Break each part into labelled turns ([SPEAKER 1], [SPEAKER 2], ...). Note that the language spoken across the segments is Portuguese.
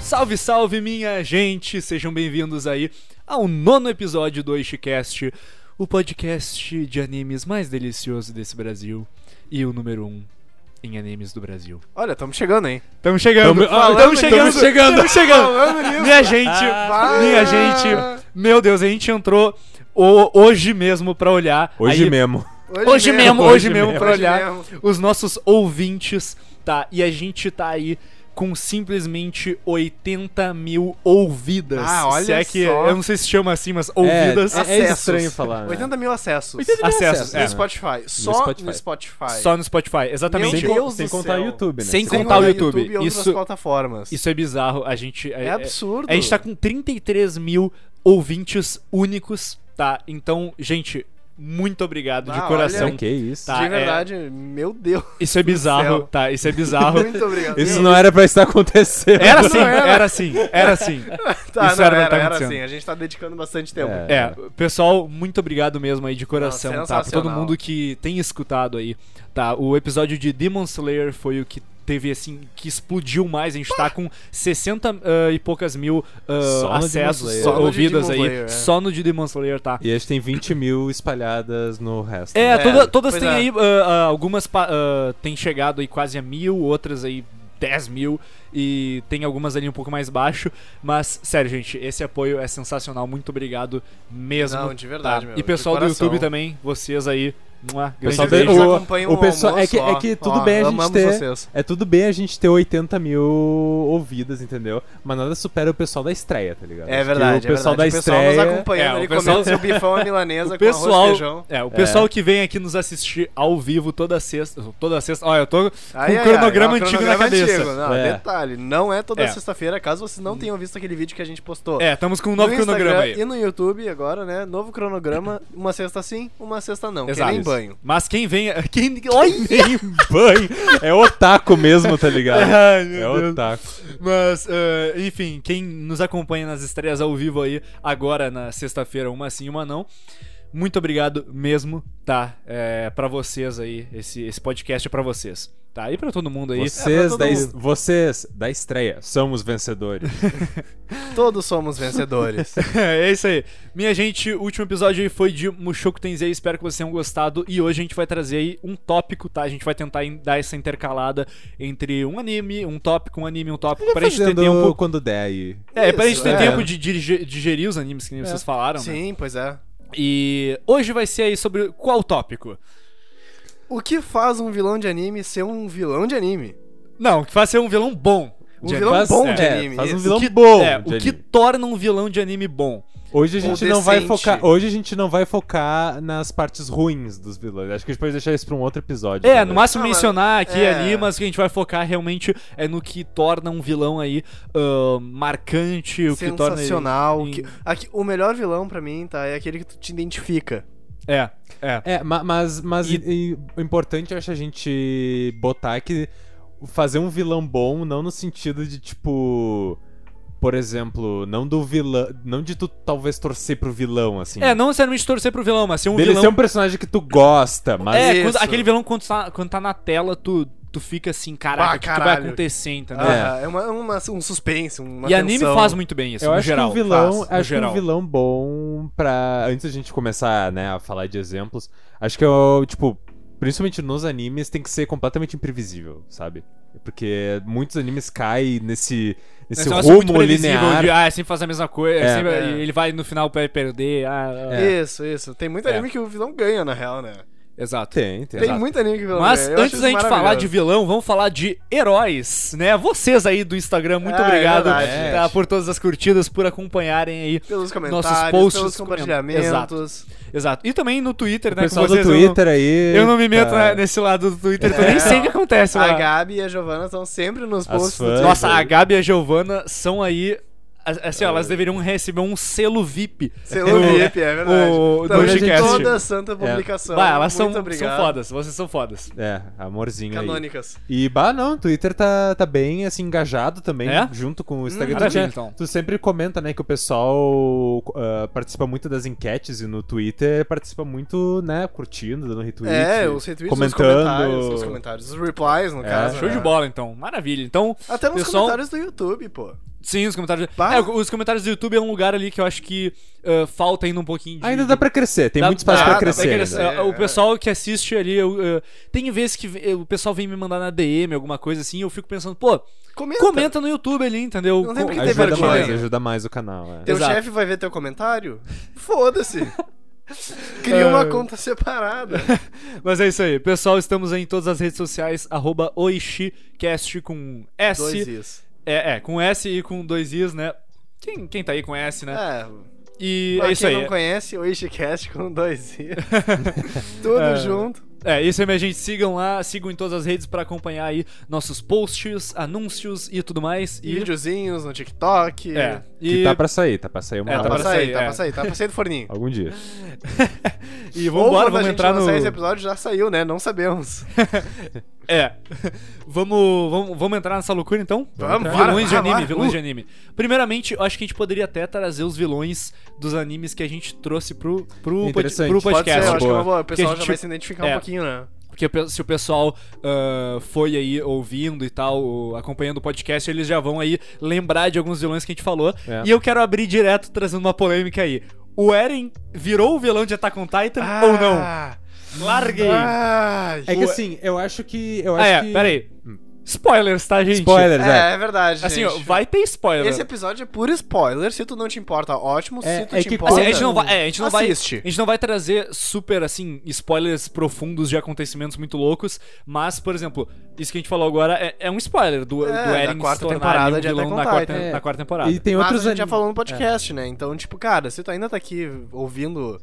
[SPEAKER 1] Salve, salve, minha gente! Sejam bem-vindos aí ao nono episódio do Oishicast, o podcast de animes mais delicioso desse Brasil e o número um em animes do Brasil.
[SPEAKER 2] Olha, estamos chegando, hein?
[SPEAKER 1] Estamos chegando,
[SPEAKER 3] Tamo- ah,
[SPEAKER 1] estamos
[SPEAKER 2] tamo
[SPEAKER 1] chegando,
[SPEAKER 3] chegando.
[SPEAKER 1] estamos chegando.
[SPEAKER 2] Falando nisso.
[SPEAKER 1] Minha gente,
[SPEAKER 2] Ah.
[SPEAKER 1] minha gente, meu Deus, a gente entrou o- hoje mesmo pra olhar.
[SPEAKER 3] Hoje
[SPEAKER 1] aí-
[SPEAKER 3] mesmo.
[SPEAKER 1] Hoje mesmo, hoje,
[SPEAKER 3] Hoje
[SPEAKER 1] mesmo,
[SPEAKER 3] mesmo.
[SPEAKER 1] pra
[SPEAKER 2] Hoje
[SPEAKER 1] olhar
[SPEAKER 2] mesmo.
[SPEAKER 1] os nossos ouvintes, tá? E a gente tá aí com simplesmente 80 mil ouvidas.
[SPEAKER 2] Ah, olha
[SPEAKER 1] se é que,
[SPEAKER 2] só.
[SPEAKER 1] Eu não sei se chama assim, mas ouvidas.
[SPEAKER 3] É- é
[SPEAKER 2] Acessos.
[SPEAKER 3] estranho falar, né?
[SPEAKER 2] 80 mil acessos.
[SPEAKER 3] 80 mil
[SPEAKER 1] Acessos,
[SPEAKER 3] acessos,
[SPEAKER 1] é.
[SPEAKER 2] No Spotify. Só no
[SPEAKER 3] Spotify.
[SPEAKER 2] Spotify.
[SPEAKER 1] Só no Spotify, exatamente.
[SPEAKER 3] Sem,
[SPEAKER 2] Meu
[SPEAKER 3] con-
[SPEAKER 2] Deus
[SPEAKER 3] sem
[SPEAKER 2] do
[SPEAKER 3] contar o
[SPEAKER 2] céu.
[SPEAKER 3] YouTube, né?
[SPEAKER 1] Sem
[SPEAKER 2] Sem
[SPEAKER 1] contar o
[SPEAKER 2] no
[SPEAKER 1] YouTube.
[SPEAKER 2] e outras
[SPEAKER 1] Isso-
[SPEAKER 2] plataformas.
[SPEAKER 1] Isso é bizarro. A gente.
[SPEAKER 2] é, absurdo.
[SPEAKER 1] A gente tá com 33 mil ouvintes únicos, tá? Então, gente, muito obrigado de
[SPEAKER 2] Ah,
[SPEAKER 1] coração.
[SPEAKER 2] olha.
[SPEAKER 3] Que isso?
[SPEAKER 1] Tá.
[SPEAKER 2] De
[SPEAKER 1] é-
[SPEAKER 2] verdade, meu Deus.
[SPEAKER 1] Isso é bizarro,
[SPEAKER 2] céu.
[SPEAKER 1] tá? Isso é bizarro.
[SPEAKER 2] Muito obrigado.
[SPEAKER 3] Isso não era pra estar acontecendo.
[SPEAKER 2] É.
[SPEAKER 1] Era sim,
[SPEAKER 2] Não era.
[SPEAKER 1] era sim, era sim.
[SPEAKER 2] Tá,
[SPEAKER 1] isso era pra
[SPEAKER 2] não, era,
[SPEAKER 1] tá
[SPEAKER 2] era
[SPEAKER 1] acontecendo.
[SPEAKER 2] assim. A gente tá dedicando bastante tempo.
[SPEAKER 3] É.
[SPEAKER 1] É, pessoal, muito obrigado mesmo aí de coração,
[SPEAKER 2] Não,
[SPEAKER 1] tá? Pra todo
[SPEAKER 2] sensacional.
[SPEAKER 1] mundo que tem escutado aí, tá? O episódio de Demon Slayer foi o que teve, assim, que explodiu mais. A gente tá com 60 ah, e poucas mil ah,
[SPEAKER 3] Só no Demon
[SPEAKER 1] acessos, só-
[SPEAKER 3] Slayer.
[SPEAKER 2] Só no de
[SPEAKER 1] ouvidas
[SPEAKER 2] Demon
[SPEAKER 1] aí,
[SPEAKER 2] Slayer, é.
[SPEAKER 1] só no de Demon Slayer, tá?
[SPEAKER 3] E a gente tem 20 mil espalhadas no resto.
[SPEAKER 1] É,
[SPEAKER 3] né?
[SPEAKER 1] toda- todas
[SPEAKER 2] pois
[SPEAKER 1] têm
[SPEAKER 2] é.
[SPEAKER 1] aí, ah, ah, algumas pa- ah, têm chegado aí quase a mil, outras aí 10 mil e tem algumas ali um pouco mais baixo, mas sério, gente, esse apoio é sensacional, muito obrigado mesmo.
[SPEAKER 2] Não, de verdade,
[SPEAKER 1] tá?
[SPEAKER 2] meu,
[SPEAKER 1] E
[SPEAKER 2] de
[SPEAKER 1] pessoal do
[SPEAKER 2] coração.
[SPEAKER 1] YouTube também, vocês aí, uma grande
[SPEAKER 3] Pessoal,
[SPEAKER 2] Eles
[SPEAKER 3] do-
[SPEAKER 1] beijo.
[SPEAKER 3] o-
[SPEAKER 2] acompanham
[SPEAKER 3] o pessoal- é
[SPEAKER 2] um almoço,
[SPEAKER 3] que- é
[SPEAKER 2] ó.
[SPEAKER 3] que tudo
[SPEAKER 2] Ó,
[SPEAKER 3] bem a gente
[SPEAKER 2] amamos
[SPEAKER 3] ter-
[SPEAKER 2] vocês.
[SPEAKER 3] É tudo bem a gente ter 80 mil ouvidas, entendeu? Mas nada supera o pessoal da estreia, tá ligado? Acho
[SPEAKER 2] É
[SPEAKER 3] que
[SPEAKER 2] verdade,
[SPEAKER 3] O pessoal
[SPEAKER 2] é verdade.
[SPEAKER 3] da
[SPEAKER 2] O pessoal
[SPEAKER 3] estreia.
[SPEAKER 2] nos acompanhando,
[SPEAKER 1] É, o
[SPEAKER 2] ele
[SPEAKER 1] pessoal-
[SPEAKER 2] comendo seu bifão à milanesa
[SPEAKER 1] O pessoal,
[SPEAKER 2] com arroz e feijão.
[SPEAKER 1] é, o pessoal
[SPEAKER 3] É.
[SPEAKER 1] que vem aqui nos assistir ao vivo toda sexta, toda sexta. Olha, eu tô
[SPEAKER 2] Ai,
[SPEAKER 1] com
[SPEAKER 2] ai,
[SPEAKER 1] um
[SPEAKER 2] ai,
[SPEAKER 1] cronograma
[SPEAKER 2] é um
[SPEAKER 1] antigo
[SPEAKER 2] cronograma
[SPEAKER 1] na cabeça.
[SPEAKER 2] antigo. Não,
[SPEAKER 3] É.
[SPEAKER 2] Detalhe, não é toda
[SPEAKER 1] É. Hum.
[SPEAKER 2] sexta-feira, caso vocês não tenham visto aquele vídeo que a gente postou.
[SPEAKER 1] É, estamos com um
[SPEAKER 2] No
[SPEAKER 1] novo
[SPEAKER 2] Instagram
[SPEAKER 1] cronograma aí.
[SPEAKER 2] E no YouTube agora, né? Novo cronograma, uma sexta sim, uma sexta não.
[SPEAKER 1] Exato.
[SPEAKER 2] Que é nem banho.
[SPEAKER 1] Mas quem vem, quem, olha,
[SPEAKER 3] Tem banho. É otaku mesmo, tá ligado?
[SPEAKER 1] Ai, meu
[SPEAKER 3] É
[SPEAKER 1] Deus.
[SPEAKER 3] otaku.
[SPEAKER 1] Mas, eh, enfim, quem nos acompanha nas estreias ao vivo aí, agora na sexta-feira, uma sim, uma não. Muito obrigado mesmo, tá? É, pra vocês aí, esse, esse podcast é pra vocês, tá? E pra todo mundo aí.
[SPEAKER 2] É pra
[SPEAKER 3] Vocês
[SPEAKER 2] todo
[SPEAKER 3] da, es-
[SPEAKER 2] mundo.
[SPEAKER 3] vocês da estreia são os vencedores.
[SPEAKER 2] Todos somos vencedores.
[SPEAKER 1] é isso aí. Minha gente, o último episódio aí foi de Mushoku Tensei, espero que vocês tenham gostado. E hoje a gente vai trazer aí um tópico, tá? A gente vai tentar in- dar essa intercalada entre um anime, um tópico, um anime, um tópico, pra gente ter
[SPEAKER 3] Fazendo
[SPEAKER 1] tempo...
[SPEAKER 3] quando der aí.
[SPEAKER 1] É, pra gente
[SPEAKER 2] Isso,
[SPEAKER 1] ter
[SPEAKER 2] é.
[SPEAKER 1] tempo de dirige- digerir os animes que nem vocês falaram, né?
[SPEAKER 2] Sim, pois é.
[SPEAKER 1] E hoje vai ser aí sobre qual tópico?
[SPEAKER 2] O que faz um vilão de anime ser um vilão de anime?
[SPEAKER 1] Não, que faz ser um vilão bom.
[SPEAKER 2] Um
[SPEAKER 1] de anime.
[SPEAKER 2] vilão
[SPEAKER 3] Faz-
[SPEAKER 2] bom de
[SPEAKER 3] é,
[SPEAKER 2] anime.
[SPEAKER 3] Faz um
[SPEAKER 2] isso.
[SPEAKER 3] vilão
[SPEAKER 1] que-
[SPEAKER 3] bom.
[SPEAKER 1] é,
[SPEAKER 3] de
[SPEAKER 1] o que
[SPEAKER 3] anime.
[SPEAKER 1] torna um vilão de anime bom.
[SPEAKER 3] Hoje a gente
[SPEAKER 2] Ou
[SPEAKER 3] não vai
[SPEAKER 2] decente.
[SPEAKER 3] focar. Hoje a gente não vai focar nas partes ruins dos vilões. Acho que a gente pode deixar isso pra um outro episódio.
[SPEAKER 1] É,
[SPEAKER 3] também.
[SPEAKER 1] no máximo
[SPEAKER 2] Não, mas-
[SPEAKER 1] mencionar aqui e
[SPEAKER 2] é.
[SPEAKER 1] ali, mas o que a gente vai focar realmente é no que torna um vilão aí ahn, marcante, o que torna ele-
[SPEAKER 2] Sensacional.
[SPEAKER 1] em-
[SPEAKER 2] que- aqui- o melhor vilão pra mim, tá? É aquele que tu te identifica.
[SPEAKER 1] É, é.
[SPEAKER 3] É, ma- mas, mas
[SPEAKER 1] E-
[SPEAKER 3] e- o importante eu acho a gente botar é que fazer um vilão bom não no sentido de tipo. Por exemplo, não do vilão. Não de tu talvez torcer pro vilão, assim.
[SPEAKER 1] É, não necessariamente torcer pro vilão, mas ser um
[SPEAKER 3] Dele
[SPEAKER 1] vilão.
[SPEAKER 3] ser um personagem que tu gosta, mas.
[SPEAKER 1] É, quando-
[SPEAKER 2] Isso.
[SPEAKER 1] aquele vilão quando tá, quando tá na tela, tu, tu fica assim, caraca,
[SPEAKER 2] Ah,
[SPEAKER 1] o que que vai
[SPEAKER 2] caralho.
[SPEAKER 1] acontecer, entendeu?
[SPEAKER 2] Ah, É, uma, uma- um suspense, uma
[SPEAKER 1] E anime
[SPEAKER 2] tensão.
[SPEAKER 1] faz muito bem isso, Assim,
[SPEAKER 3] Eu
[SPEAKER 1] no
[SPEAKER 3] acho
[SPEAKER 1] geral.
[SPEAKER 3] que um vilão,
[SPEAKER 1] faz, no
[SPEAKER 3] acho
[SPEAKER 1] geral.
[SPEAKER 3] que um vilão bom pra antes da gente começar, né, a falar de exemplos, acho que eu, tipo, principalmente nos animes tem que ser completamente imprevisível, sabe? Porque muitos animes caem nesse nesse
[SPEAKER 1] Esse negócio é muito
[SPEAKER 3] rumo
[SPEAKER 1] previsível
[SPEAKER 3] linear.
[SPEAKER 1] de, ah, sempre faz a mesma coisa,
[SPEAKER 3] É.
[SPEAKER 1] sempre-
[SPEAKER 2] É.
[SPEAKER 1] ele vai no final pra perder. ah, ah.
[SPEAKER 2] Isso, isso. Tem muito
[SPEAKER 1] É.
[SPEAKER 2] anime que o vilão ganha, na real, né?
[SPEAKER 1] Exato.
[SPEAKER 3] Tem, tem.
[SPEAKER 2] Tem
[SPEAKER 3] exato.
[SPEAKER 2] muito anime que o vilão
[SPEAKER 1] Mas
[SPEAKER 2] ganha. Eu acho
[SPEAKER 1] antes
[SPEAKER 2] isso
[SPEAKER 1] da gente falar de
[SPEAKER 2] maravilhoso.
[SPEAKER 1] vilão, vamos falar de heróis, né? Vocês aí do Instagram, muito
[SPEAKER 2] Ah, é
[SPEAKER 1] obrigado
[SPEAKER 2] verdade.
[SPEAKER 1] tá, por todas as curtidas, por acompanharem aí.
[SPEAKER 2] Pelos comentários,
[SPEAKER 1] nossos posts,
[SPEAKER 2] pelos compartilhamentos.
[SPEAKER 1] Exato. E também no Twitter,
[SPEAKER 3] O
[SPEAKER 1] né?
[SPEAKER 3] pessoal
[SPEAKER 1] com
[SPEAKER 3] do
[SPEAKER 1] vocês,
[SPEAKER 3] Twitter aí.
[SPEAKER 1] Eu não, eu não me meto
[SPEAKER 3] tá.
[SPEAKER 1] né, nesse lado do Twitter, então eu
[SPEAKER 2] É.
[SPEAKER 1] nem sei o que acontece
[SPEAKER 2] A
[SPEAKER 1] lá.
[SPEAKER 2] Gabi e a Giovana estão sempre nos
[SPEAKER 3] As
[SPEAKER 2] posts.
[SPEAKER 3] fãs.
[SPEAKER 1] Nossa,
[SPEAKER 2] Nossa,
[SPEAKER 1] a Gabi e a Giovana são aí. Assim, ó, elas deveriam receber um selo VIP.
[SPEAKER 2] seu
[SPEAKER 1] No-
[SPEAKER 2] VIP, é verdade.
[SPEAKER 1] o-
[SPEAKER 2] Então,
[SPEAKER 1] do
[SPEAKER 2] de
[SPEAKER 1] Digicast.
[SPEAKER 2] toda santa publicação.
[SPEAKER 1] Vai, elas são,
[SPEAKER 2] Muito
[SPEAKER 1] são
[SPEAKER 2] obrigado.
[SPEAKER 1] fodas, vocês são fodas.
[SPEAKER 3] É, amorzinho aí.
[SPEAKER 2] Canônicas.
[SPEAKER 3] E bah, não, o Twitter tá, tá bem assim engajado também,
[SPEAKER 1] É?
[SPEAKER 3] junto com o Instagram.
[SPEAKER 1] maravilha,
[SPEAKER 3] Tu-
[SPEAKER 1] então.
[SPEAKER 3] Tu sempre comenta, né, que o pessoal ah, participa muito das enquetes e no Twitter participa muito, né, curtindo, dando retweet.
[SPEAKER 2] É, os retweets, os
[SPEAKER 3] comentando.
[SPEAKER 2] comentários, os comentários, os replies, no
[SPEAKER 3] É.
[SPEAKER 2] caso.
[SPEAKER 1] Show
[SPEAKER 2] né?
[SPEAKER 1] de bola, então. Maravilha. Então,
[SPEAKER 2] Até nos
[SPEAKER 1] Pessoal-
[SPEAKER 2] comentários do YouTube, pô.
[SPEAKER 1] Sim, os comentários.
[SPEAKER 2] Bah.
[SPEAKER 1] É, os comentários do YouTube é um lugar ali que eu acho que ah, falta ainda um pouquinho de.
[SPEAKER 3] Ainda dá pra crescer, tem
[SPEAKER 1] Dá-
[SPEAKER 3] muito espaço
[SPEAKER 1] dá-
[SPEAKER 3] pra
[SPEAKER 1] dá
[SPEAKER 3] crescer.
[SPEAKER 1] crescer. Ah,
[SPEAKER 3] ainda.
[SPEAKER 2] ainda.
[SPEAKER 1] O pessoal que assiste ali, eu, eu- ah, tem vezes que eh, o pessoal vem me mandar na DM, alguma coisa assim, e eu fico pensando, pô,
[SPEAKER 2] Comenta.
[SPEAKER 1] comenta no YouTube ali, entendeu?
[SPEAKER 2] Não lembro que teve
[SPEAKER 3] Ajuda
[SPEAKER 2] vergonha.
[SPEAKER 1] né?
[SPEAKER 3] mais, ajuda mais o canal. é.
[SPEAKER 2] Teu
[SPEAKER 1] Exato.
[SPEAKER 2] chefe vai ver teu comentário? Foda-se. Cria
[SPEAKER 1] É.
[SPEAKER 2] uma conta separada.
[SPEAKER 1] Mas é isso aí, pessoal, estamos aí em todas as redes sociais, arroba oishicast com S.
[SPEAKER 2] Dois isso.
[SPEAKER 1] É, é, com S e com dois Is, né? Quem, quem tá aí conhece, né?
[SPEAKER 2] É.
[SPEAKER 1] E
[SPEAKER 2] Pra
[SPEAKER 1] é isso
[SPEAKER 2] quem
[SPEAKER 1] aí.
[SPEAKER 2] não conhece, o Ishcast com dois i. Tudo
[SPEAKER 1] É.
[SPEAKER 2] junto.
[SPEAKER 1] É, isso aí, minha gente. Sigam lá, sigam em todas as redes pra acompanhar aí nossos posts, anúncios e tudo mais. E,
[SPEAKER 2] Videozinhos no TikTok.
[SPEAKER 1] é,
[SPEAKER 3] Que
[SPEAKER 1] e,
[SPEAKER 3] tá pra sair, tá pra sair uma
[SPEAKER 1] É,
[SPEAKER 2] Tá,
[SPEAKER 1] tá
[SPEAKER 2] pra
[SPEAKER 1] pra
[SPEAKER 2] sair,
[SPEAKER 1] sair,
[SPEAKER 2] tá
[SPEAKER 1] é.
[SPEAKER 2] pra sair, tá pra sair do forninho.
[SPEAKER 3] Algum dia.
[SPEAKER 1] e
[SPEAKER 2] Ou
[SPEAKER 1] vambora,
[SPEAKER 2] quando
[SPEAKER 1] vamos
[SPEAKER 2] a gente
[SPEAKER 1] entrar no.
[SPEAKER 2] lançar esse episódio já saiu, né? Não sabemos.
[SPEAKER 1] É. vamos, vamos, vamos entrar nessa loucura então?
[SPEAKER 2] Vamos,
[SPEAKER 1] entrar. vilões
[SPEAKER 2] bora,
[SPEAKER 1] de
[SPEAKER 2] bora,
[SPEAKER 1] anime,
[SPEAKER 2] bora.
[SPEAKER 1] vilões
[SPEAKER 2] Uh.
[SPEAKER 1] de anime. Primeiramente, eu acho que a gente poderia até trazer os vilões dos animes que a gente trouxe pro, pro, pod,
[SPEAKER 3] Interessante.
[SPEAKER 1] pro
[SPEAKER 2] Pode ser,
[SPEAKER 1] podcast.
[SPEAKER 2] eu acho que é
[SPEAKER 3] boa.
[SPEAKER 2] uma boa. O
[SPEAKER 1] Porque a
[SPEAKER 2] pessoal já
[SPEAKER 1] gente-
[SPEAKER 2] vai se identificar
[SPEAKER 1] é.
[SPEAKER 2] um pouquinho, né?
[SPEAKER 1] Porque pe- se o pessoal ah, foi aí ouvindo e tal, o- acompanhando o podcast, eles já vão aí lembrar de alguns vilões que a gente falou.
[SPEAKER 3] É.
[SPEAKER 1] E eu quero abrir direto trazendo uma polêmica aí. O Eren virou o vilão de Attack on Titan
[SPEAKER 3] Ah.
[SPEAKER 1] ou não? Larguei! Ah,
[SPEAKER 2] Ai.
[SPEAKER 3] É que
[SPEAKER 1] O-
[SPEAKER 3] assim, eu acho que. Eu acho
[SPEAKER 1] é,
[SPEAKER 3] que...
[SPEAKER 1] peraí. Spoilers, tá, gente?
[SPEAKER 3] Spoilers, é.
[SPEAKER 2] É, é verdade,
[SPEAKER 1] Assim, ó,
[SPEAKER 2] gente.
[SPEAKER 1] vai né, ter spoiler.
[SPEAKER 2] Esse episódio é puro spoiler. Se tu não te importa, ótimo.
[SPEAKER 3] É-
[SPEAKER 2] se tu
[SPEAKER 3] é
[SPEAKER 2] te
[SPEAKER 3] que
[SPEAKER 2] importa,
[SPEAKER 1] Assim, a gente não vai, é, a gente não vai, a
[SPEAKER 2] assiste.
[SPEAKER 1] gente não vai trazer super assim spoilers profundos de acontecimentos muito loucos, mas por exemplo, isso que a gente falou agora é, é um spoiler do,
[SPEAKER 2] É,
[SPEAKER 1] do
[SPEAKER 2] da
[SPEAKER 1] Eren se
[SPEAKER 2] quarta
[SPEAKER 1] tornar
[SPEAKER 2] temporada
[SPEAKER 1] ali um
[SPEAKER 2] de
[SPEAKER 1] vilão
[SPEAKER 2] Attack
[SPEAKER 1] na
[SPEAKER 2] on É.
[SPEAKER 1] quarta,
[SPEAKER 3] Titan.
[SPEAKER 1] na quarta temporada.
[SPEAKER 3] E tem
[SPEAKER 2] Mas
[SPEAKER 3] outros
[SPEAKER 2] a gente já
[SPEAKER 3] anim-
[SPEAKER 2] falou no
[SPEAKER 1] É.
[SPEAKER 2] podcast, né? Então, tipo, cara, se tu ainda tá aqui ouvindo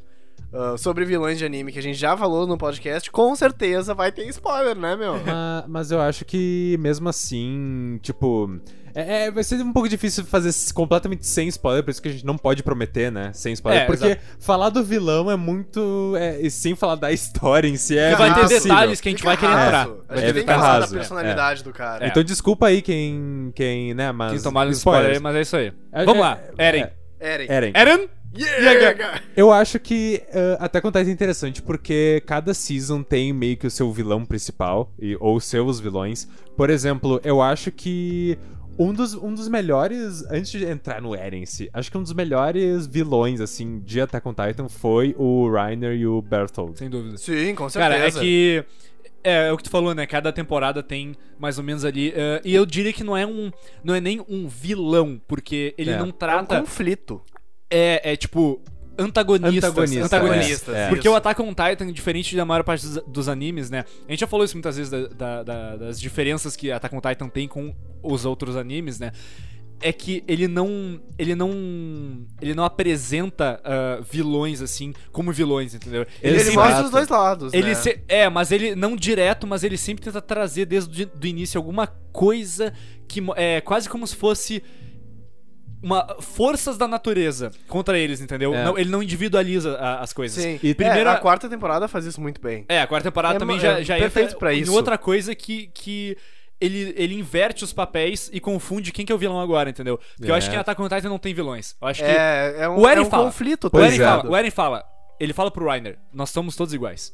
[SPEAKER 2] ah, sobre vilões de anime que a gente já falou no podcast, com certeza vai ter spoiler, né, meu?
[SPEAKER 3] Ma- mas eu acho que mesmo assim, tipo. é- é, vai ser um pouco difícil fazer s- completamente sem spoiler, por isso que a gente não pode prometer, né? Sem spoiler.
[SPEAKER 1] É,
[SPEAKER 3] porque falar do vilão é muito. é, e sem falar da história em si é.
[SPEAKER 1] E vai ter
[SPEAKER 3] impossível.
[SPEAKER 1] detalhes que a gente vai né? querer
[SPEAKER 2] raso.
[SPEAKER 1] entrar.
[SPEAKER 2] A
[SPEAKER 3] É,
[SPEAKER 2] gente tem que
[SPEAKER 3] fica
[SPEAKER 2] falar da
[SPEAKER 3] raso, é.
[SPEAKER 2] personalidade do cara.
[SPEAKER 1] É.
[SPEAKER 3] Então desculpa aí quem. Quem, né? Mas.
[SPEAKER 1] Quem tomar spoiler, aí, mas é isso aí.
[SPEAKER 3] É,
[SPEAKER 1] Vamos
[SPEAKER 3] é,
[SPEAKER 1] lá, Eren.
[SPEAKER 3] é,
[SPEAKER 2] Eren.
[SPEAKER 3] Eren.
[SPEAKER 1] Eren?
[SPEAKER 3] Eu acho que eh, até contar é interessante porque cada season tem meio que o seu vilão principal e, ou seus vilões. Por exemplo, eu acho que um dos, um dos melhores, antes de entrar no Eren em si, acho que um dos melhores vilões, assim, de Attack on Titan foi o Reiner e o Berthold.
[SPEAKER 1] Sem dúvida.
[SPEAKER 2] Sim, com certeza.
[SPEAKER 1] Cara, é
[SPEAKER 3] um
[SPEAKER 1] que é, é o que tu falou, né? Cada temporada tem mais ou menos ali, eh, e eu diria que não é um não é nem um vilão, porque ele
[SPEAKER 3] É.
[SPEAKER 1] não
[SPEAKER 2] É um
[SPEAKER 1] trata
[SPEAKER 2] conflito.
[SPEAKER 1] é, é tipo antagonistas, né?
[SPEAKER 3] Antagonista,
[SPEAKER 1] antagonistas.
[SPEAKER 3] é, é.
[SPEAKER 1] Porque
[SPEAKER 2] Isso.
[SPEAKER 1] o Attack on Titan, diferente da maior parte dos, dos animes, né? A gente já falou isso muitas vezes da- da- da- das diferenças que Attack on Titan tem com os outros animes, né? É que ele não. Ele não. Ele não apresenta ah, vilões assim como vilões, entendeu?
[SPEAKER 2] Ele,
[SPEAKER 3] Exato.
[SPEAKER 2] mostra os dois lados.
[SPEAKER 1] Ele
[SPEAKER 2] né?
[SPEAKER 1] se- é, mas ele não direto, mas ele sempre tenta trazer desde o início alguma coisa que mo- é quase como se fosse uma forças da natureza contra eles, entendeu?
[SPEAKER 3] É.
[SPEAKER 1] Não- ele não individualiza a- as coisas.
[SPEAKER 2] Sim.
[SPEAKER 3] E
[SPEAKER 2] É,
[SPEAKER 1] primeira-
[SPEAKER 2] a quarta temporada faz isso muito bem.
[SPEAKER 1] É, a quarta temporada
[SPEAKER 2] É,
[SPEAKER 1] também
[SPEAKER 2] é
[SPEAKER 1] já, já
[SPEAKER 2] perfeito
[SPEAKER 1] entra
[SPEAKER 2] pra
[SPEAKER 1] em
[SPEAKER 2] isso.
[SPEAKER 1] outra coisa que, que ele, ele inverte os papéis e confunde quem que é o vilão agora, entendeu? Porque eu
[SPEAKER 3] É.
[SPEAKER 1] acho que em Attack on Titan não tem vilões. Eu acho que
[SPEAKER 2] É, é um,
[SPEAKER 1] O Eren
[SPEAKER 2] é um
[SPEAKER 1] fala.
[SPEAKER 2] conflito.
[SPEAKER 1] o
[SPEAKER 3] Pois
[SPEAKER 1] Eren,
[SPEAKER 3] é.
[SPEAKER 1] fala, o Eren fala, ele fala pro Reiner, nós somos todos iguais,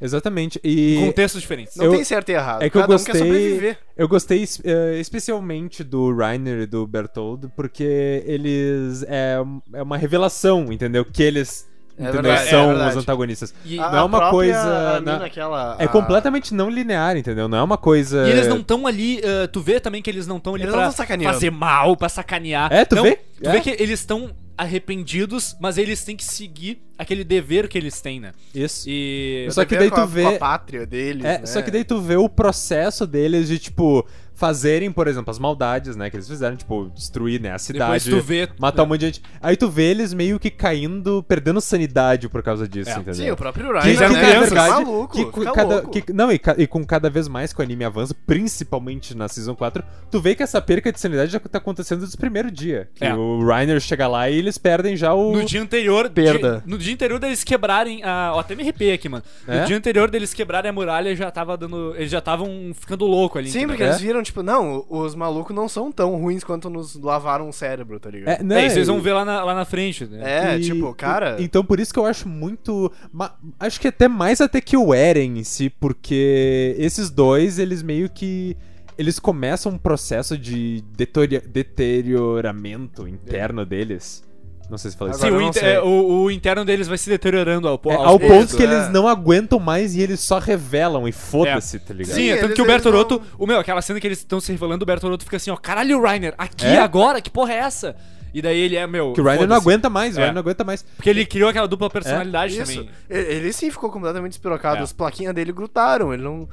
[SPEAKER 3] Exatamente. E.
[SPEAKER 1] com textos diferentes.
[SPEAKER 2] Não
[SPEAKER 3] Eu-
[SPEAKER 2] tem certo e errado.
[SPEAKER 3] É que eu
[SPEAKER 2] Cada
[SPEAKER 3] gostei.
[SPEAKER 2] um quer sobreviver.
[SPEAKER 3] Eu gostei es- eh, especialmente do Rainer e do Bertold, porque eles. É, um- é uma revelação, entendeu? Que eles
[SPEAKER 2] É
[SPEAKER 3] entendeu?
[SPEAKER 2] verdade, é
[SPEAKER 3] são os
[SPEAKER 2] verdade.
[SPEAKER 3] antagonistas.
[SPEAKER 1] E-
[SPEAKER 2] A-
[SPEAKER 3] não é
[SPEAKER 2] a
[SPEAKER 3] uma
[SPEAKER 2] própria
[SPEAKER 3] coisa-
[SPEAKER 2] mina,
[SPEAKER 3] não-
[SPEAKER 2] aquela-
[SPEAKER 3] É
[SPEAKER 2] a-
[SPEAKER 3] completamente não linear, entendeu? Não é uma coisa.
[SPEAKER 1] Ah. E eles não estão ali, ah, tu vê também que eles não estão ali
[SPEAKER 2] Eles não
[SPEAKER 1] pra
[SPEAKER 2] tão sacaneando.
[SPEAKER 1] fazer mal, pra sacanear.
[SPEAKER 3] É, tu
[SPEAKER 1] Não,
[SPEAKER 3] vê?
[SPEAKER 1] Tu
[SPEAKER 3] É.
[SPEAKER 1] vê que eles estão arrependidos, mas eles têm que seguir aquele dever que eles têm, né?
[SPEAKER 3] Isso.
[SPEAKER 1] E.
[SPEAKER 2] Eu
[SPEAKER 3] Só que
[SPEAKER 2] devia
[SPEAKER 3] daí
[SPEAKER 2] com a-
[SPEAKER 3] tu vê-
[SPEAKER 2] com a pátria deles,
[SPEAKER 3] É,
[SPEAKER 2] né?
[SPEAKER 3] Só que daí tu vê o processo deles de, tipo, fazerem, por exemplo, as maldades, né? Que eles fizeram, tipo, destruir, né, a
[SPEAKER 1] Depois
[SPEAKER 3] cidade.
[SPEAKER 1] tu vê. né?
[SPEAKER 3] Matar um monte de gente. Aí tu vê eles meio que caindo, perdendo sanidade por causa disso,
[SPEAKER 1] É.
[SPEAKER 3] entendeu?
[SPEAKER 2] Sim, o próprio
[SPEAKER 3] Que,
[SPEAKER 2] Ryan,
[SPEAKER 1] Eles
[SPEAKER 3] que,
[SPEAKER 1] eram
[SPEAKER 3] na
[SPEAKER 2] né?
[SPEAKER 1] crianças.
[SPEAKER 3] verdade,
[SPEAKER 2] maluco,
[SPEAKER 3] que com
[SPEAKER 2] fica
[SPEAKER 3] cada-
[SPEAKER 2] louco.
[SPEAKER 3] que- não, e, ca- e com cada vez mais que o anime avança, principalmente na Season 4, tu vê que essa perca de sanidade já tá acontecendo desde o primeiro dia. Que
[SPEAKER 1] É.
[SPEAKER 3] o Reiner chega lá e eles perdem já o... né?
[SPEAKER 1] No dia anterior.
[SPEAKER 2] Perda.
[SPEAKER 1] de- no dia anterior deles quebrarem a. Ó, até me arrepiei aqui, mano.
[SPEAKER 3] É?
[SPEAKER 1] No dia anterior deles quebrarem a muralha, já tava dando. Eles já estavam ficando louco ali.
[SPEAKER 2] Sim,
[SPEAKER 1] entendeu?
[SPEAKER 2] porque
[SPEAKER 3] É?
[SPEAKER 2] eles viram, tipo, não, os malucos não são tão ruins quanto nos lavaram o cérebro, tá ligado?
[SPEAKER 3] É, né,
[SPEAKER 1] É, isso eles
[SPEAKER 3] e-
[SPEAKER 1] vão ver lá na, lá na frente. Né?
[SPEAKER 2] É,
[SPEAKER 3] e-
[SPEAKER 2] tipo, cara.
[SPEAKER 3] e- Então por isso que eu acho muito. ma- acho que até mais até que o Eren em si, porque esses dois, eles meio que. eles começam um processo de detori- deterioramento interno deles. Não sei se falei isso.
[SPEAKER 1] Sim,
[SPEAKER 2] Agora
[SPEAKER 1] o,
[SPEAKER 2] eu não
[SPEAKER 1] inter-
[SPEAKER 2] sei.
[SPEAKER 1] é, o- o interno deles vai se deteriorando ao, po-
[SPEAKER 3] É,
[SPEAKER 1] aos
[SPEAKER 3] ao ponto
[SPEAKER 1] poucos.
[SPEAKER 2] Isso,
[SPEAKER 3] que eles
[SPEAKER 2] é.
[SPEAKER 3] não aguentam mais e eles só revelam e foda-se, tá ligado?
[SPEAKER 1] Sim, é
[SPEAKER 2] né? Sim,
[SPEAKER 1] tanto
[SPEAKER 2] eles-
[SPEAKER 1] que o
[SPEAKER 2] eles
[SPEAKER 1] Bertolotto,
[SPEAKER 2] vão-
[SPEAKER 1] o meu, aquela cena que eles estão se revelando, o Bertolotto fica assim, ó, caralho, Reiner, aqui
[SPEAKER 3] É?
[SPEAKER 1] agora, que porra é essa? E daí ele é, meu,
[SPEAKER 3] Que o Ryder não
[SPEAKER 1] foda-se.
[SPEAKER 3] aguenta mais, o
[SPEAKER 1] É.
[SPEAKER 3] Ryder não aguenta mais.
[SPEAKER 1] Porque ele criou aquela dupla personalidade
[SPEAKER 2] É? Isso.
[SPEAKER 1] também. né?
[SPEAKER 2] E- Ele sim ficou completamente despirocado.
[SPEAKER 1] É.
[SPEAKER 2] As plaquinhas dele grutaram. Ele não.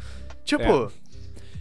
[SPEAKER 2] Tipo,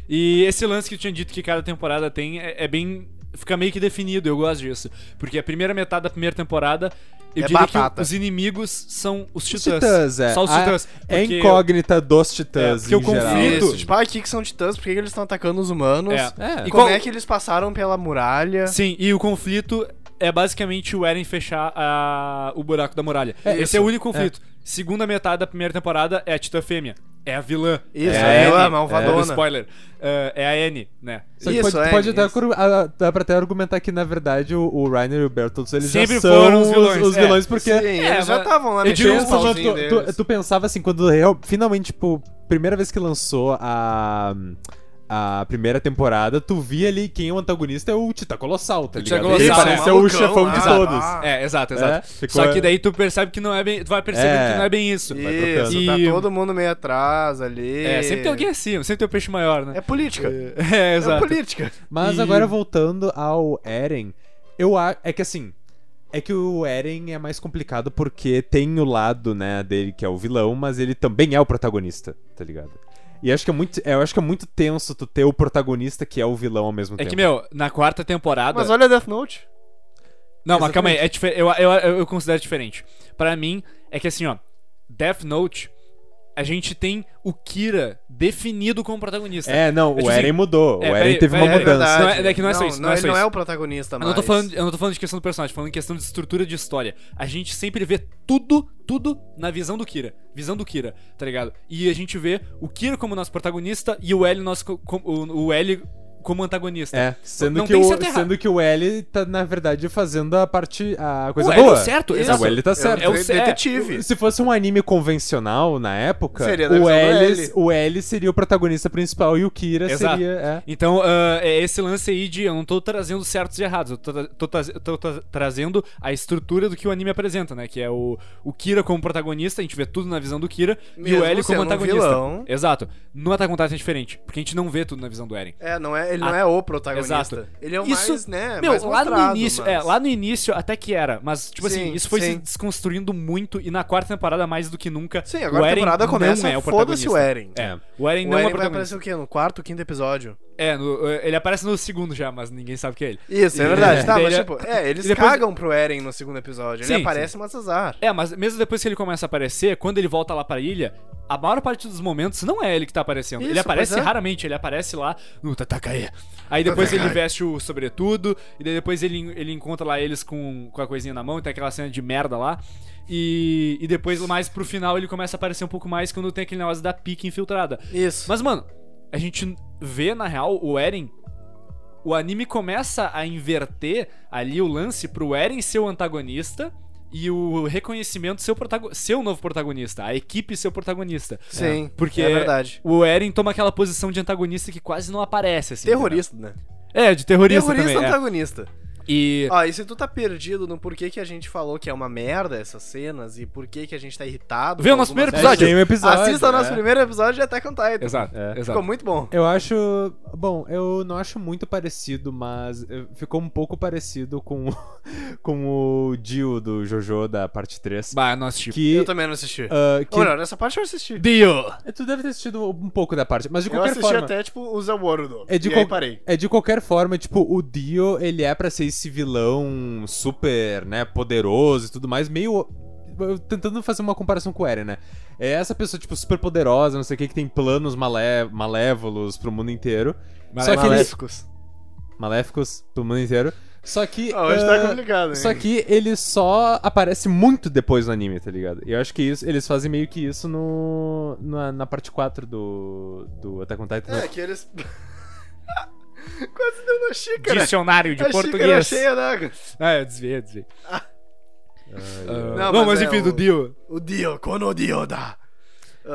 [SPEAKER 1] E esse lance que eu tinha dito que cada temporada tem é, é bem. Fica meio que definido, eu gosto disso. Porque a primeira metade da primeira temporada, eu
[SPEAKER 2] É
[SPEAKER 1] diria que
[SPEAKER 2] batata.
[SPEAKER 1] os inimigos são os
[SPEAKER 3] Os
[SPEAKER 1] titãs.
[SPEAKER 3] titãs, é.
[SPEAKER 1] Só os
[SPEAKER 3] A-
[SPEAKER 1] titãs.
[SPEAKER 3] É
[SPEAKER 1] porque-
[SPEAKER 3] incógnita dos titãs,
[SPEAKER 1] É, porque
[SPEAKER 3] em
[SPEAKER 1] o conflito-
[SPEAKER 3] geral.
[SPEAKER 2] isso.
[SPEAKER 1] assim.
[SPEAKER 2] Tipo, ah, o que, que são titãs? Por que, que eles estão atacando os humanos?
[SPEAKER 1] É.
[SPEAKER 3] É.
[SPEAKER 1] E
[SPEAKER 2] Como
[SPEAKER 1] qual-
[SPEAKER 2] é que eles passaram pela muralha?
[SPEAKER 1] Sim, e o conflito é basicamente o Eren fechar a- o buraco da muralha.
[SPEAKER 3] É,
[SPEAKER 1] Esse
[SPEAKER 3] isso.
[SPEAKER 1] é o único conflito. Segunda metade da primeira temporada é a Titã Fêmea. É a vilã.
[SPEAKER 2] Isso,
[SPEAKER 1] é
[SPEAKER 3] a vilã,
[SPEAKER 1] Anne.
[SPEAKER 2] a malvadona.
[SPEAKER 1] É, spoiler. É, é a Anne, né?
[SPEAKER 3] Só que
[SPEAKER 2] Isso,
[SPEAKER 3] pode,
[SPEAKER 2] é,
[SPEAKER 3] pode até
[SPEAKER 2] isso.
[SPEAKER 3] cru- a- dá pra até argumentar que, na verdade, o, o Reiner e o Bertoltz, eles
[SPEAKER 1] Sempre
[SPEAKER 3] já são
[SPEAKER 1] foram os vilões,
[SPEAKER 3] os
[SPEAKER 1] é.
[SPEAKER 3] vilões, porque...
[SPEAKER 2] Sim, eles já
[SPEAKER 1] mas-
[SPEAKER 2] estavam
[SPEAKER 3] um
[SPEAKER 2] lá
[SPEAKER 1] eu digo
[SPEAKER 2] mexendo
[SPEAKER 1] isso,
[SPEAKER 2] os
[SPEAKER 3] Pensa, João,
[SPEAKER 2] pauzinhos
[SPEAKER 3] tu, tu-
[SPEAKER 2] deles.
[SPEAKER 3] tu pensava assim, quando real- finalmente, tipo, primeira vez que lançou a. A primeira temporada, tu via ali quem é o antagonista é o Titã Colossal, tá
[SPEAKER 1] O Titã
[SPEAKER 3] ligado?
[SPEAKER 1] Colossal,
[SPEAKER 3] Ele
[SPEAKER 1] é.
[SPEAKER 3] parece ser o
[SPEAKER 2] Malucão
[SPEAKER 3] chefão
[SPEAKER 2] lá,
[SPEAKER 3] de
[SPEAKER 2] lá.
[SPEAKER 3] todos.
[SPEAKER 1] É, exato, exato.
[SPEAKER 3] É, ficou-
[SPEAKER 1] Só que daí tu percebe que não é bem. Tu vai percebendo
[SPEAKER 3] É.
[SPEAKER 1] que não é bem isso.
[SPEAKER 3] Vai trocando.
[SPEAKER 2] Isso,
[SPEAKER 1] E-
[SPEAKER 2] tá todo mundo meio atrás ali.
[SPEAKER 1] É, sempre tem alguém acima, sempre tem o peixe maior, né?
[SPEAKER 2] É política. É,
[SPEAKER 1] É, exato.
[SPEAKER 2] política.
[SPEAKER 3] Mas
[SPEAKER 1] E-
[SPEAKER 3] agora voltando ao Eren, eu acho. É que assim. É que o Eren é mais complicado porque tem o lado, né, dele que é o vilão, mas ele também é o protagonista, tá ligado? E acho que é muito, é, eu acho que é muito tenso tu ter o protagonista que é o vilão ao mesmo
[SPEAKER 1] É
[SPEAKER 3] tempo.
[SPEAKER 1] que, meu, na quarta temporada.
[SPEAKER 2] Mas olha Death Note.
[SPEAKER 1] Não, mas calma aí, é difer... eu, eu, eu, eu considero diferente. Pra mim, é que assim, ó, Death Note, a gente tem o Kira definido como protagonista.
[SPEAKER 3] É, não,
[SPEAKER 1] É tipo
[SPEAKER 3] o Eren
[SPEAKER 1] assim,
[SPEAKER 3] mudou.
[SPEAKER 1] é,
[SPEAKER 3] o
[SPEAKER 1] peraí,
[SPEAKER 3] Eren teve uma
[SPEAKER 1] peraí,
[SPEAKER 2] É
[SPEAKER 1] peraí.
[SPEAKER 3] mudança.
[SPEAKER 2] verdade.
[SPEAKER 1] Não é- é que não é só isso, não é só
[SPEAKER 2] ele não
[SPEAKER 1] isso.
[SPEAKER 2] é o protagonista,
[SPEAKER 1] eu,
[SPEAKER 2] mas...
[SPEAKER 1] não tô falando, eu não tô falando de questão do personagem, falando em questão de estrutura de história. A gente sempre vê tudo, tudo na visão do Kira. Visão do Kira, tá ligado? E a gente vê o Kira como nosso protagonista e o L, nosso, co- com- o, o L como antagonista.
[SPEAKER 3] É, sendo,
[SPEAKER 1] Não
[SPEAKER 3] que
[SPEAKER 1] tem
[SPEAKER 3] o,
[SPEAKER 1] certo e errado.
[SPEAKER 3] sendo que o L tá, na verdade, fazendo a parte. a coisa
[SPEAKER 1] o L
[SPEAKER 3] boa.
[SPEAKER 1] é o certo,
[SPEAKER 2] Isso.
[SPEAKER 1] exato.
[SPEAKER 3] O L tá
[SPEAKER 2] É,
[SPEAKER 3] certo.
[SPEAKER 2] É o
[SPEAKER 1] É,
[SPEAKER 2] detetive.
[SPEAKER 3] Se fosse um anime convencional na época,
[SPEAKER 2] Seria da
[SPEAKER 3] o,
[SPEAKER 2] versão do
[SPEAKER 3] L,
[SPEAKER 2] L.
[SPEAKER 3] o L seria o protagonista principal e o Kira
[SPEAKER 1] Exato.
[SPEAKER 3] seria. é.
[SPEAKER 1] Então, ah, é esse lance aí de eu não tô trazendo certos e errados, eu tô, tra- tô tra- tô tra- trazendo a estrutura do que o anime apresenta, né? Que é o, o Kira como protagonista, a gente vê tudo na visão do Kira, e
[SPEAKER 2] Mesmo
[SPEAKER 1] o L como
[SPEAKER 2] sendo um
[SPEAKER 1] antagonista.
[SPEAKER 2] vilão.
[SPEAKER 1] Exato. No Attack on Titan é diferente, porque a gente não vê tudo na visão do Eren.
[SPEAKER 2] É, não é, ele não
[SPEAKER 1] Ah,
[SPEAKER 2] é o protagonista.
[SPEAKER 1] exato.
[SPEAKER 2] Ele é o
[SPEAKER 1] Isso-
[SPEAKER 2] mais, né,
[SPEAKER 1] Meu,
[SPEAKER 2] mais
[SPEAKER 1] lá no
[SPEAKER 2] mostrado,
[SPEAKER 1] início,
[SPEAKER 2] mas-
[SPEAKER 1] é, lá no início até que era, mas tipo assim,
[SPEAKER 2] Sim,
[SPEAKER 1] isso foi se
[SPEAKER 2] sim.
[SPEAKER 1] desconstruindo muito e na quarta temporada mais do que nunca.
[SPEAKER 2] Sim, agora
[SPEAKER 1] o
[SPEAKER 2] a
[SPEAKER 1] Eren
[SPEAKER 2] temporada
[SPEAKER 1] não
[SPEAKER 2] começa,
[SPEAKER 1] é o
[SPEAKER 2] foda-se
[SPEAKER 1] protagonista.
[SPEAKER 2] o Eren.
[SPEAKER 1] É. O Eren
[SPEAKER 2] O
[SPEAKER 1] não é o
[SPEAKER 2] Eren vai aparecer
[SPEAKER 1] protagonista.
[SPEAKER 2] o quê? No quarto, quinto episódio?
[SPEAKER 1] É, no- ele aparece no segundo já, mas ninguém sabe que é ele.
[SPEAKER 2] Isso,
[SPEAKER 1] E-
[SPEAKER 2] é verdade. Tá,
[SPEAKER 1] Daí
[SPEAKER 2] mas
[SPEAKER 1] ele-
[SPEAKER 2] tipo, é, eles
[SPEAKER 1] e depois-
[SPEAKER 2] cagam pro Eren no segundo episódio. Ele
[SPEAKER 1] Sim,
[SPEAKER 2] aparece, mas azar.
[SPEAKER 1] É, mas mesmo depois que ele começa a aparecer, quando ele volta lá pra ilha, a maior parte dos momentos não é ele que tá aparecendo. ele
[SPEAKER 2] Isso,
[SPEAKER 1] aparece
[SPEAKER 2] pois é.
[SPEAKER 1] raramente, ele aparece lá no Tatakae. Aí depois ele veste o sobretudo, e daí depois ele, ele encontra lá eles com, com a coisinha na mão, e tem aquela cena de merda lá. E, e depois, mais pro final, ele começa a aparecer um pouco mais quando tem aquele negócio da pique infiltrada.
[SPEAKER 2] Isso.
[SPEAKER 1] Mas, mano, a gente vê, na real, o Eren. O anime começa a inverter ali o lance pro Eren ser o antagonista e o reconhecimento ser o, protago- ser o novo protagonista, a equipe ser o protagonista.
[SPEAKER 2] Sim,
[SPEAKER 1] porque
[SPEAKER 2] é verdade.
[SPEAKER 1] O Eren toma aquela posição de antagonista que quase não aparece, assim.
[SPEAKER 2] Terrorista, né?
[SPEAKER 1] entendeu? É, de terrorista,
[SPEAKER 2] Terrorista um
[SPEAKER 1] também. é.
[SPEAKER 2] antagonista.
[SPEAKER 1] E.
[SPEAKER 2] Ó, e se tu tá perdido no porquê que a gente falou que é uma merda essas cenas e porquê que a gente tá irritado...
[SPEAKER 1] Vê
[SPEAKER 2] com
[SPEAKER 1] o nosso
[SPEAKER 2] algumas
[SPEAKER 1] primeiro episódio.
[SPEAKER 3] Tem um episódio.
[SPEAKER 2] cenas, Assista
[SPEAKER 3] é.
[SPEAKER 2] o nosso primeiro episódio de Attack on Titan.
[SPEAKER 1] Exato,
[SPEAKER 3] É.
[SPEAKER 1] exato.
[SPEAKER 2] Ficou muito bom.
[SPEAKER 3] Eu acho. Bom, eu não acho muito parecido, mas eh, ficou um pouco parecido com, o- com o Dio do JoJo da parte 3.
[SPEAKER 1] Bah, nosso tipo.
[SPEAKER 3] Que.
[SPEAKER 2] Eu também não assisti.
[SPEAKER 3] ah, que-
[SPEAKER 2] Ou melhor, nessa parte eu assisti.
[SPEAKER 1] Dio!
[SPEAKER 3] É, Tu deve ter assistido um pouco da parte, mas de
[SPEAKER 2] Eu
[SPEAKER 3] qualquer
[SPEAKER 2] assisti
[SPEAKER 3] forma.
[SPEAKER 2] até, tipo, o Zaworudo.
[SPEAKER 3] É de
[SPEAKER 2] e
[SPEAKER 3] qual-
[SPEAKER 2] aí parei.
[SPEAKER 3] É de qualquer forma, tipo, o Dio, ele é pra ser esse vilão super, né, poderoso e tudo mais, meio eu tentando fazer uma comparação com o Eren, né? É essa pessoa tipo super poderosa, não sei o que que tem planos malé... malévolos pro mundo inteiro, Só que ele-
[SPEAKER 2] Maléficos.
[SPEAKER 3] maléficos pro mundo inteiro. Só que
[SPEAKER 2] Ah, hoje
[SPEAKER 3] ah,
[SPEAKER 2] tá complicado, hein?
[SPEAKER 3] só que ele só aparece muito depois no anime, tá ligado? E eu acho que isso, eles fazem meio que isso no na, na parte 4 do do Attack on Titan. né?
[SPEAKER 2] É, que eles... Quase deu na xícara.
[SPEAKER 1] Dicionário de
[SPEAKER 2] a xícara
[SPEAKER 1] português.
[SPEAKER 2] cheia d'água.
[SPEAKER 1] Ah, eu desviei, eu desviei. Ah, não, mas,
[SPEAKER 2] mas é
[SPEAKER 1] enfim,
[SPEAKER 2] o- Ah,
[SPEAKER 1] do Dio.
[SPEAKER 2] O Dio, quando o Dio dá.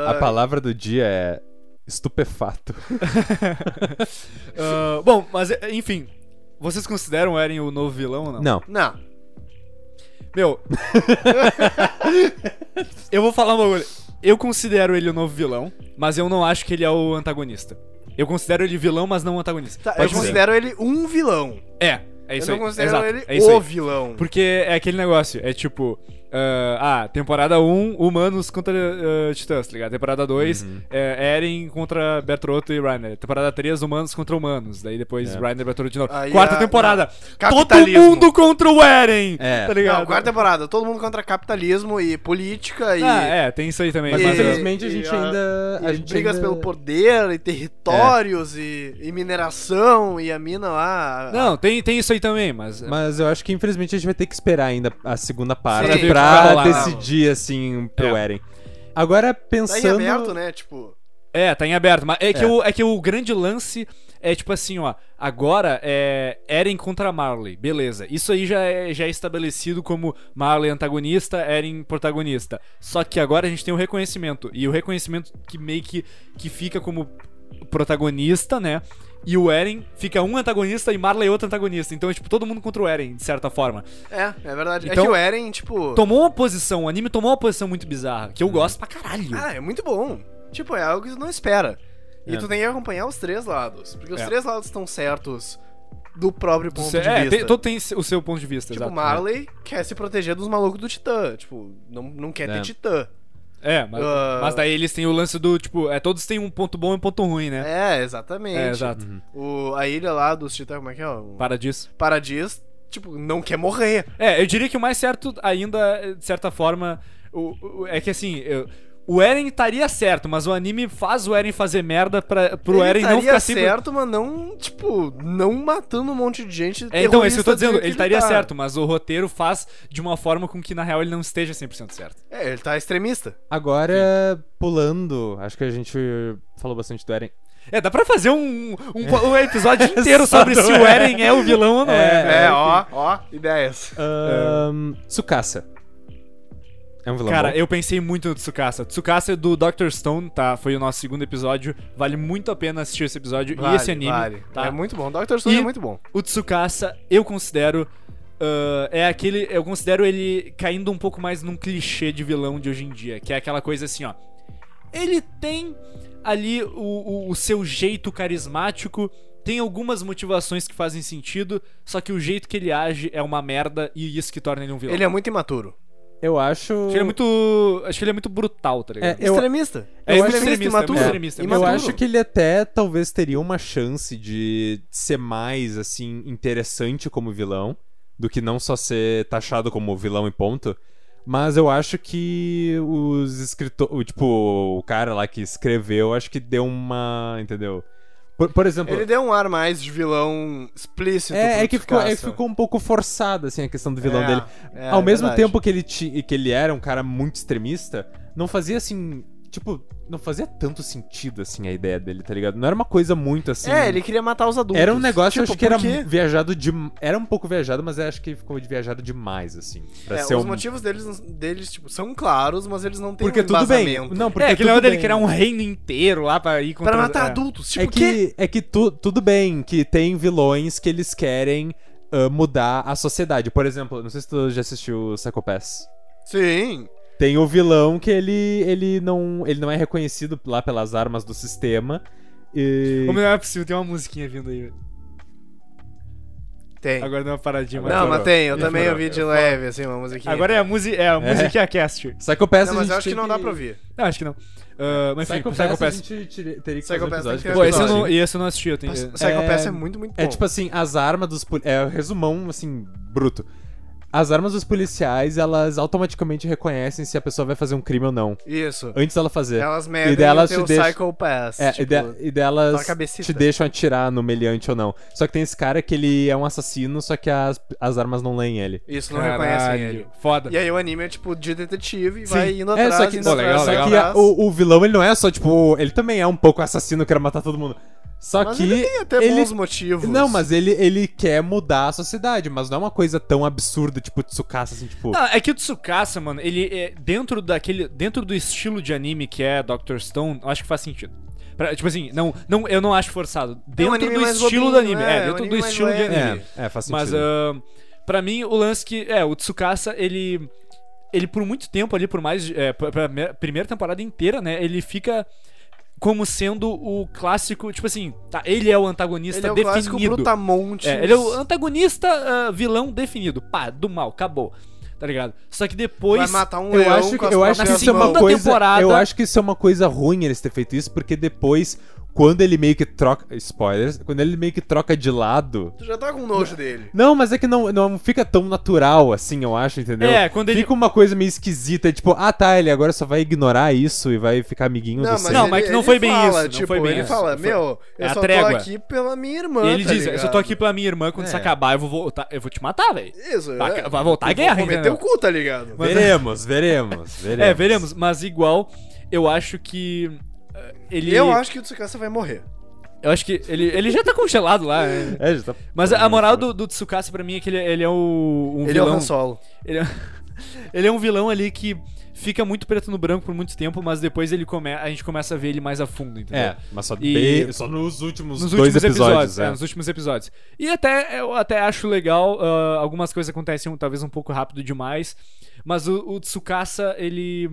[SPEAKER 3] A palavra do dia é Estupefato.
[SPEAKER 1] Ah, bom, mas é, enfim. Vocês consideram o Eren o novo vilão ou não?
[SPEAKER 3] Não.
[SPEAKER 2] Não.
[SPEAKER 1] Meu. eu vou falar uma coisa. Eu considero ele o novo vilão, mas eu não acho que ele é o antagonista. Eu considero ele vilão, mas não o antagonista.
[SPEAKER 2] Tá, eu
[SPEAKER 1] Pode ser.
[SPEAKER 2] considero ele um vilão.
[SPEAKER 1] É, é isso
[SPEAKER 2] eu
[SPEAKER 1] aí.
[SPEAKER 2] não considero
[SPEAKER 1] Exato,
[SPEAKER 2] ele
[SPEAKER 1] é isso
[SPEAKER 2] o
[SPEAKER 1] aí.
[SPEAKER 2] vilão.
[SPEAKER 1] Porque é aquele negócio, é tipo. ah, ah, temporada 1, humanos contra ah, titãs, tá ligado? Temporada 2, é, Eren contra Bertrotto e Reiner. Temporada 3, humanos contra humanos. Daí depois
[SPEAKER 3] É.
[SPEAKER 1] Reiner e Bertrotto de novo.
[SPEAKER 2] Aí
[SPEAKER 1] quarta
[SPEAKER 2] a-
[SPEAKER 1] temporada,
[SPEAKER 2] não.
[SPEAKER 1] todo
[SPEAKER 2] Capitalismo.
[SPEAKER 1] mundo contra o Eren!
[SPEAKER 3] É.
[SPEAKER 1] Tá ligado?
[SPEAKER 2] Não, quarta temporada, todo mundo contra capitalismo e política e,
[SPEAKER 1] Ah, é, tem isso aí também.
[SPEAKER 3] Mas
[SPEAKER 2] E-
[SPEAKER 1] Mas, ah,
[SPEAKER 3] infelizmente a
[SPEAKER 2] e
[SPEAKER 3] gente
[SPEAKER 2] a-
[SPEAKER 3] ainda. A
[SPEAKER 2] e
[SPEAKER 3] gente
[SPEAKER 2] brigas
[SPEAKER 3] ainda...
[SPEAKER 2] pelo poder e territórios e, e mineração e a mina lá.
[SPEAKER 1] Não, tem, tem isso aí também, mas.
[SPEAKER 3] Mas eu acho que infelizmente a gente vai ter que esperar ainda a segunda parte
[SPEAKER 1] pra
[SPEAKER 2] Sim,
[SPEAKER 1] ver o que É. vai
[SPEAKER 3] pra
[SPEAKER 1] rolar.
[SPEAKER 3] decidir, assim, pro Eren. Agora,
[SPEAKER 2] Tá
[SPEAKER 3] pensando.
[SPEAKER 2] em aberto, né? Tipo.
[SPEAKER 1] É, tá em aberto. Mas é que,
[SPEAKER 3] É.
[SPEAKER 1] O, é que o grande lance é tipo assim, ó. Agora é Eren contra Marley. Beleza. Isso aí já é, já é estabelecido como Marley antagonista, Eren protagonista. Só que agora a gente tem o reconhecimento. E o reconhecimento que meio que, que fica como protagonista, né? E o Eren fica um antagonista e Marley outro antagonista. Então é tipo todo mundo contra o Eren, de certa forma.
[SPEAKER 2] É, é verdade.
[SPEAKER 1] Então-
[SPEAKER 2] é que o Eren, tipo.
[SPEAKER 1] Tomou uma posição, o anime tomou uma posição muito bizarra, que eu gosto pra caralho.
[SPEAKER 2] Ah, é muito bom. Tipo, é algo que tu não espera. E
[SPEAKER 3] É.
[SPEAKER 2] tu tem que acompanhar os três lados. Porque os
[SPEAKER 1] É.
[SPEAKER 2] três lados estão certos do próprio ponto
[SPEAKER 1] Cê-
[SPEAKER 2] de
[SPEAKER 1] é,
[SPEAKER 2] vista.
[SPEAKER 1] tem, todo tem o seu ponto de vista,
[SPEAKER 2] Tipo,
[SPEAKER 1] exato. é. né?
[SPEAKER 2] Marley quer se proteger dos malucos do Titã. Tipo, não, não quer
[SPEAKER 3] É.
[SPEAKER 2] ter Titã.
[SPEAKER 1] É, mas,
[SPEAKER 2] Ah.
[SPEAKER 1] mas daí eles têm o lance do, tipo, é, todos têm um ponto bom e um ponto ruim, né?
[SPEAKER 2] É, exatamente.
[SPEAKER 1] É, exato.
[SPEAKER 2] O, a ilha lá dos Titã, como é que é? O
[SPEAKER 1] Para disso.
[SPEAKER 2] Paradis, tipo, não quer morrer.
[SPEAKER 1] É, eu diria que o mais certo ainda, de certa forma, o, o- é que assim, eu- o Eren estaria certo, mas o anime faz o Eren fazer merda pra, pro
[SPEAKER 2] Ele
[SPEAKER 1] Eren não
[SPEAKER 2] estaria
[SPEAKER 1] ficar sempre...
[SPEAKER 2] certo, mas não, tipo, não matando um monte de gente.
[SPEAKER 1] É, então, é isso
[SPEAKER 2] isso
[SPEAKER 1] que eu tô dizendo, ele estaria
[SPEAKER 2] tá-
[SPEAKER 1] certo, mas o roteiro faz de uma forma com que na real ele não esteja 100% certo.
[SPEAKER 2] É, ele tá extremista.
[SPEAKER 3] Agora, pulando, acho que a gente falou bastante do Eren.
[SPEAKER 1] É, dá pra fazer um, um, um episódio inteiro sobre se o Eren é o vilão ou não é.
[SPEAKER 3] É,
[SPEAKER 2] É,
[SPEAKER 1] né?
[SPEAKER 2] ó, ó, ideias.
[SPEAKER 3] Ahn, Tsukasa. É um vilão.
[SPEAKER 1] Cara,
[SPEAKER 3] bom?
[SPEAKER 1] eu pensei muito no Tsukasa. Tsukasa é do Dr. Stone, tá? Foi o nosso segundo episódio. Vale muito a pena assistir esse episódio e
[SPEAKER 2] Vale,
[SPEAKER 1] esse anime,
[SPEAKER 2] vale.
[SPEAKER 1] tá?
[SPEAKER 2] É muito bom. Doctor Stone
[SPEAKER 1] E-
[SPEAKER 2] é muito bom.
[SPEAKER 1] O Tsukasa, eu considero. ah, é aquele. Eu considero ele caindo um pouco mais num clichê de vilão de hoje em dia, que é aquela coisa assim, ó. Ele tem ali o, o- o seu jeito carismático, tem algumas motivações que fazem sentido, só que o jeito que ele age é uma merda e isso que torna ele um vilão.
[SPEAKER 2] Ele é um- muito imaturo.
[SPEAKER 3] Eu acho.
[SPEAKER 1] Acho que ele é muito. Acho que ele é muito brutal, tá ligado?
[SPEAKER 3] É, Eu-
[SPEAKER 2] Extremista.
[SPEAKER 1] É
[SPEAKER 2] Eu
[SPEAKER 1] muito
[SPEAKER 2] acho-
[SPEAKER 1] extremista,
[SPEAKER 2] imaturo.
[SPEAKER 1] é muito extremista, é muito
[SPEAKER 3] Eu
[SPEAKER 2] Imaturo.
[SPEAKER 3] acho que ele até talvez teria uma chance de ser mais, assim, interessante como vilão, do que não só ser taxado como vilão e ponto. Mas eu acho que os escritores. Tipo, o cara lá que escreveu, acho que deu uma. Entendeu? Por, por exemplo.
[SPEAKER 2] Ele deu um ar mais de vilão explícito.
[SPEAKER 3] É,
[SPEAKER 2] pro
[SPEAKER 3] é que ficou, é que
[SPEAKER 2] Tsukasa.
[SPEAKER 3] ficou um pouco forçada, assim, a questão do vilão
[SPEAKER 2] É,
[SPEAKER 3] dele.
[SPEAKER 2] é,
[SPEAKER 3] Ao
[SPEAKER 2] é
[SPEAKER 3] mesmo
[SPEAKER 2] verdade.
[SPEAKER 3] tempo que ele, ti- que ele era um cara muito extremista, não fazia assim. Tipo, não fazia tanto sentido assim a ideia dele, tá ligado? Não era uma coisa muito assim.
[SPEAKER 2] É, ele queria matar os adultos.
[SPEAKER 3] Era um negócio,
[SPEAKER 2] Tipo,
[SPEAKER 3] acho que era
[SPEAKER 2] por quê?
[SPEAKER 3] viajado de. Era um pouco viajado, mas eu acho que ficou de viajado demais, assim. Pra
[SPEAKER 2] É,
[SPEAKER 3] ser
[SPEAKER 2] os
[SPEAKER 3] um.
[SPEAKER 2] motivos deles, deles, tipo, são claros, mas eles não têm
[SPEAKER 3] Porque
[SPEAKER 2] um
[SPEAKER 3] tudo bem.
[SPEAKER 2] embasamento.
[SPEAKER 3] Não, porque
[SPEAKER 1] é, aquele
[SPEAKER 3] tudo
[SPEAKER 1] negócio dele
[SPEAKER 3] bem.
[SPEAKER 1] criar um reino inteiro lá pra ir contra...
[SPEAKER 2] Pra matar
[SPEAKER 1] é.
[SPEAKER 2] adultos, tipo,
[SPEAKER 3] É
[SPEAKER 2] o quê?
[SPEAKER 3] que, é que tu- tudo bem que tem vilões que eles querem ah, mudar a sociedade. Por exemplo, não sei se tu já assistiu Psycho Pass.
[SPEAKER 2] Sim.
[SPEAKER 3] Tem o vilão que ele, ele, não, ele não é reconhecido lá pelas armas do sistema. E...
[SPEAKER 1] Como não é possível, tem uma musiquinha vindo aí.
[SPEAKER 2] Tem.
[SPEAKER 1] Agora deu uma paradinha.
[SPEAKER 3] Agora-
[SPEAKER 2] não,
[SPEAKER 3] Melhorou.
[SPEAKER 2] mas É. tem, eu
[SPEAKER 3] Ele
[SPEAKER 2] também
[SPEAKER 3] melhorou.
[SPEAKER 2] ouvi de leve, assim, uma musiquinha.
[SPEAKER 1] Agora é a, musi... é a
[SPEAKER 3] É.
[SPEAKER 1] musiquinha cast.
[SPEAKER 3] Psycho Pass
[SPEAKER 2] Não,
[SPEAKER 3] a
[SPEAKER 2] mas
[SPEAKER 3] gente
[SPEAKER 2] eu acho que
[SPEAKER 3] tem
[SPEAKER 2] não dá pra ouvir.
[SPEAKER 1] Não, acho que não. Ah, mas enfim,
[SPEAKER 3] Psycho,
[SPEAKER 1] Psycho
[SPEAKER 3] Pass a
[SPEAKER 1] Pass.
[SPEAKER 3] gente tire- teria
[SPEAKER 2] Psycho
[SPEAKER 3] que fazer
[SPEAKER 2] Pass
[SPEAKER 3] um
[SPEAKER 2] tem
[SPEAKER 3] episódio.
[SPEAKER 2] que ter
[SPEAKER 1] Pô,
[SPEAKER 3] com
[SPEAKER 1] esse eu,
[SPEAKER 3] episódio.
[SPEAKER 1] não, esse eu não assisti, eu tenho...
[SPEAKER 2] Mas Psycho Pass é muito, muito bom.
[SPEAKER 3] É tipo assim, as armas dos... poli- É resumão, assim, bruto. As armas dos policiais, elas automaticamente reconhecem se a pessoa vai fazer um crime ou não.
[SPEAKER 2] Isso.
[SPEAKER 3] Antes dela fazer.
[SPEAKER 2] Elas
[SPEAKER 3] E
[SPEAKER 2] medem
[SPEAKER 3] dela
[SPEAKER 2] o teu
[SPEAKER 3] te deixa-
[SPEAKER 2] Psycho Pass.
[SPEAKER 3] É, e,
[SPEAKER 2] tipo,
[SPEAKER 3] de- e delas
[SPEAKER 2] só a cabecita.
[SPEAKER 3] te deixam atirar no meliante ou não. Só que tem esse cara que ele é um assassino, só que as, as armas não leem ele.
[SPEAKER 2] Isso, não reconhecem
[SPEAKER 1] Caralho,
[SPEAKER 2] ele.
[SPEAKER 1] Foda.
[SPEAKER 2] E aí o anime é tipo de detetive e
[SPEAKER 3] Sim.
[SPEAKER 2] vai indo
[SPEAKER 3] É,
[SPEAKER 2] atrás,
[SPEAKER 3] só que,
[SPEAKER 2] indo
[SPEAKER 3] só
[SPEAKER 2] atrás,
[SPEAKER 3] que
[SPEAKER 2] indo
[SPEAKER 3] a-
[SPEAKER 2] atrás.
[SPEAKER 3] o, o vilão ele não é só, tipo, ele também é um pouco assassino, quer matar todo mundo. Só
[SPEAKER 2] Mas
[SPEAKER 3] que.
[SPEAKER 2] ele tem até bons motivos.
[SPEAKER 3] Não, mas ele, ele quer mudar a sociedade, mas não é uma coisa tão absurda, tipo, Tsukasa, assim, tipo.
[SPEAKER 1] Não, é que o Tsukasa, mano, ele é dentro daquele. Dentro do estilo de anime que é Dr. Stone, eu acho que faz sentido. Pra- tipo assim, não, não, eu não acho forçado. Dentro
[SPEAKER 2] É um anime
[SPEAKER 1] do
[SPEAKER 2] mais
[SPEAKER 1] estilo do
[SPEAKER 2] bobinho,
[SPEAKER 1] anime.
[SPEAKER 2] né?
[SPEAKER 1] É,
[SPEAKER 2] É um
[SPEAKER 1] dentro do
[SPEAKER 2] anime mais
[SPEAKER 1] estilo de
[SPEAKER 2] leve.
[SPEAKER 1] anime.
[SPEAKER 3] É, é, faz sentido.
[SPEAKER 1] Mas ahn, pra mim o lance que é o Tsukasa ele ele por muito tempo ali por mais de- é, pra- pra me- primeira temporada inteira, né, ele fica como sendo o clássico, tipo assim, tá, ele é o antagonista
[SPEAKER 2] Ele é o clássico
[SPEAKER 1] definido.
[SPEAKER 2] Brutamontes.
[SPEAKER 1] É, ele é o antagonista ah, vilão definido. Pá, do mal, acabou. Tá ligado? Só que depois
[SPEAKER 2] Vai matar um
[SPEAKER 3] eu
[SPEAKER 2] leão
[SPEAKER 3] acho
[SPEAKER 2] com as assim,
[SPEAKER 3] que, eu
[SPEAKER 2] patas
[SPEAKER 3] acho que
[SPEAKER 1] na
[SPEAKER 2] de
[SPEAKER 3] isso é uma
[SPEAKER 2] mão.
[SPEAKER 1] segunda
[SPEAKER 3] coisa
[SPEAKER 1] temporada-
[SPEAKER 3] eu acho que isso é uma coisa ruim eles ter feito isso porque depois quando ele meio que troca spoilers quando ele meio que troca de lado
[SPEAKER 2] Tu já tá com nojo dele.
[SPEAKER 3] não mas é que não, não fica tão natural assim eu acho entendeu
[SPEAKER 1] É, quando ele-
[SPEAKER 3] fica uma coisa meio esquisita tipo ah tá ele agora só vai ignorar isso e vai ficar amiguinho do
[SPEAKER 1] Não,
[SPEAKER 3] Senna.
[SPEAKER 1] mas que não foi bem isso, não foi bem
[SPEAKER 2] ele
[SPEAKER 1] isso.
[SPEAKER 2] fala,
[SPEAKER 1] Foi-
[SPEAKER 2] meu,
[SPEAKER 1] é
[SPEAKER 2] eu
[SPEAKER 1] a
[SPEAKER 2] só
[SPEAKER 1] trégua.
[SPEAKER 2] tô aqui pela minha irmã,
[SPEAKER 1] ele
[SPEAKER 2] tá
[SPEAKER 1] diz, eu só tô
[SPEAKER 2] ligado?
[SPEAKER 1] aqui pela minha irmã, quando isso
[SPEAKER 3] É.
[SPEAKER 1] acabar eu vou voltar, eu vou te matar, velho.
[SPEAKER 2] Isso,
[SPEAKER 1] Vai-
[SPEAKER 2] é.
[SPEAKER 1] Tá, vai voltar a
[SPEAKER 2] Eu vou
[SPEAKER 1] guerra,
[SPEAKER 2] comer
[SPEAKER 1] entendeu?
[SPEAKER 2] teu cu, tá ligado?
[SPEAKER 1] Mas-
[SPEAKER 3] veremos veremos veremos
[SPEAKER 1] É, veremos, mas igual eu acho que ah, ele
[SPEAKER 2] Eu acho que o Tsukasa vai morrer.
[SPEAKER 1] eu acho que ele, ele já tá congelado lá. né?
[SPEAKER 3] É, já tá-
[SPEAKER 1] Mas a moral do, do Tsukasa pra mim é que ele, ele é o, um
[SPEAKER 2] Ele é o
[SPEAKER 1] vilão.
[SPEAKER 2] Han Solo.
[SPEAKER 1] ele, é, ele é um vilão ali que fica muito preto no branco por muito tempo, mas depois ele come, a gente começa a ver ele mais a fundo, entendeu?
[SPEAKER 3] é mas só,
[SPEAKER 1] E-
[SPEAKER 3] bem- só nos últimos
[SPEAKER 1] Nos
[SPEAKER 3] dois
[SPEAKER 1] últimos episódios.
[SPEAKER 3] episódios,
[SPEAKER 1] é,
[SPEAKER 3] é.
[SPEAKER 1] nos últimos episódios. E até eu até acho legal, ah, algumas coisas acontecem talvez um pouco rápido demais, mas o, o Tsukasa, ele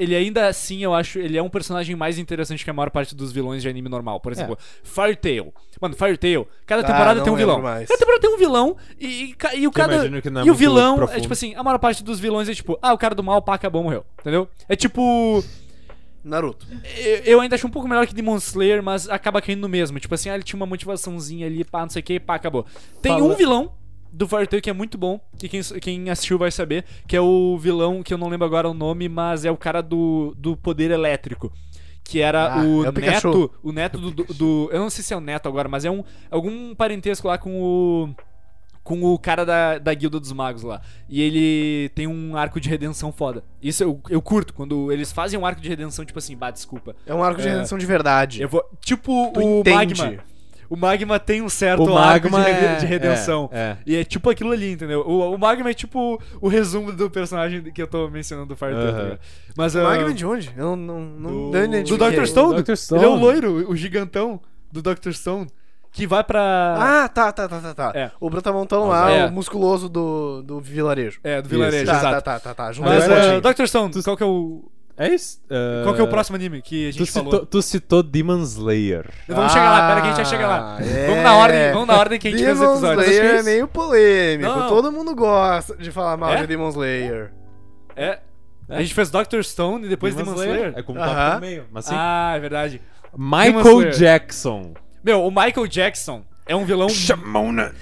[SPEAKER 1] ele ainda assim, eu acho, ele é um personagem mais interessante que a maior parte dos vilões de anime normal.
[SPEAKER 3] É.
[SPEAKER 1] Por exemplo, Firetail. Mano, Firetail, cada
[SPEAKER 2] Ah,
[SPEAKER 1] temporada
[SPEAKER 2] não
[SPEAKER 1] tem um vilão.
[SPEAKER 2] lembro mais.
[SPEAKER 1] Cada temporada tem um vilão e, e, ca- e o
[SPEAKER 3] Que eu
[SPEAKER 1] cada
[SPEAKER 3] imagino que não é
[SPEAKER 1] E o
[SPEAKER 3] muito
[SPEAKER 1] vilão é
[SPEAKER 3] profundo.
[SPEAKER 1] tipo assim, a maior parte dos vilões é tipo, ah, o cara do mal, pá, acabou, morreu. Entendeu? É tipo
[SPEAKER 2] Naruto.
[SPEAKER 1] eu- Eu ainda acho um pouco melhor que Demon Slayer, mas acaba caindo no mesmo. Tipo assim, ah, ele tinha uma motivaçãozinha ali, pá, não sei o que, pá, acabou. Tem
[SPEAKER 3] Fala-
[SPEAKER 1] um vilão do Firetail que é muito bom, que quem, quem assistiu vai saber, que é o vilão, que eu não lembro agora o nome, mas é o cara do, do poder elétrico. Que era
[SPEAKER 2] Ah,
[SPEAKER 1] o,
[SPEAKER 2] é o Pikachu.
[SPEAKER 1] neto. O neto do, do- do- Eu não sei se é o neto agora, mas é um. Algum parentesco lá com o. Com o cara da, da Guilda dos Magos lá. E ele tem um arco de redenção foda. Isso eu, eu curto, quando eles fazem um arco de redenção, tipo assim, bah, desculpa.
[SPEAKER 2] É um arco de
[SPEAKER 1] É.
[SPEAKER 2] redenção de verdade.
[SPEAKER 1] Eu vou, tipo
[SPEAKER 2] Tu
[SPEAKER 1] o
[SPEAKER 2] entende.
[SPEAKER 1] Magma. O Magma tem um certo
[SPEAKER 3] o
[SPEAKER 1] arco
[SPEAKER 3] magma
[SPEAKER 1] de, rede-
[SPEAKER 3] é-
[SPEAKER 1] de redenção.
[SPEAKER 3] é, é.
[SPEAKER 1] E é tipo aquilo ali, entendeu? O, o Magma é tipo o resumo do personagem que eu tô mencionando do Fireteal. tá
[SPEAKER 3] Aham.
[SPEAKER 1] ligado? Mas ah,
[SPEAKER 2] Magma é de onde? Eu não, não,
[SPEAKER 1] do,
[SPEAKER 2] não
[SPEAKER 1] do
[SPEAKER 2] identifiquei.
[SPEAKER 1] Dr. Stone,
[SPEAKER 3] Dr. Stone.
[SPEAKER 1] ele é o loiro, o gigantão do Dr. Stone, que vai pra...
[SPEAKER 2] Ah, tá, tá, tá, tá. tá.
[SPEAKER 1] É.
[SPEAKER 2] O Brutamontão lá,
[SPEAKER 1] É.
[SPEAKER 2] o musculoso do, do vilarejo.
[SPEAKER 1] É, do vilarejo,
[SPEAKER 3] Isso.
[SPEAKER 2] Tá,
[SPEAKER 1] exato.
[SPEAKER 2] tá, tá, tá, tá. Junto
[SPEAKER 1] Mas,
[SPEAKER 2] com o
[SPEAKER 1] ah,
[SPEAKER 2] Potinho.
[SPEAKER 1] Dr. Stone, qual que é o...
[SPEAKER 3] É isso? eh,
[SPEAKER 1] Qual que é o próximo anime que a
[SPEAKER 3] Tu
[SPEAKER 1] gente falou?
[SPEAKER 3] citou, tu citou Demon Slayer.
[SPEAKER 1] Vamos chegar lá, pera que a gente já chega lá.
[SPEAKER 2] Ah,
[SPEAKER 1] Vamos
[SPEAKER 2] é.
[SPEAKER 1] na ordem, vamos na ordem que a gente
[SPEAKER 2] Demon
[SPEAKER 1] fez os episódios. Acho que
[SPEAKER 2] Slayer
[SPEAKER 1] é
[SPEAKER 2] é
[SPEAKER 1] isso.
[SPEAKER 2] meio polêmico.
[SPEAKER 1] Não.
[SPEAKER 2] Todo mundo gosta de falar mal
[SPEAKER 1] É?
[SPEAKER 2] de Demon Slayer.
[SPEAKER 1] É. A gente fez Dr. Stone e depois Demon Slayer.
[SPEAKER 3] É como
[SPEAKER 2] Aham.
[SPEAKER 3] tá no meio. Mas sim.
[SPEAKER 1] Ah, é verdade.
[SPEAKER 3] Michael
[SPEAKER 1] Demon Slayer.
[SPEAKER 3] Jackson.
[SPEAKER 1] Meu, o Michael Jackson é um vilão.
[SPEAKER 3] Chamona.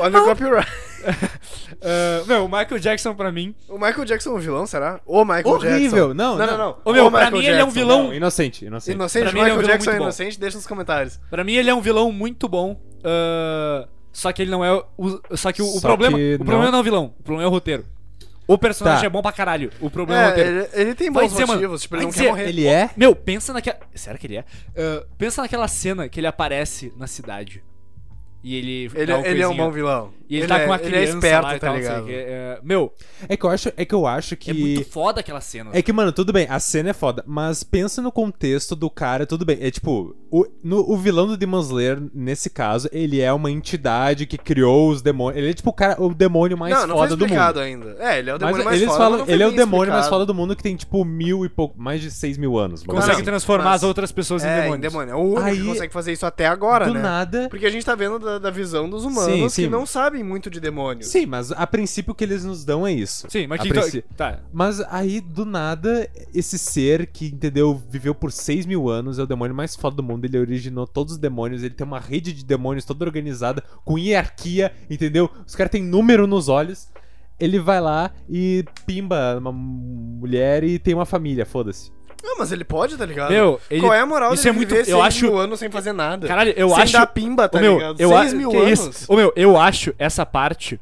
[SPEAKER 2] Olha o copyright.
[SPEAKER 1] Ah, meu, o Michael Jackson pra mim.
[SPEAKER 2] O Michael Jackson é um vilão, será? O Michael
[SPEAKER 3] Horrível.
[SPEAKER 2] Jackson.
[SPEAKER 3] Não,
[SPEAKER 2] não,
[SPEAKER 3] não.
[SPEAKER 2] não. não.
[SPEAKER 1] Ô, meu, pra
[SPEAKER 2] Michael
[SPEAKER 1] mim ele é um vilão.
[SPEAKER 3] Não, inocente, inocente.
[SPEAKER 2] Inocente,
[SPEAKER 1] Pra mim, ele é um
[SPEAKER 2] Michael
[SPEAKER 1] vilão
[SPEAKER 2] Jackson é
[SPEAKER 1] muito bom.
[SPEAKER 2] inocente, deixa nos comentários.
[SPEAKER 1] Pra mim ele é um vilão muito bom. ah, só que ele não é. O, só que o, o
[SPEAKER 3] Só
[SPEAKER 1] problema.
[SPEAKER 3] que
[SPEAKER 1] o problema
[SPEAKER 3] não.
[SPEAKER 1] não é o vilão. O problema é o roteiro. O personagem
[SPEAKER 3] Tá.
[SPEAKER 1] é bom pra caralho. O problema é, o
[SPEAKER 2] É,
[SPEAKER 1] roteiro.
[SPEAKER 2] ele, ele tem
[SPEAKER 1] Vai
[SPEAKER 2] bons
[SPEAKER 1] dizer, mano,
[SPEAKER 2] motivos, tipo, ele
[SPEAKER 1] vai
[SPEAKER 2] não
[SPEAKER 1] dizer,
[SPEAKER 2] quer morrer.
[SPEAKER 3] Ele é?
[SPEAKER 1] Meu, pensa naquela. Será que ele é? Ah, pensa naquela cena que ele aparece na cidade. E ele.
[SPEAKER 2] Ele,
[SPEAKER 1] dá uma
[SPEAKER 2] ele é um
[SPEAKER 1] coisinha.
[SPEAKER 2] bom vilão.
[SPEAKER 1] E ele, tá
[SPEAKER 2] é,
[SPEAKER 1] com uma
[SPEAKER 2] ele
[SPEAKER 1] criança
[SPEAKER 2] é esperto,
[SPEAKER 1] lá e
[SPEAKER 2] tá
[SPEAKER 1] tal, não sei o
[SPEAKER 2] ligado?
[SPEAKER 1] quê. É, meu,
[SPEAKER 3] É que eu acho, é que, eu acho que...
[SPEAKER 1] é muito foda aquela cena.
[SPEAKER 3] É que, mano, tudo bem, a cena é foda, mas pensa no contexto do cara, tudo bem. É tipo, o, no- o vilão do Demon Slayer, nesse caso, ele é uma entidade que criou os demônios. Ele é tipo o, cara, o demônio mais
[SPEAKER 2] não, não foi
[SPEAKER 3] foda do mundo.
[SPEAKER 2] explicado ainda. É, ele é o
[SPEAKER 3] Mas
[SPEAKER 2] demônio mais
[SPEAKER 3] eles
[SPEAKER 2] foda.
[SPEAKER 3] falam,
[SPEAKER 2] mas não foi
[SPEAKER 3] ele é o
[SPEAKER 2] bem
[SPEAKER 3] demônio mais
[SPEAKER 2] explicado.
[SPEAKER 3] foda do mundo que tem tipo mil e pouco, mais de seis mil anos. bagulho
[SPEAKER 1] Consegue
[SPEAKER 2] Não,
[SPEAKER 3] assim.
[SPEAKER 1] transformar
[SPEAKER 2] mas-
[SPEAKER 1] as outras pessoas em
[SPEAKER 2] É,
[SPEAKER 1] demônios.
[SPEAKER 2] em demônio. É o único
[SPEAKER 3] Aí-
[SPEAKER 2] que consegue fazer isso até agora,
[SPEAKER 3] Do
[SPEAKER 2] né?
[SPEAKER 3] nada.
[SPEAKER 2] Porque a gente tá vendo da, da visão dos humanos
[SPEAKER 3] Sim,
[SPEAKER 2] que
[SPEAKER 3] sim.
[SPEAKER 2] não sabem muito de demônios.
[SPEAKER 3] Sim, mas a princípio o que eles nos dão é isso.
[SPEAKER 1] Sim, mas
[SPEAKER 3] A
[SPEAKER 1] que então-
[SPEAKER 3] princi-
[SPEAKER 1] Tá.
[SPEAKER 3] Mas aí, do nada, esse ser que, entendeu, viveu por 6 mil anos, é o demônio mais foda do mundo, ele originou todos os demônios, ele tem uma rede de demônios toda organizada, com hierarquia, entendeu? Os caras têm número nos olhos. Ele vai lá e pimba uma mulher e tem uma família, foda-se.
[SPEAKER 2] Não, mas ele pode, tá ligado?
[SPEAKER 1] Meu, ele.
[SPEAKER 2] Qual é a moral
[SPEAKER 1] isso é
[SPEAKER 2] dele
[SPEAKER 1] muito-
[SPEAKER 2] viver
[SPEAKER 1] eu
[SPEAKER 2] seis
[SPEAKER 1] acho-
[SPEAKER 2] mil anos sem fazer nada?
[SPEAKER 1] Caralho, eu
[SPEAKER 2] sem
[SPEAKER 1] acho.
[SPEAKER 2] dar pimba, tá
[SPEAKER 1] Ô, meu,
[SPEAKER 2] ligado?
[SPEAKER 1] eu
[SPEAKER 2] Seis
[SPEAKER 1] a-
[SPEAKER 2] mil
[SPEAKER 1] que é
[SPEAKER 2] anos.
[SPEAKER 1] Isso? Ô, meu, eu acho essa parte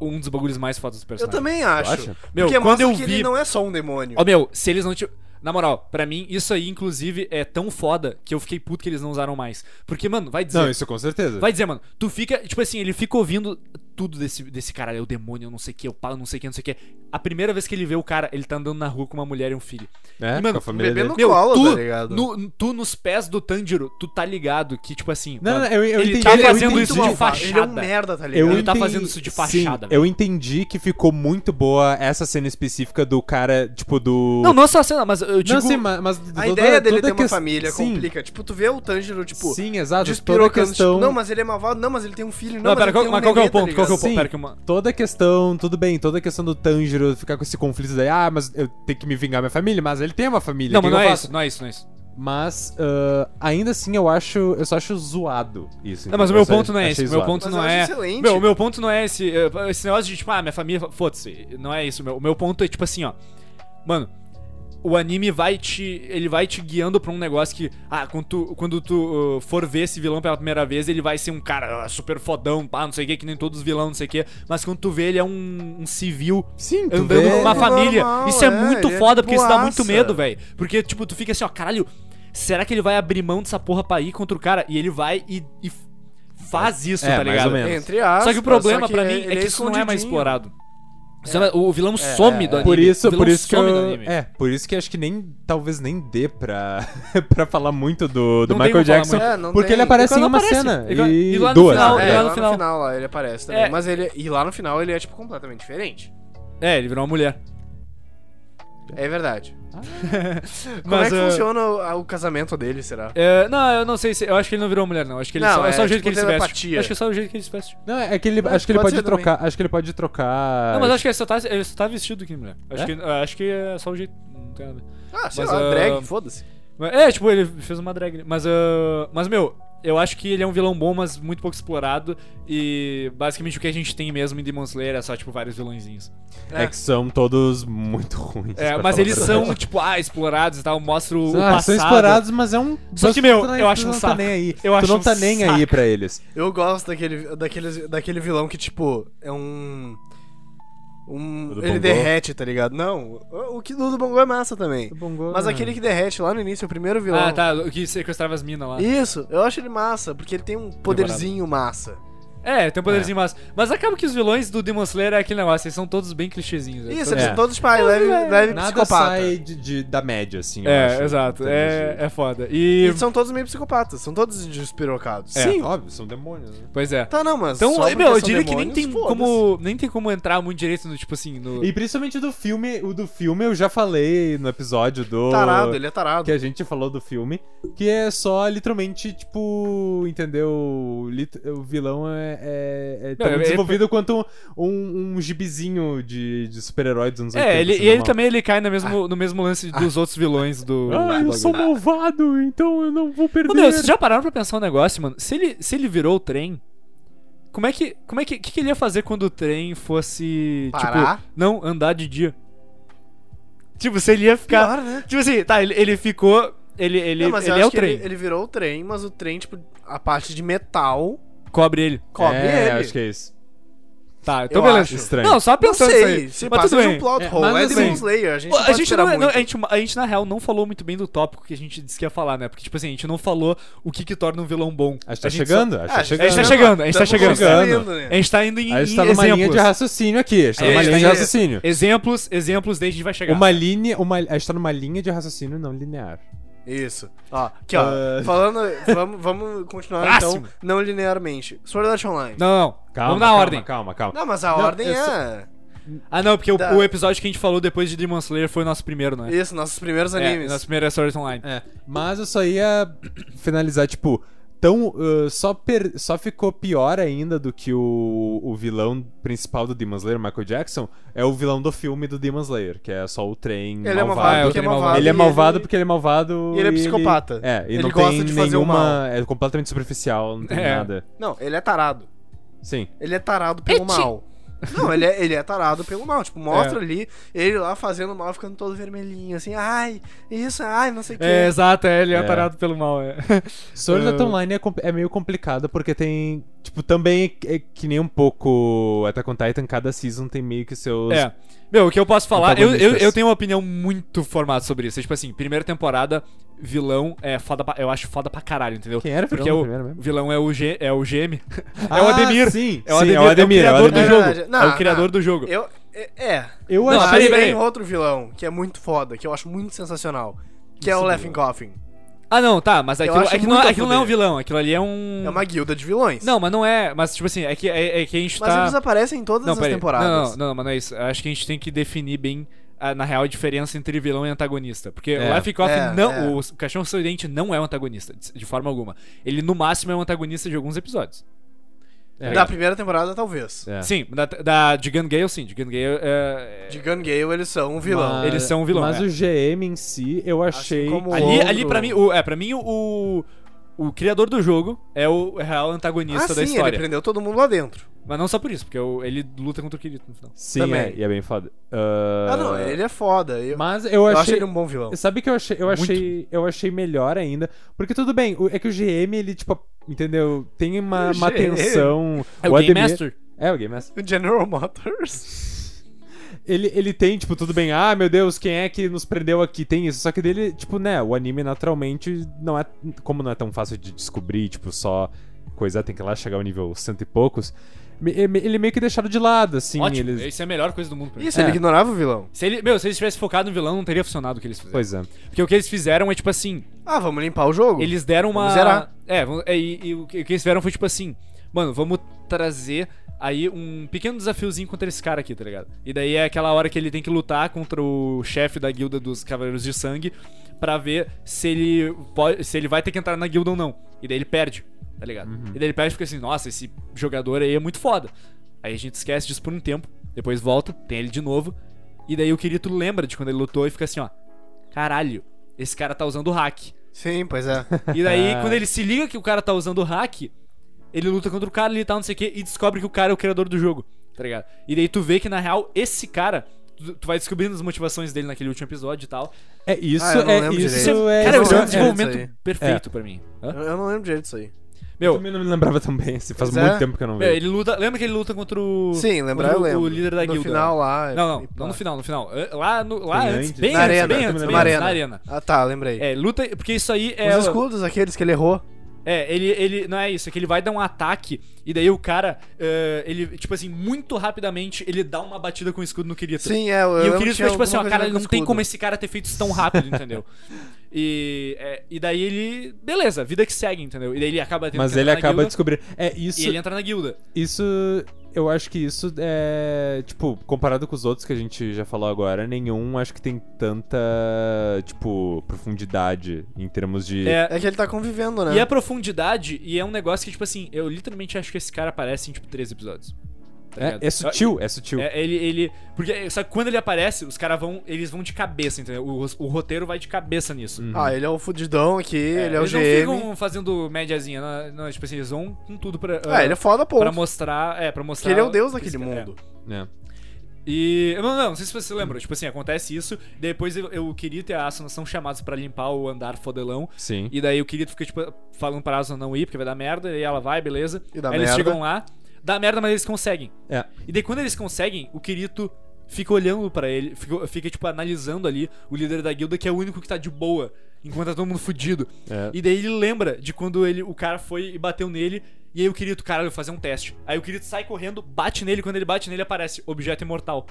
[SPEAKER 1] um dos bagulhos mais fodas do
[SPEAKER 2] Eu
[SPEAKER 1] personagem.
[SPEAKER 2] também acho.
[SPEAKER 3] acha?
[SPEAKER 1] Meu,
[SPEAKER 2] porque
[SPEAKER 1] quando
[SPEAKER 2] mostra
[SPEAKER 1] eu
[SPEAKER 2] que
[SPEAKER 1] vi.
[SPEAKER 2] ele não é só um demônio.
[SPEAKER 1] Ó, meu, se eles não tinham. Na moral, pra mim, isso aí, inclusive, é tão foda que eu fiquei puto que eles não usaram mais. Porque, mano, vai dizer.
[SPEAKER 3] Não, isso com certeza.
[SPEAKER 1] Vai dizer, mano, tu fica, tipo assim, ele fica ouvindo tudo desse, desse cara. Ele é o demônio, eu não sei o que, eu pau, não sei o que, não sei o que. A primeira vez que ele vê o cara, ele tá andando na rua com uma mulher e um filho.
[SPEAKER 3] É,
[SPEAKER 1] mano,
[SPEAKER 3] com a família
[SPEAKER 2] bebê
[SPEAKER 3] dele.
[SPEAKER 2] no colo, tá ligado?
[SPEAKER 1] no- tu nos pés do Tanjiro, tu tá ligado que, tipo assim.
[SPEAKER 3] Não,
[SPEAKER 1] mano,
[SPEAKER 3] não, eu, eu
[SPEAKER 1] ele
[SPEAKER 3] entendi.
[SPEAKER 1] tá
[SPEAKER 3] eu
[SPEAKER 1] fazendo
[SPEAKER 3] entendi.
[SPEAKER 1] isso de fa-
[SPEAKER 2] Ele é um
[SPEAKER 1] fachada.
[SPEAKER 2] merda, tá
[SPEAKER 3] Eu
[SPEAKER 2] ligado?
[SPEAKER 1] Ele tá
[SPEAKER 3] entendi-
[SPEAKER 1] fazendo isso de
[SPEAKER 3] sim,
[SPEAKER 1] fachada, né? velho.
[SPEAKER 3] eu entendi que ficou muito boa essa cena específica do cara, tipo, do.
[SPEAKER 1] Não, não só a cena, mas eu digo.
[SPEAKER 3] Não, sim, mas, mas
[SPEAKER 2] A
[SPEAKER 3] toda-
[SPEAKER 2] ideia dele
[SPEAKER 3] toda
[SPEAKER 2] ter uma
[SPEAKER 3] ques-
[SPEAKER 2] família
[SPEAKER 3] sim,
[SPEAKER 2] complica. Tipo, tu vê o Tanjiro, tipo,
[SPEAKER 3] sim, exato. Toda a
[SPEAKER 2] despirocando,
[SPEAKER 3] questão.
[SPEAKER 2] tipo, não, mas ele é malvado, não, mas ele tem um filho, não,
[SPEAKER 1] Não,
[SPEAKER 2] mas
[SPEAKER 1] pera,
[SPEAKER 2] ele
[SPEAKER 1] qual,
[SPEAKER 2] tem um
[SPEAKER 1] mas qual que é o
[SPEAKER 2] nenê, tá
[SPEAKER 1] ponto? Qual que é o
[SPEAKER 2] ligado?
[SPEAKER 1] ponto?
[SPEAKER 3] Sim.
[SPEAKER 1] Pera, que uma...
[SPEAKER 3] Toda a questão, tudo bem, toda a questão do Tanjiro ficar com esse conflito daí, ah, mas eu tenho que me vingar da minha família, mas ele um tem uma família.
[SPEAKER 1] Não,
[SPEAKER 3] o que
[SPEAKER 1] mas não
[SPEAKER 3] que eu
[SPEAKER 1] é
[SPEAKER 3] faço?
[SPEAKER 1] isso, não é isso, não é isso.
[SPEAKER 3] Mas ah, ainda assim eu acho. Eu só acho zoado isso.
[SPEAKER 1] Não, mas o
[SPEAKER 3] entendeu?
[SPEAKER 1] meu
[SPEAKER 3] Eu só
[SPEAKER 1] ponto não é
[SPEAKER 3] assim. achei
[SPEAKER 1] esse. Meu
[SPEAKER 3] zoado.
[SPEAKER 1] ponto
[SPEAKER 2] Mas
[SPEAKER 1] não
[SPEAKER 2] eu acho
[SPEAKER 1] é.
[SPEAKER 2] excelente.
[SPEAKER 1] Meu, meu ponto não é esse. eh, Esse negócio de, tipo, ah, minha família. Foda-se. Não é isso. Meu, o meu ponto é, tipo assim, ó. Mano, o anime vai te. Ele vai te guiando pra um negócio que. Ah, quando tu, quando tu uh, for ver esse vilão pela primeira vez, ele vai ser um cara ah, super fodão, pá, não sei o que, que nem todos os vilões, não sei o que. Mas quando tu vê, ele é um, um civil
[SPEAKER 3] Sim, tu
[SPEAKER 1] andando
[SPEAKER 3] vê-
[SPEAKER 1] com uma
[SPEAKER 2] normal,
[SPEAKER 1] família. isso é, tipo
[SPEAKER 2] é,
[SPEAKER 1] muito
[SPEAKER 2] ele é
[SPEAKER 1] foda,
[SPEAKER 2] de
[SPEAKER 1] porque isso dá muito
[SPEAKER 2] boaça.
[SPEAKER 1] medo, velho. Porque, tipo, tu fica assim, ó, caralho, será que ele vai abrir mão dessa porra pra ir contra o cara? E ele vai e, e f- faz isso,
[SPEAKER 3] É,
[SPEAKER 1] tá
[SPEAKER 3] mais
[SPEAKER 1] ligado?
[SPEAKER 3] ou menos.
[SPEAKER 2] Entre aspas,
[SPEAKER 1] Só que o problema
[SPEAKER 2] que
[SPEAKER 1] pra mim
[SPEAKER 2] ele
[SPEAKER 1] é que isso não é mais
[SPEAKER 2] escondidinho.
[SPEAKER 1] explorado. Isso é- O vilão some do anime.
[SPEAKER 3] Por
[SPEAKER 1] o
[SPEAKER 3] isso,
[SPEAKER 1] vilão
[SPEAKER 3] por isso que
[SPEAKER 1] some do
[SPEAKER 3] eu,
[SPEAKER 1] anime.
[SPEAKER 3] é, por isso que acho que nem talvez nem dê pra, pra falar muito do, do
[SPEAKER 1] Não tem
[SPEAKER 3] Michael
[SPEAKER 1] como falar
[SPEAKER 3] Jackson,
[SPEAKER 1] muito.
[SPEAKER 2] É, não
[SPEAKER 3] porque
[SPEAKER 2] tem.
[SPEAKER 3] ele
[SPEAKER 1] O
[SPEAKER 3] aparece
[SPEAKER 1] cara
[SPEAKER 3] em
[SPEAKER 1] não
[SPEAKER 3] uma
[SPEAKER 1] aparece.
[SPEAKER 3] cena
[SPEAKER 1] Ele-
[SPEAKER 3] e,
[SPEAKER 1] e lá no
[SPEAKER 3] duas.
[SPEAKER 1] final,
[SPEAKER 3] né?
[SPEAKER 1] ele
[SPEAKER 2] é,
[SPEAKER 1] lá no
[SPEAKER 2] lá no
[SPEAKER 1] final.
[SPEAKER 2] final. lá ele aparece também.
[SPEAKER 1] É.
[SPEAKER 2] Mas ele. E lá no final ele é, tipo, completamente diferente.
[SPEAKER 1] É, ele virou uma mulher.
[SPEAKER 2] É verdade. Como
[SPEAKER 1] Ah. Mas,
[SPEAKER 2] é que
[SPEAKER 1] eh,
[SPEAKER 2] funciona o, o casamento dele, será?
[SPEAKER 1] é, não, eu não sei se. Eu acho que ele não virou mulher, não. Acho que ele
[SPEAKER 2] Não,
[SPEAKER 1] só, é,
[SPEAKER 2] é
[SPEAKER 1] só o jeito
[SPEAKER 2] tipo
[SPEAKER 1] que ele se veste.
[SPEAKER 2] telepatia.
[SPEAKER 1] Acho que é só o jeito que ele se veste.
[SPEAKER 3] Não, é que ele,
[SPEAKER 2] Pode-
[SPEAKER 3] acho que ele
[SPEAKER 2] pode
[SPEAKER 3] pode,
[SPEAKER 2] ser
[SPEAKER 3] trocar, acho que ele pode trocar.
[SPEAKER 1] Não, mas acho que ele só tá, ele só tá vestido que mulher. Acho,
[SPEAKER 3] É?
[SPEAKER 1] que, acho que é só o jeito. Não tem nada a ver.
[SPEAKER 2] Ah, sei
[SPEAKER 1] mas,
[SPEAKER 2] lá,
[SPEAKER 1] eh,
[SPEAKER 2] drag, foda-se.
[SPEAKER 1] Mas- É, tipo, ele fez uma drag. né? Mas, ah, mas meu, eu acho que ele é um vilão bom, mas muito pouco explorado. E basicamente o que a gente tem mesmo em Demon Slayer é só, tipo, vários vilõezinhos.
[SPEAKER 3] é que são todos muito ruins.
[SPEAKER 1] É,
[SPEAKER 3] pra
[SPEAKER 1] mas
[SPEAKER 3] falar a
[SPEAKER 1] eles
[SPEAKER 3] verdade.
[SPEAKER 1] são, tipo, ah, explorados e tal, mostra o, o
[SPEAKER 3] Ah,
[SPEAKER 1] passado.
[SPEAKER 3] são explorados, mas é um.
[SPEAKER 1] Só
[SPEAKER 3] mas
[SPEAKER 1] que, meu,
[SPEAKER 3] tu não-
[SPEAKER 1] eu acho
[SPEAKER 3] tu
[SPEAKER 1] um
[SPEAKER 3] não
[SPEAKER 1] saco.
[SPEAKER 3] tá nem aí.
[SPEAKER 1] Eu acho
[SPEAKER 3] tu não
[SPEAKER 1] um
[SPEAKER 3] tá nem aí
[SPEAKER 1] saco.
[SPEAKER 3] pra eles.
[SPEAKER 2] Eu gosto daquele, daquele, daquele vilão que, tipo, é um. Um.
[SPEAKER 3] O do
[SPEAKER 2] Ele
[SPEAKER 3] Bongo?
[SPEAKER 2] derrete, tá ligado? Não, o, o que o do Bongo é massa também. Mas
[SPEAKER 1] né?
[SPEAKER 2] aquele que derrete lá no início, o primeiro vilão.
[SPEAKER 1] Ah, tá, o que sequestrava as minas lá.
[SPEAKER 2] Isso, eu acho ele massa, porque ele tem um poderzinho massa.
[SPEAKER 1] É, tem um poderzinho massa. Mas acaba que os vilões do Demon Slayer é aquele negócio, eles são todos bem clichêzinhos. né?
[SPEAKER 2] Isso,
[SPEAKER 1] Todos-
[SPEAKER 2] eles
[SPEAKER 3] É.
[SPEAKER 2] são todos, tipo, ah, leve, leve
[SPEAKER 3] Nada
[SPEAKER 2] psicopata.
[SPEAKER 3] sai de, de- da média, assim. eu
[SPEAKER 1] É,
[SPEAKER 3] acho,
[SPEAKER 1] exato.
[SPEAKER 3] em termos de-
[SPEAKER 1] É, é foda.
[SPEAKER 2] E
[SPEAKER 1] E.
[SPEAKER 2] eles são todos meio psicopatas, são todos despirocados.
[SPEAKER 1] É.
[SPEAKER 3] Sim, óbvio, são demônios. Né?
[SPEAKER 1] Pois é.
[SPEAKER 2] Tá, não, mas.
[SPEAKER 1] Então,
[SPEAKER 2] só porque
[SPEAKER 1] meu, eu
[SPEAKER 2] são
[SPEAKER 1] diria que nem
[SPEAKER 2] demônios,
[SPEAKER 1] tem
[SPEAKER 2] foda-se.
[SPEAKER 1] como. Nem tem como entrar muito direito no, tipo assim, no.
[SPEAKER 3] E principalmente do filme, o do filme eu já falei no episódio do.
[SPEAKER 2] Tarado, ele é tarado.
[SPEAKER 3] que a gente falou do filme, que é só literalmente, tipo, entendeu? Lit- O vilão é, é, é tão
[SPEAKER 1] ele-
[SPEAKER 3] desenvolvido quanto um, um, um gibizinho de, de super-herói dos anos 80.
[SPEAKER 1] É, ele,
[SPEAKER 3] assim,
[SPEAKER 1] e ele
[SPEAKER 3] normal.
[SPEAKER 1] também ele cai no
[SPEAKER 2] Ah.
[SPEAKER 1] mesmo, no mesmo lance dos outros vilões do.
[SPEAKER 3] Ah,
[SPEAKER 1] do
[SPEAKER 3] eu
[SPEAKER 1] bagulho.
[SPEAKER 3] sou malvado, então eu não vou
[SPEAKER 1] Ô,
[SPEAKER 3] perder.
[SPEAKER 1] meu, vocês já pararam pra pensar um negócio, mano? Se ele, se ele virou o trem, como é que. Como é que. O que, que ele ia fazer quando o trem fosse.
[SPEAKER 2] Parar?
[SPEAKER 1] Tipo, não, andar de dia. Tipo, se ele ia ficar.
[SPEAKER 2] Pior, né?
[SPEAKER 1] Tipo assim, tá, ele, ele ficou. Ele, ele,
[SPEAKER 2] Não, mas eu
[SPEAKER 1] ele é
[SPEAKER 2] acho
[SPEAKER 1] o
[SPEAKER 2] que
[SPEAKER 1] trem.
[SPEAKER 2] Ele, ele virou o trem, mas o trem, tipo, a parte de metal
[SPEAKER 1] Cobre ele.
[SPEAKER 2] cobre
[SPEAKER 3] é,
[SPEAKER 2] ele.
[SPEAKER 3] acho que é isso.
[SPEAKER 1] Tá, então
[SPEAKER 2] Eu
[SPEAKER 1] beleza.
[SPEAKER 2] acho.
[SPEAKER 3] Estranho.
[SPEAKER 1] Não, só
[SPEAKER 2] Não
[SPEAKER 1] pensando
[SPEAKER 2] sei,
[SPEAKER 1] isso
[SPEAKER 2] se
[SPEAKER 1] aí. Mas
[SPEAKER 2] passa
[SPEAKER 1] tudo
[SPEAKER 2] de
[SPEAKER 1] bem.
[SPEAKER 2] um plot
[SPEAKER 3] É,
[SPEAKER 2] hole,
[SPEAKER 3] mas
[SPEAKER 2] é
[SPEAKER 3] assim,
[SPEAKER 2] Demon Slayer, a gente não
[SPEAKER 1] a
[SPEAKER 2] pode
[SPEAKER 1] gente
[SPEAKER 2] esperar
[SPEAKER 1] não, é- não,
[SPEAKER 2] muito.
[SPEAKER 1] a, gente, a gente, na real, não falou muito bem do tópico que a gente disse que ia falar, né? Porque, tipo assim, a gente não falou o que que torna um vilão bom.
[SPEAKER 3] Acho que tá
[SPEAKER 1] a gente
[SPEAKER 3] chegando, acho que tá
[SPEAKER 2] acho que
[SPEAKER 1] A gente tá
[SPEAKER 3] chegando.
[SPEAKER 1] chegando, a gente tá chegando.
[SPEAKER 2] Estamos construindo, né?
[SPEAKER 1] A gente tá indo em,
[SPEAKER 3] A gente tá
[SPEAKER 1] em
[SPEAKER 3] numa linha
[SPEAKER 1] exemplos.
[SPEAKER 3] de raciocínio aqui, a gente tá
[SPEAKER 1] É,
[SPEAKER 3] numa
[SPEAKER 1] a gente
[SPEAKER 3] linha de
[SPEAKER 1] tá-
[SPEAKER 3] raciocínio.
[SPEAKER 1] exemplos, exemplos, daí a gente vai chegar.
[SPEAKER 3] Uma linha, uma, a gente tá numa linha de raciocínio não linear.
[SPEAKER 2] Isso. Ó, aqui, ó.
[SPEAKER 3] Ah.
[SPEAKER 2] Falando. Vamos, vamos continuar
[SPEAKER 1] Próximo.
[SPEAKER 2] então, não linearmente. Sword Art Online.
[SPEAKER 1] Não, não.
[SPEAKER 3] Calma,
[SPEAKER 1] Vamos na
[SPEAKER 3] calma,
[SPEAKER 1] ordem.
[SPEAKER 3] calma, calma.
[SPEAKER 2] Não, mas a
[SPEAKER 3] Não,
[SPEAKER 2] ordem
[SPEAKER 3] eu só-
[SPEAKER 2] é.
[SPEAKER 1] Ah, não, porque o,
[SPEAKER 2] Tá.
[SPEAKER 1] o episódio que a gente falou depois de Demon Slayer foi o nosso primeiro, né?
[SPEAKER 2] Isso, nossos primeiros
[SPEAKER 1] É,
[SPEAKER 2] animes.
[SPEAKER 1] nosso primeiro é Sword Art Online.
[SPEAKER 3] É, mas eu só ia finalizar, tipo, tão. uh, só, per- só ficou pior ainda do que o, o vilão principal do Demon Slayer, Michael Jackson, é o vilão do filme do Demon Slayer, que é só o trem
[SPEAKER 2] Ele
[SPEAKER 1] Ah,
[SPEAKER 2] é
[SPEAKER 3] malvado.
[SPEAKER 2] malvado porque é
[SPEAKER 1] ele é
[SPEAKER 2] malvado.
[SPEAKER 3] Ele é
[SPEAKER 2] e
[SPEAKER 3] malvado porque ele é malvado.
[SPEAKER 2] E ele é psicopata.
[SPEAKER 3] É, e
[SPEAKER 2] Ele
[SPEAKER 3] não
[SPEAKER 2] gosta
[SPEAKER 3] tem
[SPEAKER 2] de fazer o
[SPEAKER 3] nenhuma.
[SPEAKER 2] mal.
[SPEAKER 3] É completamente superficial, não tem
[SPEAKER 1] É.
[SPEAKER 3] nada.
[SPEAKER 2] Não, ele é tarado.
[SPEAKER 3] Sim.
[SPEAKER 2] Ele é tarado pelo mal. Não, ele é, ele é tarado pelo mal. Tipo, mostra
[SPEAKER 3] É.
[SPEAKER 2] ali ele lá fazendo mal, ficando todo vermelhinho, assim, ai, isso, ai, não sei o que.
[SPEAKER 1] É, exato, é, ele é,
[SPEAKER 3] É.
[SPEAKER 1] tarado pelo mal, é.
[SPEAKER 3] Sword Art
[SPEAKER 1] Ah.
[SPEAKER 3] Online é, com- é meio complicado porque tem. Tipo, também é, é que nem um pouco Attack on Titan, cada season tem meio que seus.
[SPEAKER 1] É. Meu, o que eu posso falar, eu, eu,
[SPEAKER 3] Antagonistas.
[SPEAKER 1] eu tenho uma opinião muito formada sobre isso. É, tipo assim, primeira temporada, vilão é foda pra, Eu acho foda pra caralho, entendeu?
[SPEAKER 3] Quem era o
[SPEAKER 1] Porque
[SPEAKER 3] vilão
[SPEAKER 1] o
[SPEAKER 3] do primeiro mesmo?
[SPEAKER 1] vilão é o, G, é o GM. é o
[SPEAKER 3] Ah,
[SPEAKER 1] Ademir.
[SPEAKER 3] Sim,
[SPEAKER 1] É o
[SPEAKER 3] sim,
[SPEAKER 1] Ademir,
[SPEAKER 3] é
[SPEAKER 1] é
[SPEAKER 3] o Ademir.
[SPEAKER 1] o criador
[SPEAKER 3] Ademir.
[SPEAKER 1] do
[SPEAKER 2] É verdade.
[SPEAKER 1] jogo.
[SPEAKER 2] Não,
[SPEAKER 1] é o criador
[SPEAKER 2] não.
[SPEAKER 1] do jogo.
[SPEAKER 2] Eu. É. é.
[SPEAKER 3] Eu
[SPEAKER 2] Não,
[SPEAKER 1] achei-
[SPEAKER 2] mas
[SPEAKER 1] peraí,
[SPEAKER 2] tem
[SPEAKER 1] peraí.
[SPEAKER 2] outro vilão que é muito foda, que eu acho muito sensacional. Que é o
[SPEAKER 3] Esse
[SPEAKER 2] Laughing Coffin.
[SPEAKER 1] Ah, não, tá, mas
[SPEAKER 2] Eu
[SPEAKER 1] aquilo,
[SPEAKER 2] acho
[SPEAKER 1] é que não,
[SPEAKER 2] muito a
[SPEAKER 1] aquilo não é um
[SPEAKER 2] fuder.
[SPEAKER 1] vilão, aquilo ali é um.
[SPEAKER 2] É uma guilda de vilões.
[SPEAKER 1] Não, mas não é. Mas, tipo assim, é que, é, é que a gente
[SPEAKER 2] Mas
[SPEAKER 1] tá.
[SPEAKER 2] eles aparecem em todas
[SPEAKER 1] não,
[SPEAKER 2] as
[SPEAKER 1] peraí.
[SPEAKER 2] temporadas.
[SPEAKER 1] Não, não, não, mas não é isso. Eu Acho que a gente tem que definir bem, ah, na real, a diferença entre vilão e antagonista. Porque
[SPEAKER 3] É.
[SPEAKER 1] o Life Coffin
[SPEAKER 2] É,
[SPEAKER 1] não.
[SPEAKER 2] é.
[SPEAKER 1] O, o Cachorro Sorridente não é um antagonista, de, de forma alguma. Ele, no máximo, é um antagonista de alguns episódios.
[SPEAKER 3] É,
[SPEAKER 2] Da primeira temporada, talvez.
[SPEAKER 3] é.
[SPEAKER 1] Sim, da, da, de Gun Gale, sim. De Gun Gale é.
[SPEAKER 2] De Gun Gale, eles são um vilão.
[SPEAKER 1] Mas- Eles são um vilão,
[SPEAKER 3] Mas
[SPEAKER 1] é.
[SPEAKER 3] o GM em si, eu achei.
[SPEAKER 2] como-
[SPEAKER 1] Ali,
[SPEAKER 2] outro-
[SPEAKER 1] ali pra mim, o, é, pra mim, o. O criador do jogo é o real
[SPEAKER 2] Ah,
[SPEAKER 1] antagonista da
[SPEAKER 2] sim, ele
[SPEAKER 1] história.
[SPEAKER 2] prendeu todo mundo lá dentro.
[SPEAKER 1] Mas não só por isso, porque o- ele luta contra o Kirito no final.
[SPEAKER 3] Sim,
[SPEAKER 2] também.
[SPEAKER 3] é, e é bem foda. Ah,
[SPEAKER 2] Ah, não, ele é foda. Eu,
[SPEAKER 3] Mas eu
[SPEAKER 2] eu
[SPEAKER 3] achei.
[SPEAKER 2] acho ele um bom vilão.
[SPEAKER 3] Sabe que eu achei, eu
[SPEAKER 1] Muito.
[SPEAKER 3] achei, eu achei melhor ainda, porque tudo bem, o- é que o GM ele tipo, entendeu? Tem uma,
[SPEAKER 2] O
[SPEAKER 3] uma
[SPEAKER 2] GM.
[SPEAKER 3] tensão.
[SPEAKER 1] É o Game
[SPEAKER 3] Ademir-
[SPEAKER 1] Master?
[SPEAKER 3] É o Game Master.
[SPEAKER 2] O General Motors.
[SPEAKER 3] Ele, ele tem, tipo, tudo bem, ah, meu Deus, quem é que nos prendeu aqui? Tem isso. Só que dele, tipo, né, o anime naturalmente não é. Como não é tão fácil de descobrir, tipo, só coisa, tem que ir lá chegar ao nível cento e poucos. me- eh, me- Ele meio que deixado de lado, assim.
[SPEAKER 1] Ótimo,
[SPEAKER 3] eles-
[SPEAKER 1] isso é a melhor coisa do mundo pra mim.
[SPEAKER 2] Isso, ele
[SPEAKER 3] É.
[SPEAKER 2] ignorava o vilão.
[SPEAKER 1] Se ele, meu, se eles tivessem focado no vilão, não teria funcionado o que eles fizeram.
[SPEAKER 3] Pois é.
[SPEAKER 1] Porque o que eles fizeram é tipo assim,
[SPEAKER 2] Ah, vamos limpar o jogo?
[SPEAKER 1] eles deram uma.
[SPEAKER 2] Vamos zerar.
[SPEAKER 1] É, vamos- é, e, e o que o que eles fizeram foi tipo assim, mano, vamos trazer aí um pequeno desafiozinho contra esse cara aqui, tá ligado? E daí é aquela hora que ele tem que lutar contra o chefe da guilda dos Cavaleiros de Sangue pra ver se ele pode, se ele vai ter que entrar na guilda ou não. E daí ele perde, tá ligado?
[SPEAKER 2] Uhum.
[SPEAKER 1] E daí ele perde e fica assim, nossa, esse jogador aí é muito foda. Aí a gente esquece disso por um tempo, depois volta, tem ele de novo, e daí o Kirito lembra de quando ele lutou e fica assim, ó, caralho, esse cara tá usando o hack.
[SPEAKER 2] Sim, pois é.
[SPEAKER 1] E daí, quando ele se liga que o cara tá usando o hack, ele luta contra o cara, ele tá não sei o que, e descobre que o cara é o criador do jogo, tá ligado? E daí tu vê que, na real, esse cara, tu, tu vai descobrindo as motivações dele naquele último episódio e tal.
[SPEAKER 3] É isso,
[SPEAKER 2] Ah, eu não
[SPEAKER 3] é
[SPEAKER 2] lembro
[SPEAKER 3] isso.
[SPEAKER 2] direito.
[SPEAKER 3] É,
[SPEAKER 1] cara,
[SPEAKER 2] eu
[SPEAKER 1] isso é um
[SPEAKER 2] não lembro disso
[SPEAKER 1] desenvolvimento
[SPEAKER 2] aí.
[SPEAKER 1] perfeito pra mim. Hã?
[SPEAKER 2] Eu, eu não lembro direito disso aí.
[SPEAKER 3] Eu
[SPEAKER 1] Meu,
[SPEAKER 3] também não me lembrava tão bem, assim, faz
[SPEAKER 2] Pois é.
[SPEAKER 3] muito tempo que eu não
[SPEAKER 1] meu,
[SPEAKER 3] vejo.
[SPEAKER 1] ele luta. Lembra que ele luta contra o.
[SPEAKER 2] Sim, lembrar
[SPEAKER 1] contra
[SPEAKER 2] eu
[SPEAKER 1] o-
[SPEAKER 2] lembro.
[SPEAKER 1] O líder da
[SPEAKER 2] no
[SPEAKER 1] guilda.
[SPEAKER 2] final é,
[SPEAKER 1] Não,
[SPEAKER 2] lá. e
[SPEAKER 1] não,
[SPEAKER 2] pá.
[SPEAKER 1] não no final, no final. Eh, Lá, no, lá
[SPEAKER 3] Tem
[SPEAKER 1] antes,
[SPEAKER 3] antes,
[SPEAKER 1] bem
[SPEAKER 3] né?
[SPEAKER 2] Na
[SPEAKER 1] antes,
[SPEAKER 2] arena,
[SPEAKER 1] bem
[SPEAKER 3] eu
[SPEAKER 1] antes,
[SPEAKER 3] também
[SPEAKER 1] bem
[SPEAKER 2] na
[SPEAKER 3] lembro.
[SPEAKER 1] antes,
[SPEAKER 2] arena.
[SPEAKER 1] na arena.
[SPEAKER 2] Ah, tá, lembrei.
[SPEAKER 1] É, luta, porque isso aí é.
[SPEAKER 2] Os escudos aqueles que ele errou.
[SPEAKER 1] É, ele, ele. Não é isso, é que ele vai dar um ataque e daí o cara. eh, ele, tipo assim, muito rapidamente, ele dá uma batida com o escudo no Kirito.
[SPEAKER 2] Sim, é.
[SPEAKER 1] E
[SPEAKER 2] Eu
[SPEAKER 1] o Kirito
[SPEAKER 2] lembro que tinha
[SPEAKER 1] foi tipo assim, ó,
[SPEAKER 2] alguma
[SPEAKER 1] cara,
[SPEAKER 2] coisa
[SPEAKER 1] não
[SPEAKER 2] com
[SPEAKER 1] tem
[SPEAKER 2] escudo.
[SPEAKER 1] como esse cara ter feito isso tão rápido, entendeu? E, é, e daí ele. Beleza, vida que segue, entendeu? E daí ele acaba tendo
[SPEAKER 3] Mas
[SPEAKER 1] que
[SPEAKER 3] ele
[SPEAKER 1] entrar na
[SPEAKER 3] acaba
[SPEAKER 1] guilda,
[SPEAKER 3] descobrindo. É isso.
[SPEAKER 1] E ele entra na guilda.
[SPEAKER 3] Isso. Eu acho que isso é. Tipo, comparado com os outros que a gente já falou agora, nenhum acho que tem tanta. Tipo, profundidade em termos de.
[SPEAKER 1] É,
[SPEAKER 2] É que ele tá convivendo, né?
[SPEAKER 1] E é profundidade, e é um negócio que, tipo assim, eu literalmente acho que esse cara aparece em, tipo, três episódios. Tá
[SPEAKER 3] É,
[SPEAKER 1] ligado?
[SPEAKER 3] é sutil, é sutil.
[SPEAKER 1] É, ele, ele. Porque só que quando ele aparece, os caras vão. Eles vão de cabeça, entendeu? O, o roteiro vai de cabeça nisso.
[SPEAKER 3] Uhum.
[SPEAKER 2] Ah, ele é o fudidão aqui, ele é o
[SPEAKER 1] eles
[SPEAKER 2] GM.
[SPEAKER 1] não ficam fazendo médiazinha, não, não, tipo assim, eles vão com tudo pra.
[SPEAKER 2] Ah, ele é foda, pô.
[SPEAKER 1] pra mostrar. É, pra mostrar.
[SPEAKER 2] Porque ele é o deus
[SPEAKER 1] que esse
[SPEAKER 2] daquele
[SPEAKER 1] cara-
[SPEAKER 2] mundo.
[SPEAKER 3] É.
[SPEAKER 1] E. eu Não, não, não sei se você lembra. Tipo assim, acontece isso. Depois eu, eu, o Kirito e a Asuna são chamados pra limpar o andar fodelão.
[SPEAKER 3] Sim.
[SPEAKER 1] E daí o Kirito fica, tipo, falando pra Asuna não ir, porque vai dar merda. E ela vai, beleza.
[SPEAKER 2] E dá
[SPEAKER 1] Aí eles
[SPEAKER 2] merda.
[SPEAKER 1] chegam lá, dá merda, mas eles conseguem.
[SPEAKER 3] É.
[SPEAKER 1] E daí quando eles conseguem, o Kirito fica olhando pra ele, fica, fica, tipo, analisando ali o líder da guilda, que é o único que tá de boa, enquanto tá todo mundo fudido.
[SPEAKER 3] É.
[SPEAKER 1] E daí ele lembra de quando ele, o cara foi e bateu nele, e aí o Kirito, caralho, eu vou fazer um teste. Aí o Kirito sai correndo, bate nele, quando ele bate nele aparece objeto imortal.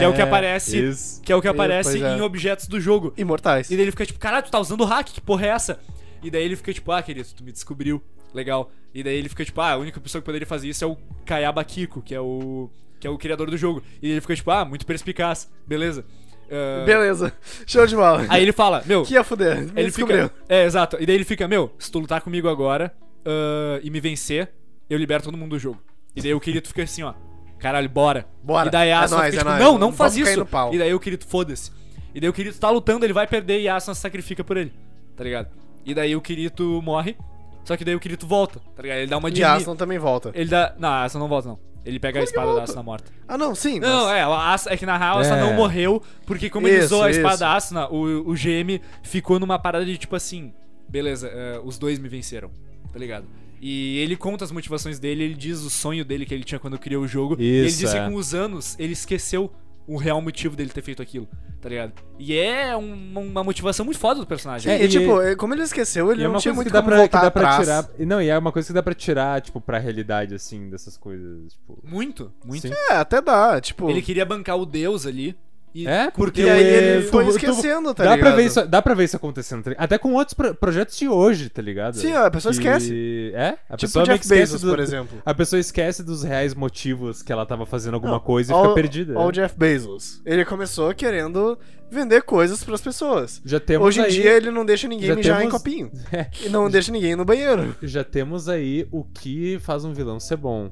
[SPEAKER 1] é o que aparece-
[SPEAKER 3] Isso.
[SPEAKER 1] Que é o que
[SPEAKER 2] É,
[SPEAKER 1] aparece
[SPEAKER 2] pois é.
[SPEAKER 1] em objetos do jogo.
[SPEAKER 2] Imortais.
[SPEAKER 1] E daí ele fica tipo, caralho, tu tá usando hack, que porra é essa? E daí ele fica tipo, ah, querido, tu me descobriu, legal. E daí ele fica tipo, ah, a única pessoa que poderia fazer isso é o Kayaba Kiko, que é o que é o criador do jogo. E ele fica tipo, ah, muito perspicaz, beleza. Ah,
[SPEAKER 2] Beleza. Show de bola.
[SPEAKER 1] aí ele fala, meu,
[SPEAKER 2] Que ia fuder. Me
[SPEAKER 1] ele
[SPEAKER 2] descobriu.
[SPEAKER 1] fica, é, exato. E daí ele fica, meu, se tu lutar comigo agora ah, e me vencer, eu libero todo mundo do jogo. E daí o querido fica assim, ó, caralho, bora.
[SPEAKER 2] Bora.
[SPEAKER 1] E daí a
[SPEAKER 2] É
[SPEAKER 1] Asuna
[SPEAKER 2] nóis,
[SPEAKER 1] fica, tipo,
[SPEAKER 2] é nóis.
[SPEAKER 1] não, não
[SPEAKER 2] Vamos
[SPEAKER 1] faz
[SPEAKER 2] cair
[SPEAKER 1] isso.
[SPEAKER 2] no pau.
[SPEAKER 1] E daí o Kirito, foda-se. E daí o Kirito tá lutando, ele vai perder e a Asuna se sacrifica por ele, tá ligado? E daí o Kirito morre, só que daí o Kirito volta, tá ligado? Ele dá uma
[SPEAKER 2] E
[SPEAKER 1] de...
[SPEAKER 2] a Aslan também volta.
[SPEAKER 1] Ele dá... Não, a Asuna não volta, não. Ele pega a espada da Asuna morta.
[SPEAKER 2] Ah, não, sim.
[SPEAKER 1] Não, não,
[SPEAKER 2] mas-
[SPEAKER 1] é, a Asuna- é que na real a Asuna
[SPEAKER 3] É.
[SPEAKER 1] não morreu, porque como ele
[SPEAKER 2] Isso,
[SPEAKER 1] usou a espada
[SPEAKER 2] isso.
[SPEAKER 1] da Asuna, o, o GM ficou numa parada de tipo assim, beleza, eh, os dois me venceram, tá ligado? E ele conta as motivações dele, ele diz o sonho dele que ele tinha quando criou o jogo. e ele
[SPEAKER 3] Isso,
[SPEAKER 1] disse
[SPEAKER 3] é.
[SPEAKER 1] que com os anos ele esqueceu o real motivo dele ter feito aquilo, tá ligado? E é um- uma motivação muito foda do personagem.
[SPEAKER 3] É,
[SPEAKER 2] e,
[SPEAKER 3] e-
[SPEAKER 2] tipo, eh, como ele esqueceu, ele
[SPEAKER 3] e é
[SPEAKER 2] não
[SPEAKER 3] uma
[SPEAKER 2] tinha
[SPEAKER 3] coisa
[SPEAKER 2] muito
[SPEAKER 3] que dá
[SPEAKER 2] como
[SPEAKER 3] pra, que
[SPEAKER 2] voltar
[SPEAKER 3] dá pra
[SPEAKER 2] atrás.
[SPEAKER 3] tirar. e Não, e é uma coisa que dá pra tirar, tipo, pra realidade, assim, dessas coisas. Tipo.
[SPEAKER 1] Muito, muito.
[SPEAKER 3] Sim.
[SPEAKER 2] É, até dá, tipo...
[SPEAKER 1] Ele queria bancar o deus ali. E
[SPEAKER 3] É, porque.
[SPEAKER 2] E aí ele
[SPEAKER 3] tu-
[SPEAKER 2] foi
[SPEAKER 3] tu-
[SPEAKER 2] esquecendo, tá
[SPEAKER 3] dá,
[SPEAKER 2] ligado?
[SPEAKER 3] pra ver isso, dá pra ver isso acontecendo. tá ligado? Até com outros pro- projetos de hoje, tá ligado?
[SPEAKER 2] Sim, a pessoa
[SPEAKER 3] Que-
[SPEAKER 2] esquece.
[SPEAKER 3] É? A
[SPEAKER 2] Tipo
[SPEAKER 3] pessoa
[SPEAKER 2] o
[SPEAKER 3] meio que
[SPEAKER 2] Jeff
[SPEAKER 3] esquece
[SPEAKER 2] Bezos,
[SPEAKER 3] do-
[SPEAKER 2] por exemplo.
[SPEAKER 3] A pessoa esquece dos reais motivos que ela tava fazendo alguma
[SPEAKER 2] Não,
[SPEAKER 3] coisa e
[SPEAKER 2] Olha
[SPEAKER 3] fica
[SPEAKER 2] o-
[SPEAKER 3] perdida.
[SPEAKER 2] olha o
[SPEAKER 3] né?
[SPEAKER 2] Jeff Bezos. Ele começou querendo vender coisas pras pessoas.
[SPEAKER 3] Já temos
[SPEAKER 2] Hoje em
[SPEAKER 3] aí-
[SPEAKER 2] dia ele não deixa ninguém
[SPEAKER 3] já
[SPEAKER 2] mijar em
[SPEAKER 3] temos- É.
[SPEAKER 2] copinho. E não deixa ninguém no banheiro.
[SPEAKER 3] Já temos aí o que faz um vilão ser bom.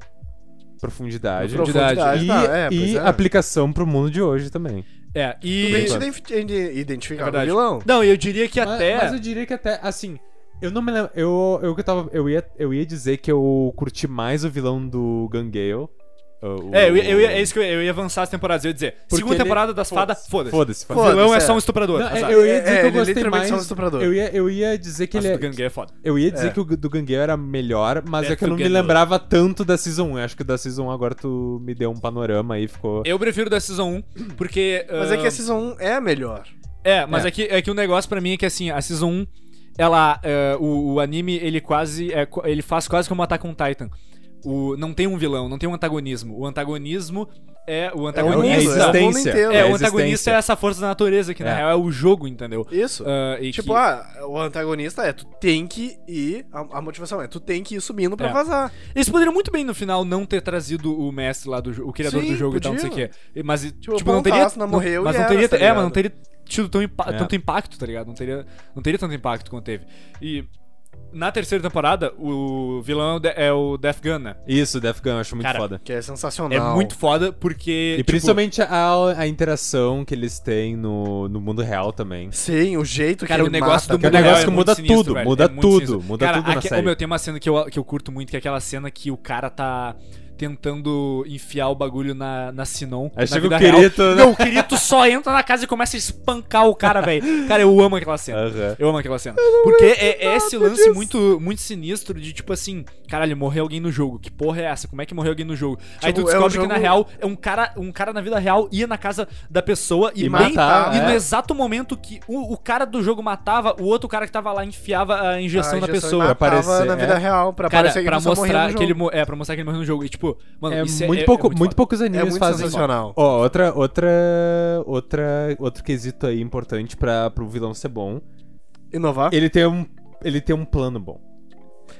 [SPEAKER 3] Profundidade.
[SPEAKER 1] Profundidade.
[SPEAKER 3] E,
[SPEAKER 2] tá, é, pois
[SPEAKER 3] e
[SPEAKER 2] é.
[SPEAKER 3] aplicação pro mundo de hoje também.
[SPEAKER 1] É,
[SPEAKER 2] Tudo bem
[SPEAKER 1] e.
[SPEAKER 2] se identifi- identificar
[SPEAKER 1] É
[SPEAKER 2] o
[SPEAKER 1] verdade.
[SPEAKER 2] vilão.
[SPEAKER 1] Não, eu diria que
[SPEAKER 3] Mas-
[SPEAKER 1] até.
[SPEAKER 3] Mas, eu diria que até, assim, eu não me lembro. Eu, eu, que tava, eu, ia, eu ia dizer que eu curti mais o vilão do Gangale. o-
[SPEAKER 1] É, eu, ia- eu ia- é isso que eu, ia- eu ia avançar as temporadas. Eu ia dizer:
[SPEAKER 3] Porque
[SPEAKER 1] segunda
[SPEAKER 3] ele-
[SPEAKER 1] temporada das fadas, foda-se.
[SPEAKER 3] Foda-se,
[SPEAKER 1] O vilão é
[SPEAKER 2] Foda-se,
[SPEAKER 1] só
[SPEAKER 2] é.
[SPEAKER 1] um estuprador.
[SPEAKER 3] Não, é,
[SPEAKER 1] azar.
[SPEAKER 3] eu ia dizer
[SPEAKER 2] É,
[SPEAKER 3] que eu
[SPEAKER 2] ele
[SPEAKER 3] gostei
[SPEAKER 2] literalmente
[SPEAKER 3] mais.
[SPEAKER 2] só um estuprador.
[SPEAKER 3] Eu ia, eu ia dizer que
[SPEAKER 1] Mas
[SPEAKER 3] ele
[SPEAKER 1] o do
[SPEAKER 3] é.
[SPEAKER 1] Gangue é foda.
[SPEAKER 3] Eu ia dizer
[SPEAKER 2] É.
[SPEAKER 3] que o do Gangueiro era melhor, mas é,
[SPEAKER 1] É,
[SPEAKER 3] que eu não
[SPEAKER 1] do
[SPEAKER 3] me
[SPEAKER 1] Gangue.
[SPEAKER 3] lembrava tanto da Season 1. Acho que da Season 1 agora tu me deu um panorama aí, ficou.
[SPEAKER 1] Eu prefiro da Season 1, porque.
[SPEAKER 2] Mas é que
[SPEAKER 1] ah,
[SPEAKER 2] a Season 1 é a melhor.
[SPEAKER 1] É, mas
[SPEAKER 3] É.
[SPEAKER 1] é, que, é que o negócio pra mim é que assim, a Season 1, ela. é, o, o anime, ele quase. é co- ele faz quase como Attack on Titan. O, não tem um vilão, não tem um antagonismo. O antagonismo é. O
[SPEAKER 2] É o mundo,
[SPEAKER 1] antagonista.
[SPEAKER 2] é o mundo
[SPEAKER 3] existência.
[SPEAKER 2] inteiro.
[SPEAKER 1] É,
[SPEAKER 3] a
[SPEAKER 1] o antagonista
[SPEAKER 3] existência.
[SPEAKER 1] é essa força da natureza, que na
[SPEAKER 3] É.
[SPEAKER 1] real é o jogo, entendeu?
[SPEAKER 2] Isso.
[SPEAKER 1] Ah, e
[SPEAKER 2] Tipo,
[SPEAKER 1] que-
[SPEAKER 2] ah, o antagonista é, tu tem que ir. A, a motivação é, tu tem que ir subindo pra
[SPEAKER 1] É.
[SPEAKER 2] vazar.
[SPEAKER 1] Eles poderiam muito bem no final não ter trazido o mestre lá do jogo, o criador
[SPEAKER 2] Sim,
[SPEAKER 1] do jogo e tal, não sei o
[SPEAKER 2] podiam.
[SPEAKER 1] quê. E- Mas, e,
[SPEAKER 2] Tipo,
[SPEAKER 1] tipo, não teria.
[SPEAKER 2] pontaço, não morreu
[SPEAKER 1] mas
[SPEAKER 2] e
[SPEAKER 1] não
[SPEAKER 2] era,
[SPEAKER 1] teria.
[SPEAKER 2] tá
[SPEAKER 1] é, mas não
[SPEAKER 2] ligado?
[SPEAKER 1] teria tido tão impa-
[SPEAKER 3] É.
[SPEAKER 1] tanto impacto, tá ligado? Não teria, não teria tanto impacto quanto teve. E na terceira temporada, o vilão é o De- é o Death Gun, né?
[SPEAKER 3] Isso, Death Gun, eu acho muito
[SPEAKER 1] Cara,
[SPEAKER 3] foda.
[SPEAKER 2] Que é sensacional.
[SPEAKER 1] É muito foda porque.
[SPEAKER 3] E
[SPEAKER 1] tipo,
[SPEAKER 3] principalmente a, a interação que eles têm no, no mundo real também.
[SPEAKER 2] Sim, o jeito
[SPEAKER 1] Cara,
[SPEAKER 2] que
[SPEAKER 1] o
[SPEAKER 2] ele
[SPEAKER 1] negócio
[SPEAKER 2] mata,
[SPEAKER 1] do
[SPEAKER 3] cara.
[SPEAKER 1] mundo
[SPEAKER 3] É um negócio
[SPEAKER 1] real
[SPEAKER 3] que
[SPEAKER 1] muito
[SPEAKER 3] muda
[SPEAKER 1] sinistro,
[SPEAKER 3] tudo,
[SPEAKER 1] velho. É
[SPEAKER 3] muda
[SPEAKER 1] muito
[SPEAKER 3] tudo,
[SPEAKER 1] sinistro.
[SPEAKER 3] muda
[SPEAKER 1] cara,
[SPEAKER 3] tudo na
[SPEAKER 1] aque-
[SPEAKER 3] série.
[SPEAKER 1] ô, meu, tem uma cena que eu, que eu curto muito, que é aquela cena que o cara tá tentando enfiar o bagulho na, na Sinon.
[SPEAKER 3] Aí
[SPEAKER 1] na
[SPEAKER 3] chega o
[SPEAKER 1] vida real.
[SPEAKER 3] Kirito, né?
[SPEAKER 1] Não, o Kirito só entra na casa e começa a espancar o cara, velho. Cara, eu amo aquela cena.
[SPEAKER 3] Aham.
[SPEAKER 1] Eu amo aquela cena. Porque é, é esse lance muito, muito sinistro de tipo assim, caralho, morreu alguém no jogo. Que porra é essa? Como é que morreu alguém no jogo? Aí tu
[SPEAKER 2] Tipo, é um
[SPEAKER 1] descobre que
[SPEAKER 2] jogo-
[SPEAKER 1] na real é um cara, um cara na vida real ia na casa da pessoa e,
[SPEAKER 3] E
[SPEAKER 1] bem-
[SPEAKER 3] matar,
[SPEAKER 1] e no
[SPEAKER 3] é.
[SPEAKER 1] exato momento que o, o cara do jogo matava, o outro cara que tava lá enfiava a
[SPEAKER 2] A
[SPEAKER 1] injeção na
[SPEAKER 2] injeção
[SPEAKER 1] pessoa.
[SPEAKER 2] Ah, matava
[SPEAKER 3] aparecer,
[SPEAKER 2] na vida
[SPEAKER 3] é.
[SPEAKER 2] real, pra
[SPEAKER 1] Cara,
[SPEAKER 2] parecer que tá
[SPEAKER 1] pra
[SPEAKER 2] a pessoa morreu
[SPEAKER 1] mostrar
[SPEAKER 2] no
[SPEAKER 1] que ele
[SPEAKER 2] jogo.
[SPEAKER 1] mo- é, pra mostrar que ele morreu no jogo. E tipo, mano,
[SPEAKER 3] É
[SPEAKER 1] isso
[SPEAKER 3] muito
[SPEAKER 1] é,
[SPEAKER 3] pouco,
[SPEAKER 1] é
[SPEAKER 3] muito,
[SPEAKER 1] muito foda.
[SPEAKER 3] poucos
[SPEAKER 2] É
[SPEAKER 3] animes
[SPEAKER 2] muito
[SPEAKER 3] fazem. isso.
[SPEAKER 2] sensacional.
[SPEAKER 3] Ó, outra, outra, outra, outro quesito aí importante para pro vilão ser bom.
[SPEAKER 2] Inovar?
[SPEAKER 3] Ele tem um, ele tem um plano bom.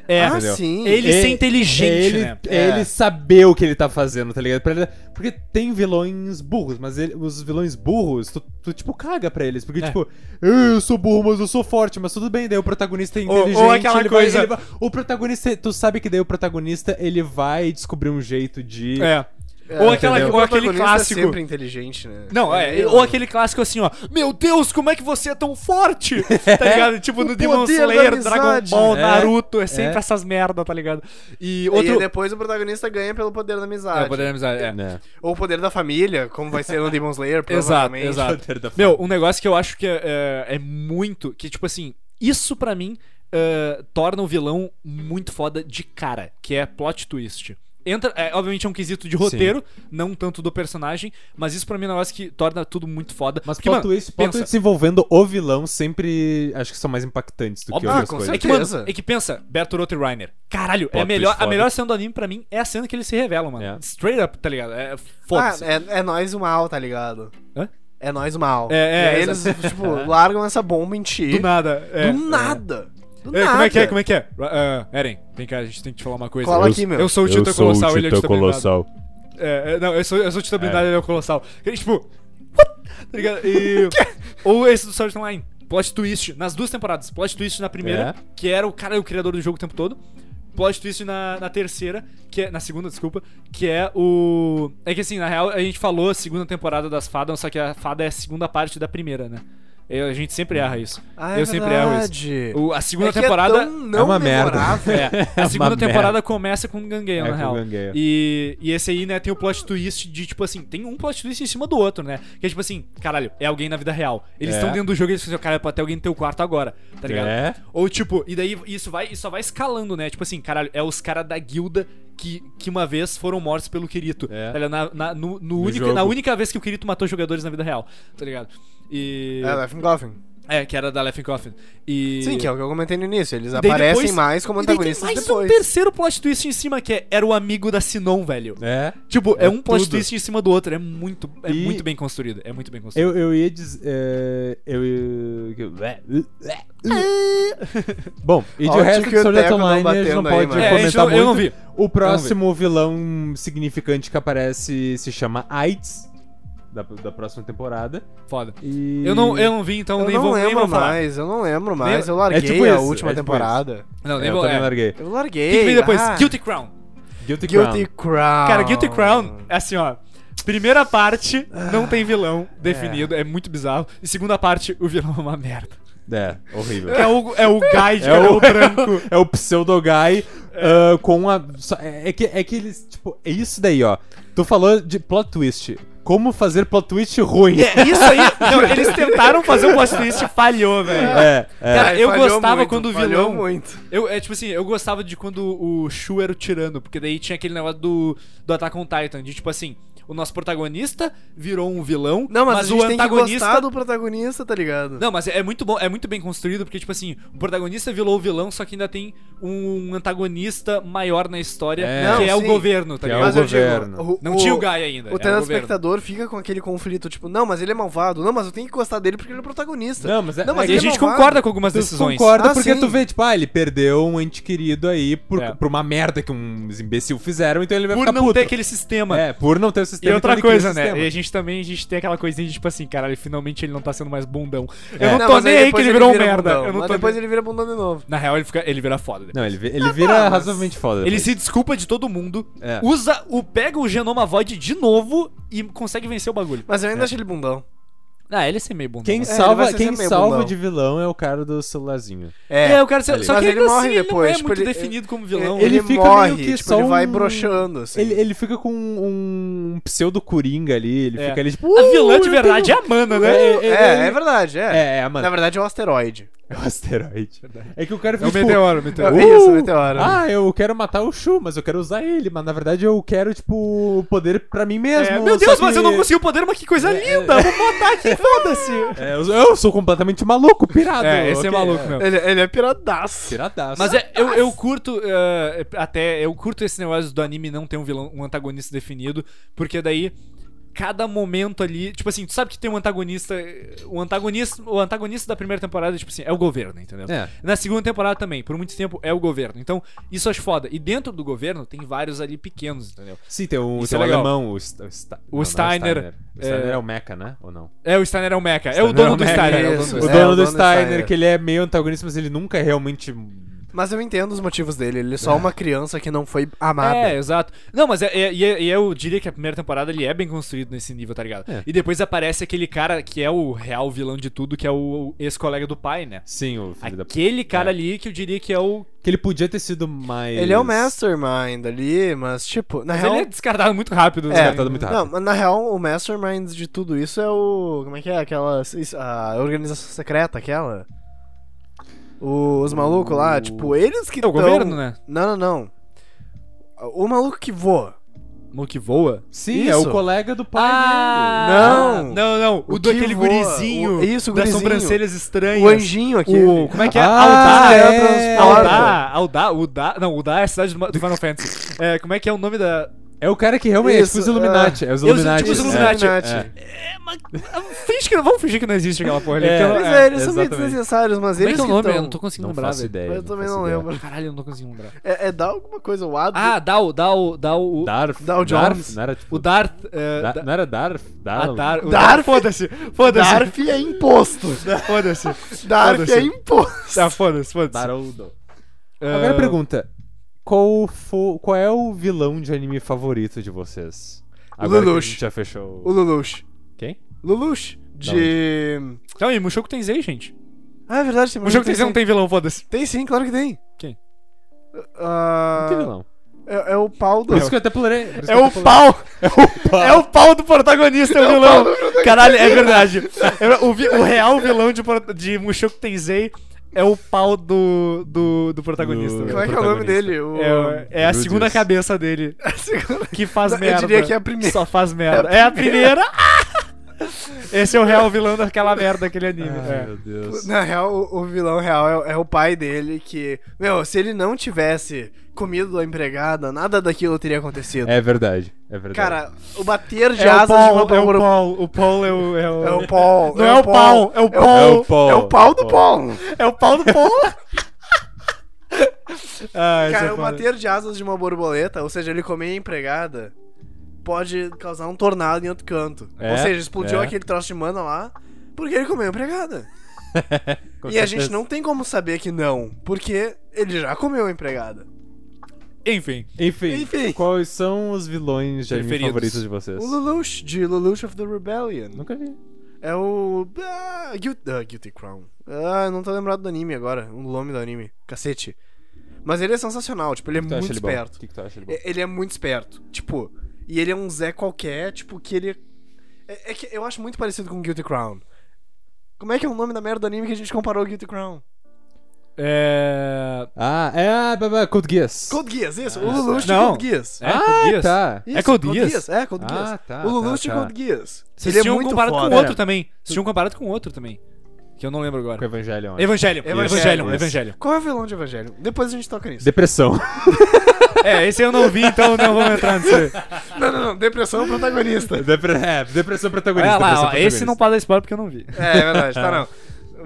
[SPEAKER 1] É,
[SPEAKER 2] ah,
[SPEAKER 3] entendeu?
[SPEAKER 2] sim.
[SPEAKER 1] ele
[SPEAKER 3] É-
[SPEAKER 1] ser inteligente,
[SPEAKER 3] é ele,
[SPEAKER 1] né?
[SPEAKER 3] é
[SPEAKER 2] É.
[SPEAKER 3] ele saber o que ele tá fazendo, tá ligado? Pra ele- porque tem vilões burros, mas ele- os vilões burros, tu, tu, tipo, caga pra eles. Porque,
[SPEAKER 1] É.
[SPEAKER 3] tipo, "Ei, eu sou burro, mas eu sou forte, mas tudo bem, daí o protagonista é
[SPEAKER 1] Ou- ou
[SPEAKER 3] inteligente.
[SPEAKER 1] aquela
[SPEAKER 3] ele vai-
[SPEAKER 1] coisa-
[SPEAKER 3] ele vai- o protagonista, tu sabe que daí o protagonista, ele vai descobrir um jeito de...
[SPEAKER 1] É.
[SPEAKER 2] É,
[SPEAKER 1] ou aquela-
[SPEAKER 2] entendeu?
[SPEAKER 1] ou aquele
[SPEAKER 2] O protagonista
[SPEAKER 1] clássico.
[SPEAKER 2] É sempre inteligente, né?
[SPEAKER 1] Não, é,
[SPEAKER 2] Ele-
[SPEAKER 1] ou aquele clássico assim, ó. Meu Deus, como é que você é tão forte? Tá ligado? Tipo no
[SPEAKER 2] O
[SPEAKER 1] Demon
[SPEAKER 2] poder da
[SPEAKER 1] Slayer,
[SPEAKER 2] amizade.
[SPEAKER 1] Dragon Ball,
[SPEAKER 3] É,
[SPEAKER 1] Naruto, é sempre
[SPEAKER 3] é.
[SPEAKER 1] essas merda, tá ligado? E
[SPEAKER 2] E
[SPEAKER 1] outro.
[SPEAKER 2] aí é depois o protagonista ganha pelo poder da amizade.
[SPEAKER 1] É, poder da amizade, é.
[SPEAKER 3] Né?
[SPEAKER 2] Ou o poder da família, como vai ser no Demon Slayer,
[SPEAKER 1] Exato,
[SPEAKER 2] provavelmente. Ah, é,
[SPEAKER 1] exato.
[SPEAKER 3] Poder da
[SPEAKER 1] Meu, um negócio que eu acho que é, é- é muito. Que, tipo assim, isso pra mim é, torna o vilão muito foda de cara, que é plot twist. Entra, é, obviamente é um quesito de roteiro, não tanto do personagem, mas isso pra mim é um negócio que torna tudo muito foda.
[SPEAKER 3] Mas
[SPEAKER 1] Porque,
[SPEAKER 3] plot
[SPEAKER 1] mano,
[SPEAKER 3] twist, plot
[SPEAKER 1] pensa.
[SPEAKER 3] twist envolvendo o vilão sempre acho que são mais impactantes do que
[SPEAKER 1] Óbvio.
[SPEAKER 3] outras
[SPEAKER 2] Ah, com
[SPEAKER 3] coisas.
[SPEAKER 1] É que, mano,
[SPEAKER 2] Certeza.
[SPEAKER 1] é que pensa, Bertolotto e Reiner. Caralho, é
[SPEAKER 3] Plot
[SPEAKER 1] a melhor,
[SPEAKER 3] twist
[SPEAKER 1] a
[SPEAKER 3] foda.
[SPEAKER 1] melhor cena do anime pra mim é a cena que eles se revelam, mano.
[SPEAKER 3] É.
[SPEAKER 1] Straight up, tá ligado? É
[SPEAKER 2] Ah,
[SPEAKER 1] foda-se.
[SPEAKER 2] é, é nós o mal, tá ligado?
[SPEAKER 1] Hã?
[SPEAKER 2] É nós o mal.
[SPEAKER 1] É, é,
[SPEAKER 2] E aí eles, tipo, largam essa bomba em ti.
[SPEAKER 1] Do nada. é.
[SPEAKER 2] Do nada. Do
[SPEAKER 1] É,
[SPEAKER 2] nada.
[SPEAKER 1] como é que é? Como é que é? Ra- ah, Eren, vem cá, a gente tem que te falar uma coisa.
[SPEAKER 2] Cola
[SPEAKER 1] eu,
[SPEAKER 2] aqui, meu.
[SPEAKER 1] Eu sou o Tita Colossal, ele é o Tita Blindado. É, é, não, eu sou, eu sou o Tita Blindado, ele é o Colossal. E, tipo, what? Tá ligado? E- ou esse do Sword Art Online. Plot twist nas duas temporadas. Plot twist na primeira,
[SPEAKER 3] É.
[SPEAKER 1] que era o cara o criador do jogo o tempo todo. Plot twist na, na terceira, que é. Na segunda, desculpa. Que é o. É que assim, na real, a gente falou a segunda temporada das fadas, só que a fada é a segunda parte da primeira, né? Eu- a gente sempre erra isso.
[SPEAKER 2] Ah,
[SPEAKER 1] eu sempre erro isso.
[SPEAKER 2] isso.
[SPEAKER 1] O- a segunda
[SPEAKER 2] é que
[SPEAKER 1] temporada.
[SPEAKER 2] é, tão não
[SPEAKER 3] é uma merda.
[SPEAKER 2] memorável.
[SPEAKER 1] É,
[SPEAKER 3] É
[SPEAKER 1] a
[SPEAKER 3] uma
[SPEAKER 1] segunda
[SPEAKER 3] merda.
[SPEAKER 1] temporada começa com Gangueia,
[SPEAKER 3] É,
[SPEAKER 1] na
[SPEAKER 3] com
[SPEAKER 1] real.
[SPEAKER 3] Gangueia.
[SPEAKER 1] E, e esse aí, né, tem o plot twist de, tipo assim, tem um plot twist em cima do outro, né? Que é tipo assim, caralho, é alguém na vida real. Eles
[SPEAKER 3] É.
[SPEAKER 1] estão dentro do jogo e eles falam, assim, cara, pode ter alguém no teu quarto agora, tá ligado?
[SPEAKER 3] É.
[SPEAKER 1] Ou tipo, e daí isso vai, isso só vai escalando, né? Tipo assim, caralho, é os caras da guilda que, que uma vez foram mortos pelo Kirito.
[SPEAKER 3] É.
[SPEAKER 1] Tá ligado? Na, na- no, no única-
[SPEAKER 3] jogo.
[SPEAKER 1] na única vez que o Kirito matou jogadores na vida real, tá ligado? E.
[SPEAKER 2] É, Laughing Coffin.
[SPEAKER 1] É, que era da Laughing Coffin. E.
[SPEAKER 2] Sim, que é o que eu comentei no início. Eles
[SPEAKER 1] Daí
[SPEAKER 2] aparecem
[SPEAKER 1] depois-
[SPEAKER 2] mais como
[SPEAKER 1] e daí tem
[SPEAKER 2] antagonistas
[SPEAKER 1] mais
[SPEAKER 2] depois.
[SPEAKER 1] um terceiro plot twist em cima que é, era o amigo da Sinon, velho.
[SPEAKER 3] É.
[SPEAKER 1] Tipo, é,
[SPEAKER 3] É
[SPEAKER 1] um plot
[SPEAKER 3] tudo.
[SPEAKER 1] twist em cima do outro. É muito, é
[SPEAKER 3] E-
[SPEAKER 1] muito bem construído. É muito bem construído.
[SPEAKER 3] Eu, eu ia dizer. é, eu ia. é, Bom, e
[SPEAKER 2] Ó,
[SPEAKER 3] de
[SPEAKER 2] o
[SPEAKER 3] resto
[SPEAKER 2] Tico
[SPEAKER 3] que
[SPEAKER 2] e o
[SPEAKER 3] o
[SPEAKER 2] Teco não
[SPEAKER 3] Online a gente não
[SPEAKER 2] batendo aí,
[SPEAKER 3] pode
[SPEAKER 2] mano.
[SPEAKER 1] É, a gente
[SPEAKER 3] comentar
[SPEAKER 1] não- eu não vi.
[SPEAKER 3] muito. O próximo vilão significante que aparece se chama AIDS, da, da próxima temporada.
[SPEAKER 1] Foda.
[SPEAKER 3] E...
[SPEAKER 1] Eu não, eu não vi, então
[SPEAKER 2] Eu
[SPEAKER 1] nem
[SPEAKER 2] não
[SPEAKER 1] vou, nem
[SPEAKER 2] lembro
[SPEAKER 1] vou falar.
[SPEAKER 2] mais, eu não lembro mais. Eu larguei
[SPEAKER 3] É tipo
[SPEAKER 2] a
[SPEAKER 3] isso,
[SPEAKER 2] última
[SPEAKER 3] é tipo
[SPEAKER 2] temporada.
[SPEAKER 1] Não, nem
[SPEAKER 3] eu
[SPEAKER 1] vou.
[SPEAKER 3] também
[SPEAKER 1] é.
[SPEAKER 3] larguei.
[SPEAKER 2] Eu
[SPEAKER 1] O
[SPEAKER 2] larguei.
[SPEAKER 1] que que vem depois?
[SPEAKER 2] ah.
[SPEAKER 1] Guilty Crown.
[SPEAKER 3] Guilty,
[SPEAKER 2] Guilty
[SPEAKER 3] Crown.
[SPEAKER 2] Crown.
[SPEAKER 1] Cara,
[SPEAKER 3] Ah.
[SPEAKER 1] Guilty Crown é assim, ó. Primeira parte, não tem vilão definido, é. muito bizarro. E segunda parte, o vilão é uma merda.
[SPEAKER 3] É, horrível.
[SPEAKER 1] É o, é o guide,
[SPEAKER 3] É
[SPEAKER 1] cara, é
[SPEAKER 3] o-
[SPEAKER 1] o branco.
[SPEAKER 3] É o pseudo guy ah, com a. só- É, é que, é que eles. Tipo, é isso daí, ó. Tu falou de plot twist. Como fazer plot twist ruim.
[SPEAKER 1] É, isso aí. Não, eles tentaram fazer um plot twist e falhou, velho.
[SPEAKER 3] É, é.
[SPEAKER 1] Cara, eu
[SPEAKER 2] falhou
[SPEAKER 1] gostava
[SPEAKER 2] muito,
[SPEAKER 1] quando o
[SPEAKER 2] falhou
[SPEAKER 1] vilão-
[SPEAKER 2] muito.
[SPEAKER 1] Eu, é tipo assim, eu gostava de quando o Shu era o tirano, porque daí tinha aquele negócio do, do Attack on Titan, de tipo assim, o nosso protagonista virou um vilão,
[SPEAKER 2] Não, mas, a
[SPEAKER 1] o
[SPEAKER 2] gente tem que
[SPEAKER 1] antagonista.
[SPEAKER 2] gostar do protagonista, tá ligado?
[SPEAKER 1] Não, mas é é muito bom, é muito bem construído, porque, tipo assim, o protagonista virou o vilão, só que ainda tem um antagonista maior na história,
[SPEAKER 3] É.
[SPEAKER 1] que é
[SPEAKER 2] Não,
[SPEAKER 1] o
[SPEAKER 2] sim.
[SPEAKER 1] governo, tá
[SPEAKER 3] Que é
[SPEAKER 1] ligado?
[SPEAKER 2] mas eu digo,
[SPEAKER 3] governo.
[SPEAKER 2] o-
[SPEAKER 1] Não
[SPEAKER 2] o-
[SPEAKER 1] tinha o Guy ainda.
[SPEAKER 2] O
[SPEAKER 1] era governo.
[SPEAKER 2] telespectador fica com aquele conflito, tipo, não, mas ele é malvado. Não, mas eu tenho que gostar dele porque ele é o protagonista.
[SPEAKER 3] Não, mas é-
[SPEAKER 2] não, mas
[SPEAKER 1] E
[SPEAKER 3] é
[SPEAKER 1] a
[SPEAKER 2] ele
[SPEAKER 1] gente
[SPEAKER 2] é malvado.
[SPEAKER 1] concorda com algumas
[SPEAKER 3] Tu
[SPEAKER 1] decisões.
[SPEAKER 3] concorda
[SPEAKER 2] Ah,
[SPEAKER 3] porque
[SPEAKER 2] sim.
[SPEAKER 3] tu vê, tipo, ah, ele perdeu um ente querido aí por,
[SPEAKER 1] É.
[SPEAKER 3] por uma merda que uns imbecil fizeram, então ele vai
[SPEAKER 1] Por
[SPEAKER 3] ficar
[SPEAKER 1] não
[SPEAKER 3] puto.
[SPEAKER 1] ter aquele sistema.
[SPEAKER 3] É, por não ter o
[SPEAKER 1] E
[SPEAKER 3] sistema.
[SPEAKER 1] outra
[SPEAKER 3] então ele cria
[SPEAKER 1] coisa,
[SPEAKER 3] o
[SPEAKER 1] né?
[SPEAKER 3] sistema.
[SPEAKER 1] E a gente também, a gente tem aquela coisinha de tipo assim, caralho, finalmente ele não tá sendo mais bundão. Eu
[SPEAKER 3] É.
[SPEAKER 1] não
[SPEAKER 2] Não,
[SPEAKER 1] tô
[SPEAKER 2] mas
[SPEAKER 1] nem aí que
[SPEAKER 2] depois
[SPEAKER 1] ele virou um
[SPEAKER 2] vira
[SPEAKER 1] merda.
[SPEAKER 2] bundão,
[SPEAKER 1] Eu não
[SPEAKER 2] mas
[SPEAKER 1] tô
[SPEAKER 2] depois
[SPEAKER 1] nem-
[SPEAKER 2] ele vira bundão de novo.
[SPEAKER 1] Na real, ele, fica... ele vira foda. depois.
[SPEAKER 3] Não, ele, vi- ele vira
[SPEAKER 2] tá, mas-
[SPEAKER 3] razoavelmente foda.
[SPEAKER 1] Ele
[SPEAKER 3] depois.
[SPEAKER 1] se desculpa de todo mundo,
[SPEAKER 3] É.
[SPEAKER 1] usa o pega o genoma void de novo e consegue vencer o bagulho.
[SPEAKER 2] Mas eu ainda acho ele bundão.
[SPEAKER 1] Ah, ele é ser meio bundão.
[SPEAKER 3] Quem
[SPEAKER 1] né?
[SPEAKER 2] ser
[SPEAKER 3] salva,
[SPEAKER 2] sempre
[SPEAKER 3] quem
[SPEAKER 2] meio
[SPEAKER 3] salva
[SPEAKER 2] bundão.
[SPEAKER 3] de vilão é o cara do celularzinho.
[SPEAKER 1] É, eu quero ser.
[SPEAKER 3] ali.
[SPEAKER 1] Só
[SPEAKER 2] Mas
[SPEAKER 1] que
[SPEAKER 2] ele
[SPEAKER 1] ainda
[SPEAKER 2] morre
[SPEAKER 1] assim, ele não
[SPEAKER 2] depois,
[SPEAKER 1] é
[SPEAKER 2] tipo,
[SPEAKER 1] muito
[SPEAKER 2] ele-
[SPEAKER 1] definido como vilão. né?
[SPEAKER 3] ele
[SPEAKER 2] Ele,
[SPEAKER 3] fica
[SPEAKER 2] morre,
[SPEAKER 3] meio que
[SPEAKER 2] tipo,
[SPEAKER 3] só
[SPEAKER 2] ele vai
[SPEAKER 3] um-
[SPEAKER 2] broxando, assim.
[SPEAKER 3] Ele, ele fica com um pseudo coringa ali, ele
[SPEAKER 1] É.
[SPEAKER 3] fica ali tipo.
[SPEAKER 1] A
[SPEAKER 3] "Uh,
[SPEAKER 1] vilã de
[SPEAKER 3] eu
[SPEAKER 1] verdade
[SPEAKER 3] tenho-"
[SPEAKER 1] é a Mana, né?
[SPEAKER 3] É, é,
[SPEAKER 2] É, é verdade, é.
[SPEAKER 3] é, é, a
[SPEAKER 2] Na
[SPEAKER 3] mano.
[SPEAKER 2] verdade é um asteroide.
[SPEAKER 3] É um asteroide. É que o
[SPEAKER 1] É
[SPEAKER 3] cara
[SPEAKER 1] o
[SPEAKER 3] fica. tipo,
[SPEAKER 1] meteoro, o meteoro.
[SPEAKER 2] É isso, meteoro.
[SPEAKER 3] Ah, eu quero matar o Shu, mas eu quero usar ele. Mas na verdade eu quero, tipo, o poder pra mim mesmo.
[SPEAKER 1] É, meu Deus,
[SPEAKER 3] só
[SPEAKER 1] mas
[SPEAKER 3] que-
[SPEAKER 1] eu não consigo o poder, mas que coisa linda! Vou botar aqui, foda-se!
[SPEAKER 3] É, eu, eu sou completamente maluco, pirado.
[SPEAKER 1] É, esse é
[SPEAKER 3] ok?
[SPEAKER 1] maluco mesmo.
[SPEAKER 2] Ele, ele é piradaço.
[SPEAKER 3] Piradaço.
[SPEAKER 1] Mas é, eu, eu curto eh, até eu curto esse negócio do anime não ter um vilão, um antagonista definido, porque daí cada momento ali, tipo assim, tu sabe que tem um antagonista, eh, o antagonista, o antagonista da primeira temporada, tipo assim, é o governo, entendeu?
[SPEAKER 3] É.
[SPEAKER 1] Na segunda temporada também, por muito tempo é o governo. Então, isso eu acho foda. E dentro do governo tem vários ali pequenos, entendeu?
[SPEAKER 3] Sim, tem um,
[SPEAKER 1] Isso
[SPEAKER 3] tem
[SPEAKER 1] é
[SPEAKER 3] um
[SPEAKER 1] legal.
[SPEAKER 3] alemão, o, Sta- o, Sta- não, não é
[SPEAKER 1] Steiner,
[SPEAKER 3] O Steiner é...
[SPEAKER 1] é-
[SPEAKER 3] o Mecha, né? Ou não?
[SPEAKER 1] É o Steiner é o Mecha, é
[SPEAKER 3] Steiner
[SPEAKER 1] o dono do
[SPEAKER 3] Mecha,
[SPEAKER 1] Steiner, é o
[SPEAKER 2] isso.
[SPEAKER 1] dono
[SPEAKER 3] O
[SPEAKER 1] do
[SPEAKER 2] É,
[SPEAKER 1] Steiner.
[SPEAKER 3] dono
[SPEAKER 2] o
[SPEAKER 3] do
[SPEAKER 2] dono do
[SPEAKER 3] Steiner,
[SPEAKER 2] Steiner.
[SPEAKER 3] que ele é meio antagonista, mas ele nunca é realmente.
[SPEAKER 2] Mas eu entendo os motivos dele. Ele é só uma criança que não foi amada.
[SPEAKER 1] É, exato. Não, mas é- é- e é- e eu diria que a primeira temporada ele é bem construído nesse nível, tá ligado?
[SPEAKER 3] É.
[SPEAKER 1] E depois aparece aquele cara que é o real vilão de tudo, que é o ex-colega do pai, né?
[SPEAKER 3] Sim, o filho da da.
[SPEAKER 1] Aquele cara
[SPEAKER 3] É.
[SPEAKER 1] ali que eu diria que é o.
[SPEAKER 3] Que ele podia ter sido mais.
[SPEAKER 2] Ele é o mastermind ali, mas tipo, na
[SPEAKER 1] Mas
[SPEAKER 2] real. é.
[SPEAKER 1] ele é descartado muito rápido, né?
[SPEAKER 3] descartado muito rápido.
[SPEAKER 2] Não, mas na real, o mastermind de tudo isso é o. Como é que é? Aquela. isso- A organização secreta, aquela. O- Os malucos lá, tipo, eles que.
[SPEAKER 1] É o
[SPEAKER 2] tão-
[SPEAKER 1] governo, né?
[SPEAKER 2] Não, não, não. O maluco que voa.
[SPEAKER 1] No que voa.
[SPEAKER 3] Sim, é o
[SPEAKER 2] Isso. Ah,
[SPEAKER 3] colega do pai dele.
[SPEAKER 2] Não.
[SPEAKER 1] Não, não. O,
[SPEAKER 2] O
[SPEAKER 1] do
[SPEAKER 2] que
[SPEAKER 1] aquele
[SPEAKER 2] voa,
[SPEAKER 1] gurizinho.
[SPEAKER 2] o- isso, o
[SPEAKER 1] das
[SPEAKER 2] gurizinho.
[SPEAKER 1] sobrancelhas estranhas.
[SPEAKER 2] O anjinho aqui.
[SPEAKER 1] O- Como é que é?
[SPEAKER 3] Ah,
[SPEAKER 1] Aldar.
[SPEAKER 3] é.
[SPEAKER 1] Aldar, Aldar, Udar. Não, Udar é a cidade do do Final Fantasy. É, como é que é o nome da.
[SPEAKER 3] É o cara que realmente.
[SPEAKER 2] Isso,
[SPEAKER 3] é tipo os Illuminati. É, os
[SPEAKER 1] é os- tipo, os
[SPEAKER 3] Illuminati.
[SPEAKER 1] Os
[SPEAKER 3] é.
[SPEAKER 1] Illuminati.
[SPEAKER 3] É.
[SPEAKER 1] É, mas. Finge que não. Vamos fingir que não existe aquela porra ali.
[SPEAKER 3] É.
[SPEAKER 1] porque eu-
[SPEAKER 2] Pois
[SPEAKER 1] é.
[SPEAKER 2] é, eles são meio
[SPEAKER 3] exatamente.
[SPEAKER 2] desnecessários, mas
[SPEAKER 1] Como é
[SPEAKER 2] eles
[SPEAKER 1] que é o
[SPEAKER 2] que
[SPEAKER 1] nome?
[SPEAKER 2] tão-
[SPEAKER 1] Eu não tô conseguindo
[SPEAKER 3] Não
[SPEAKER 1] lembrar,
[SPEAKER 3] faço
[SPEAKER 1] velho.
[SPEAKER 3] ideia.
[SPEAKER 2] Eu também
[SPEAKER 3] faço
[SPEAKER 2] não
[SPEAKER 3] ideia.
[SPEAKER 2] lembro.
[SPEAKER 1] Caralho, eu não tô conseguindo lembrar.
[SPEAKER 2] É, é dar alguma coisa, o Ado.
[SPEAKER 1] Ah, dá o. Dá o. Dá o.
[SPEAKER 3] Darth.
[SPEAKER 2] Dow
[SPEAKER 3] Darth.
[SPEAKER 2] Jones.
[SPEAKER 3] Não era, tipo,
[SPEAKER 1] O Darth. é,
[SPEAKER 3] Da-
[SPEAKER 1] da-
[SPEAKER 3] Não era Darth?
[SPEAKER 1] ah,
[SPEAKER 3] Dar.
[SPEAKER 1] Dar- o
[SPEAKER 2] Darth?
[SPEAKER 1] Darth. Foda-se. Foda-se.
[SPEAKER 2] Darf é imposto.
[SPEAKER 1] Foda-se.
[SPEAKER 2] Darf é
[SPEAKER 1] Foda-se.
[SPEAKER 2] imposto.
[SPEAKER 1] Ah, foda-se, foda-se.
[SPEAKER 3] Daroldo.
[SPEAKER 1] Ah,
[SPEAKER 2] É.
[SPEAKER 3] Agora pergunta: qual, fo- qual é o vilão de anime favorito de vocês? Agora que a
[SPEAKER 2] Lelouch.
[SPEAKER 3] gente já fechou.
[SPEAKER 2] O Lelouch.
[SPEAKER 3] Quem?
[SPEAKER 2] Lelouch. de.
[SPEAKER 1] Então, e Mushoku Tensei, gente?
[SPEAKER 2] Ah, é verdade, tem
[SPEAKER 1] Mushoku Tensei não tem um vilão, foda-se.
[SPEAKER 2] Tem sim, claro que tem.
[SPEAKER 1] Quem?
[SPEAKER 2] Ah,
[SPEAKER 3] Não teve, não.
[SPEAKER 2] É, é o pau do.
[SPEAKER 3] Por isso que eu até plurei.
[SPEAKER 1] É o pau! É o pau do protagonista, é o vilão! Caralho, é verdade. É, O, vi- o real vilão de, pro- de Mushoku Tensei é o pau do, do, do protagonista.
[SPEAKER 3] Do-
[SPEAKER 1] velho.
[SPEAKER 2] Como é que é o nome
[SPEAKER 3] protagonista.
[SPEAKER 2] dele? O...
[SPEAKER 1] É, é a
[SPEAKER 3] Meu
[SPEAKER 1] segunda
[SPEAKER 3] Deus.
[SPEAKER 1] cabeça dele
[SPEAKER 2] É,
[SPEAKER 1] que faz
[SPEAKER 2] Não, eu
[SPEAKER 1] merda.
[SPEAKER 2] diria que é a primeira.
[SPEAKER 1] Só faz merda. É a primeira! Esse é o real vilão daquela merda, aquele anime. é.
[SPEAKER 3] Meu Deus.
[SPEAKER 2] Na real, o, o vilão real é, o- é o pai dele que. Meu, se ele não tivesse comido a empregada, nada daquilo teria acontecido.
[SPEAKER 3] É verdade, é verdade.
[SPEAKER 2] Cara, o bater de
[SPEAKER 1] É o
[SPEAKER 2] asas de uma
[SPEAKER 1] Paul, é o
[SPEAKER 2] pálvora-
[SPEAKER 1] Paul. O Paul é o. É o,
[SPEAKER 2] É o Paul.
[SPEAKER 1] Não é o Paul, é o Paul.
[SPEAKER 3] é o pau.
[SPEAKER 2] É o pau do Paul.
[SPEAKER 1] É o Paul do Paul. ah, esse é
[SPEAKER 2] Cara, o
[SPEAKER 1] foda.
[SPEAKER 2] bater de asas de uma borboleta, ou seja, ele comer a empregada, pode causar um tornado em outro canto.
[SPEAKER 3] É,
[SPEAKER 2] ou seja, explodiu
[SPEAKER 3] é.
[SPEAKER 2] aquele troço de mana lá porque ele comeu a empregada.
[SPEAKER 3] Com
[SPEAKER 2] e a
[SPEAKER 3] certeza.
[SPEAKER 2] gente não tem como saber que não, porque ele já comeu a empregada.
[SPEAKER 1] Enfim.
[SPEAKER 3] Enfim,
[SPEAKER 2] Enfim.
[SPEAKER 3] quais são os vilões de anime
[SPEAKER 1] Preferidos.
[SPEAKER 3] favoritos de vocês?
[SPEAKER 2] O Lelouch, de Lelouch of the Rebellion.
[SPEAKER 3] Nunca vi.
[SPEAKER 2] É o. Ah, Guil- ah, Guilty Crown. Ah, não tô lembrado do anime agora. O nome do anime. Cacete. Mas ele é sensacional, tipo, ele é
[SPEAKER 3] Tu acha
[SPEAKER 2] muito
[SPEAKER 3] ele bom?
[SPEAKER 2] esperto.
[SPEAKER 3] O que, que tu acha ele bom?
[SPEAKER 2] E- Ele é muito esperto. Tipo, e ele é um Zé qualquer, tipo, que ele. É, é que eu acho muito parecido com Guilty Crown. Como é que é o nome da merda do anime que a gente comparou ao Guilty Crown?
[SPEAKER 1] É.
[SPEAKER 3] Ah, é ah, blá, blá, Code Geass.
[SPEAKER 2] Code Geass, isso. o Lelouch de
[SPEAKER 1] não.
[SPEAKER 2] Code Geass.
[SPEAKER 1] É,
[SPEAKER 3] Ah,
[SPEAKER 1] Code Geass?
[SPEAKER 3] tá.
[SPEAKER 1] É Code Geass?
[SPEAKER 2] É, Code
[SPEAKER 3] Ah,
[SPEAKER 2] Geass.
[SPEAKER 3] tá,
[SPEAKER 2] o Lelouch
[SPEAKER 3] tá,
[SPEAKER 2] de
[SPEAKER 3] tá.
[SPEAKER 2] Code Geass.
[SPEAKER 1] Vocês
[SPEAKER 2] ele é
[SPEAKER 1] tinham
[SPEAKER 2] muito
[SPEAKER 1] um comparado
[SPEAKER 2] foda.
[SPEAKER 1] com outro também. Vocês tinham comparado com outro também. Que eu não lembro
[SPEAKER 3] Com o
[SPEAKER 1] agora.
[SPEAKER 3] Evangelho.
[SPEAKER 1] Evangelho.
[SPEAKER 2] Evangelho,
[SPEAKER 1] Evangelho.
[SPEAKER 3] isso.
[SPEAKER 1] Evangelho.
[SPEAKER 2] Qual é o vilão de Evangelho? Depois a gente toca nisso.
[SPEAKER 3] Depressão.
[SPEAKER 1] É, esse eu não vi, então não vamos entrar nisso. aí.
[SPEAKER 2] Não, não, não. Depressão é o protagonista.
[SPEAKER 3] Depre- é, depressão protagonista.
[SPEAKER 1] Olha lá, ó,
[SPEAKER 3] depressão
[SPEAKER 1] esse
[SPEAKER 3] protagonista.
[SPEAKER 1] não pode dar spoiler porque eu não vi.
[SPEAKER 2] É, é verdade, tá não.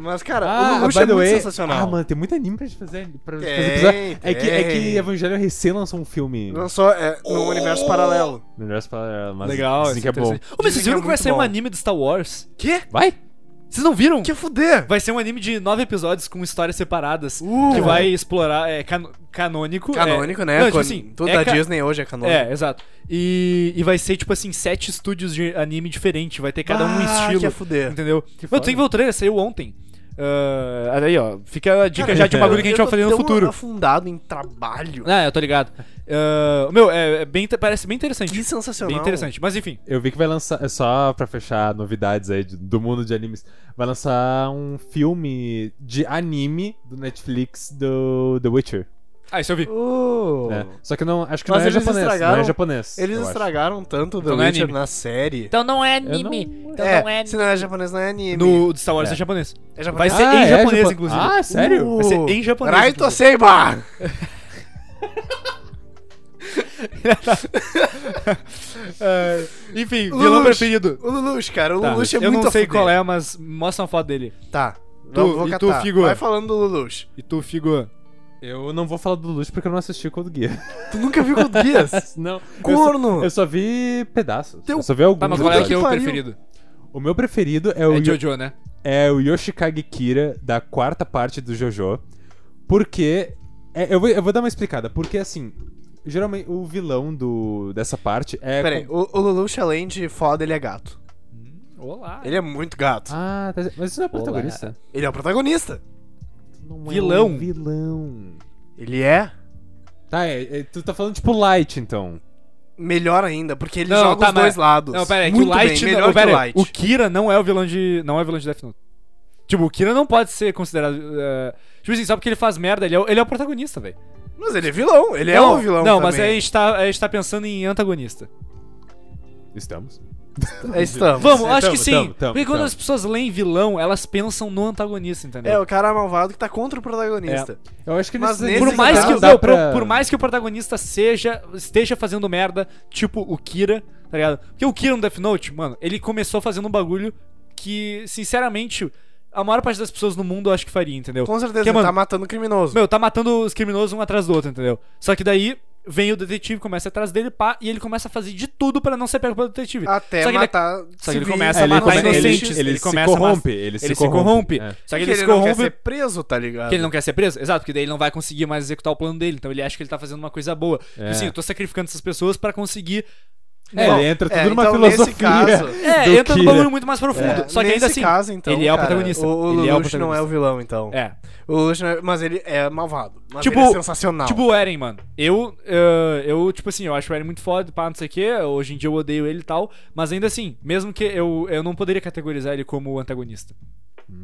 [SPEAKER 2] Mas, cara, o
[SPEAKER 3] Ah,
[SPEAKER 2] Lelouch é
[SPEAKER 3] by the
[SPEAKER 2] muito
[SPEAKER 3] way.
[SPEAKER 2] sensacional.
[SPEAKER 3] Ah, mano, tem muito anime pra gente fazer. Pra gente
[SPEAKER 2] Tem,
[SPEAKER 3] fazer episódio. É que, é
[SPEAKER 2] tem.
[SPEAKER 3] que Evangelho recém lançou um filme.
[SPEAKER 2] Não só é num universo paralelo.
[SPEAKER 3] Melhor se falar, mas
[SPEAKER 1] Legal.
[SPEAKER 3] dizem
[SPEAKER 1] esse
[SPEAKER 3] que é bom.
[SPEAKER 1] interessante. Ô, mas
[SPEAKER 2] Dizem
[SPEAKER 1] vocês
[SPEAKER 2] que é
[SPEAKER 1] viram que vai
[SPEAKER 2] muito
[SPEAKER 1] sair um
[SPEAKER 2] bom.
[SPEAKER 1] anime do Star Wars?
[SPEAKER 2] Quê?
[SPEAKER 3] Vai?
[SPEAKER 1] Vocês não viram?
[SPEAKER 2] Que fuder?
[SPEAKER 1] Vai ser um anime de nove episódios com histórias separadas.
[SPEAKER 2] Uh.
[SPEAKER 1] que vai explorar. É cano- canônico. é-
[SPEAKER 2] Canônico, né?
[SPEAKER 1] Não, tipo
[SPEAKER 2] Con-
[SPEAKER 1] assim,
[SPEAKER 2] Tudo
[SPEAKER 1] é
[SPEAKER 2] da
[SPEAKER 1] ca-
[SPEAKER 2] Disney hoje é canônico.
[SPEAKER 1] É, exato. E, e vai ser, tipo assim, sete estúdios de anime diferente. Vai ter cada um um
[SPEAKER 2] Ah,
[SPEAKER 1] estilo.
[SPEAKER 2] que é fuder.
[SPEAKER 1] Entendeu? Meu,
[SPEAKER 3] foda.
[SPEAKER 1] tu tem que ver o trailer, saiu ontem. Ah, aí, ó, fica a dica
[SPEAKER 2] Cara,
[SPEAKER 1] já de um bagulho que a gente
[SPEAKER 2] eu
[SPEAKER 1] vai fazer no
[SPEAKER 2] tô tão
[SPEAKER 1] futuro.
[SPEAKER 2] afundado em trabalho.
[SPEAKER 1] Ah, eu tô ligado. Ah, meu, é, é bem, inte- parece bem interessante.
[SPEAKER 2] Que sensacional.
[SPEAKER 1] Bem interessante. Mas enfim,
[SPEAKER 3] Eu vi que vai lançar, é só pra fechar novidades aí de- do mundo de animes, vai lançar um filme de anime do Netflix do The Witcher.
[SPEAKER 1] ah, isso eu vi.
[SPEAKER 2] Uh,
[SPEAKER 3] né? Só que não, acho que
[SPEAKER 2] Mas
[SPEAKER 3] não é
[SPEAKER 2] eles
[SPEAKER 3] japonês. Não é
[SPEAKER 2] estragaram-
[SPEAKER 3] japonês.
[SPEAKER 2] Eles
[SPEAKER 3] eu acho.
[SPEAKER 2] estragaram tanto The
[SPEAKER 1] Então não é
[SPEAKER 2] Witcher
[SPEAKER 1] anime.
[SPEAKER 2] na série.
[SPEAKER 4] Então não é
[SPEAKER 3] Eu não-
[SPEAKER 4] anime. Então
[SPEAKER 2] é,
[SPEAKER 4] não é
[SPEAKER 2] se não é japonês, não é anime.
[SPEAKER 1] No do Star Wars
[SPEAKER 3] É.
[SPEAKER 1] é, japonês.
[SPEAKER 2] É japonês.
[SPEAKER 1] Vai ser em
[SPEAKER 3] é
[SPEAKER 1] japonês,
[SPEAKER 3] japo-
[SPEAKER 1] inclusive.
[SPEAKER 3] Ah, sério?
[SPEAKER 2] Uh,
[SPEAKER 1] Vai ser em japonês.
[SPEAKER 2] Raito Seiba!
[SPEAKER 1] É, enfim,
[SPEAKER 2] Lulush.
[SPEAKER 1] vilão preferido.
[SPEAKER 2] O Lelouch, cara, o
[SPEAKER 1] Tá,
[SPEAKER 2] Lelouch é
[SPEAKER 1] eu
[SPEAKER 2] muito
[SPEAKER 1] não sei
[SPEAKER 2] a fuder.
[SPEAKER 1] qual é, mas mostra uma foto dele.
[SPEAKER 2] Tá.
[SPEAKER 1] Tu-
[SPEAKER 2] não vou
[SPEAKER 1] e tu,
[SPEAKER 2] catar.
[SPEAKER 1] Figo?
[SPEAKER 2] Vai falando do Lelouch.
[SPEAKER 1] E tu, Figo.
[SPEAKER 3] Eu não vou falar do Lush porque eu não assisti Code Geass.
[SPEAKER 2] Tu nunca viu Code Geass?
[SPEAKER 3] não. eu só-
[SPEAKER 2] Corno!
[SPEAKER 3] Eu só vi pedaços.
[SPEAKER 2] Teu-
[SPEAKER 3] Eu só vi alguns.
[SPEAKER 1] Tá, mas qual é o
[SPEAKER 3] episódios.
[SPEAKER 1] teu
[SPEAKER 2] pariu.
[SPEAKER 1] preferido?
[SPEAKER 3] O meu preferido é o,
[SPEAKER 1] É
[SPEAKER 3] Yo-
[SPEAKER 1] Jojo, né?
[SPEAKER 3] é o Yoshikage Kira, da quarta parte do JoJo. Porque. é, eu, vou, eu vou dar uma explicada. Porque, assim. Geralmente, o vilão do, dessa parte é.
[SPEAKER 2] Pera aí, o, o Lelouch, além de foda, ele é gato.
[SPEAKER 3] Hum,
[SPEAKER 1] Olá.
[SPEAKER 2] Ele é muito gato.
[SPEAKER 3] Ah, tá- mas isso não é protagonista.
[SPEAKER 2] Ele é o protagonista.
[SPEAKER 3] Não
[SPEAKER 1] Vilão.
[SPEAKER 3] É um vilão.
[SPEAKER 2] Ele é
[SPEAKER 3] Tá, é- é- tu tá falando tipo Light, então.
[SPEAKER 2] melhor ainda, porque ele
[SPEAKER 1] Não,
[SPEAKER 2] joga
[SPEAKER 1] tá,
[SPEAKER 2] os dois
[SPEAKER 1] mas-
[SPEAKER 2] lados.
[SPEAKER 1] Não, pera aí, que
[SPEAKER 2] muito
[SPEAKER 1] o Light
[SPEAKER 2] bem,
[SPEAKER 1] não-
[SPEAKER 2] melhor
[SPEAKER 1] pera
[SPEAKER 2] que o
[SPEAKER 1] aí,
[SPEAKER 2] Light.
[SPEAKER 1] o Kira não é o vilão de não é o vilão de Death Note. Tipo, o Kira não pode ser considerado eh, Tipo assim, só porque ele faz merda, ele é o, ele é o protagonista, velho.
[SPEAKER 2] Mas ele é vilão, ele é
[SPEAKER 1] Não,
[SPEAKER 2] o vilão
[SPEAKER 1] Não,
[SPEAKER 2] também.
[SPEAKER 1] mas tá, aí está, aí está pensando em antagonista.
[SPEAKER 3] Estamos.
[SPEAKER 2] É, Estamos.
[SPEAKER 1] Vamos,
[SPEAKER 3] Tamo,
[SPEAKER 1] acho que
[SPEAKER 3] tamo,
[SPEAKER 1] sim.
[SPEAKER 3] tamo, tamo,
[SPEAKER 1] porque quando
[SPEAKER 3] tamo.
[SPEAKER 1] as pessoas leem vilão, elas pensam no antagonista,
[SPEAKER 2] É,
[SPEAKER 1] entendeu?
[SPEAKER 2] o cara malvado que tá contra o protagonista.
[SPEAKER 1] É.
[SPEAKER 3] Eu acho que
[SPEAKER 2] Mas
[SPEAKER 3] nesse-
[SPEAKER 2] nesse
[SPEAKER 1] por, mais
[SPEAKER 2] caso
[SPEAKER 1] que,
[SPEAKER 3] dá
[SPEAKER 1] meu,
[SPEAKER 3] pra-
[SPEAKER 1] por, por mais que o protagonista seja esteja fazendo merda, tipo o Kira, tá ligado? Porque o Kira no Death Note, mano, ele começou fazendo um bagulho que, sinceramente, a maior parte das pessoas no mundo eu acho que faria, entendeu?
[SPEAKER 2] Com certeza,
[SPEAKER 1] Que,
[SPEAKER 2] ele
[SPEAKER 1] mano,
[SPEAKER 2] tá matando criminoso.
[SPEAKER 1] Meu, tá matando os criminosos um atrás do outro, entendeu? Só que daí vem o detetive, começa atrás dele, pá, e ele começa a fazer de tudo pra não ser pego pelo detetive.
[SPEAKER 2] Até
[SPEAKER 1] só que ele-
[SPEAKER 2] matar.
[SPEAKER 1] Só que ele
[SPEAKER 2] civis,
[SPEAKER 1] começa
[SPEAKER 3] É,
[SPEAKER 1] a
[SPEAKER 3] ele,
[SPEAKER 1] matar
[SPEAKER 3] come- ele,
[SPEAKER 1] inocentes,
[SPEAKER 3] ele,
[SPEAKER 1] ele
[SPEAKER 3] se
[SPEAKER 1] começa a
[SPEAKER 3] corrompe, ele se
[SPEAKER 1] Ele se
[SPEAKER 3] corrompe.
[SPEAKER 1] corrompe.
[SPEAKER 3] É.
[SPEAKER 1] Só que
[SPEAKER 2] Porque
[SPEAKER 1] ele se
[SPEAKER 2] não quer
[SPEAKER 1] corrompe
[SPEAKER 2] ser preso, tá ligado?
[SPEAKER 1] porque ele não quer ser preso. Exato, porque daí ele não vai conseguir mais executar o plano dele. Então ele acha que ele tá fazendo uma coisa boa.
[SPEAKER 3] É.
[SPEAKER 1] Assim, eu tô sacrificando essas pessoas pra conseguir
[SPEAKER 3] É,
[SPEAKER 2] Bom,
[SPEAKER 3] ele entra tudo
[SPEAKER 2] é,
[SPEAKER 3] numa
[SPEAKER 2] então, nesse
[SPEAKER 3] filosofia.
[SPEAKER 2] caso-
[SPEAKER 1] É,
[SPEAKER 3] do
[SPEAKER 1] entra
[SPEAKER 3] que-
[SPEAKER 1] num bagulho muito mais profundo.
[SPEAKER 2] É,
[SPEAKER 1] Só que
[SPEAKER 2] nesse
[SPEAKER 1] ainda assim.
[SPEAKER 2] caso, então,
[SPEAKER 1] ele é o
[SPEAKER 2] cara,
[SPEAKER 1] protagonista.
[SPEAKER 2] O, o
[SPEAKER 1] Ele é o
[SPEAKER 2] Lelouch não é
[SPEAKER 1] protagonista.
[SPEAKER 2] o vilão, então.
[SPEAKER 1] É.
[SPEAKER 2] O Lelouch não é, mas ele é malvado. Mas
[SPEAKER 1] Tipo-
[SPEAKER 2] ele é sensacional.
[SPEAKER 1] Tipo o Eren, mano. Eu, eh, eu, tipo assim, eu acho o Eren muito foda, pá, não sei o quê. Hoje em dia eu odeio ele e tal. Mas ainda assim, mesmo que eu, eu não poderia categorizar ele como antagonista.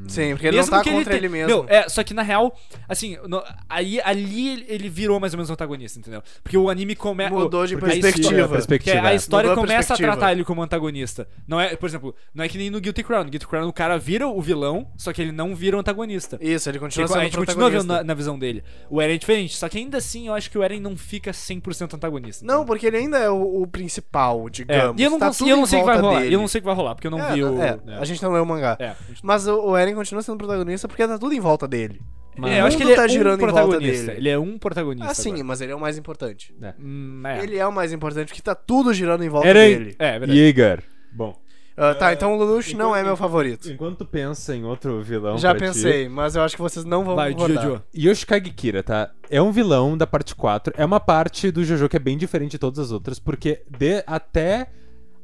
[SPEAKER 2] Sim, porque ele não tá contra ele,
[SPEAKER 1] te-
[SPEAKER 2] mesmo.
[SPEAKER 1] Meu, é, só que na real, assim, no- aí, ali ele- ele virou mais ou menos o antagonista, entendeu? Porque o anime começa.
[SPEAKER 2] Mudou de
[SPEAKER 1] porque a
[SPEAKER 2] perspectiva.
[SPEAKER 1] história- Porque
[SPEAKER 3] Perspectiva,
[SPEAKER 1] a
[SPEAKER 3] é.
[SPEAKER 1] história
[SPEAKER 2] Mudou a
[SPEAKER 1] começa a
[SPEAKER 2] perspectiva.
[SPEAKER 1] tratar ele como antagonista. Não é, por exemplo, não é que nem no Guilty Crown. No Guilty Crown o cara vira o vilão, só que ele não vira o antagonista.
[SPEAKER 2] Isso, ele
[SPEAKER 1] Tipo,
[SPEAKER 2] continua
[SPEAKER 1] a
[SPEAKER 2] sendo
[SPEAKER 1] gente continua vendo na,
[SPEAKER 2] protagonista.
[SPEAKER 1] na visão dele. O Eren é diferente, só que ainda assim eu acho que o Eren não fica 100% antagonista.
[SPEAKER 2] Não, porque ele ainda é o, o principal,
[SPEAKER 1] É,
[SPEAKER 2] digamos.
[SPEAKER 1] E eu não,
[SPEAKER 2] tá
[SPEAKER 1] consigo-
[SPEAKER 2] tudo
[SPEAKER 1] eu não
[SPEAKER 2] em
[SPEAKER 1] sei o que vai
[SPEAKER 2] volta
[SPEAKER 1] rolar.
[SPEAKER 2] dele.
[SPEAKER 1] Eu não sei o que vai rolar, porque eu não
[SPEAKER 2] É,
[SPEAKER 1] vi o.
[SPEAKER 2] é, a gente não leu o mangá.
[SPEAKER 1] É.
[SPEAKER 2] Mas o, o Eren continua sendo protagonista porque tá tudo em volta dele.
[SPEAKER 3] Mas-
[SPEAKER 1] É, eu acho
[SPEAKER 2] O
[SPEAKER 1] que ele
[SPEAKER 2] mundo
[SPEAKER 1] é
[SPEAKER 2] tá
[SPEAKER 1] um
[SPEAKER 2] girando em volta
[SPEAKER 1] protagonista.
[SPEAKER 2] dele.
[SPEAKER 1] Ele é um protagonista.
[SPEAKER 2] Ah, sim,
[SPEAKER 1] agora.
[SPEAKER 2] mas ele é o mais importante.
[SPEAKER 1] Hum, é.
[SPEAKER 2] Ele é o mais importante porque tá tudo girando em volta
[SPEAKER 3] Eren.
[SPEAKER 2] dele.
[SPEAKER 1] É, é verdade.
[SPEAKER 3] Yeager. Bom,
[SPEAKER 2] Ah, tá, então o Lelouch não é
[SPEAKER 3] enquanto-
[SPEAKER 2] meu favorito.
[SPEAKER 1] então
[SPEAKER 3] enquanto tu pensa em outro vilão
[SPEAKER 2] Já
[SPEAKER 3] pra ti-
[SPEAKER 2] pensei, mas eu acho que vocês não vão
[SPEAKER 1] Vai,
[SPEAKER 2] concordar.
[SPEAKER 1] Jojo.
[SPEAKER 3] Yoshikage Kira, tá? É um vilão da parte 4. É uma parte do Jojo que é bem diferente de todas as outras, porque de até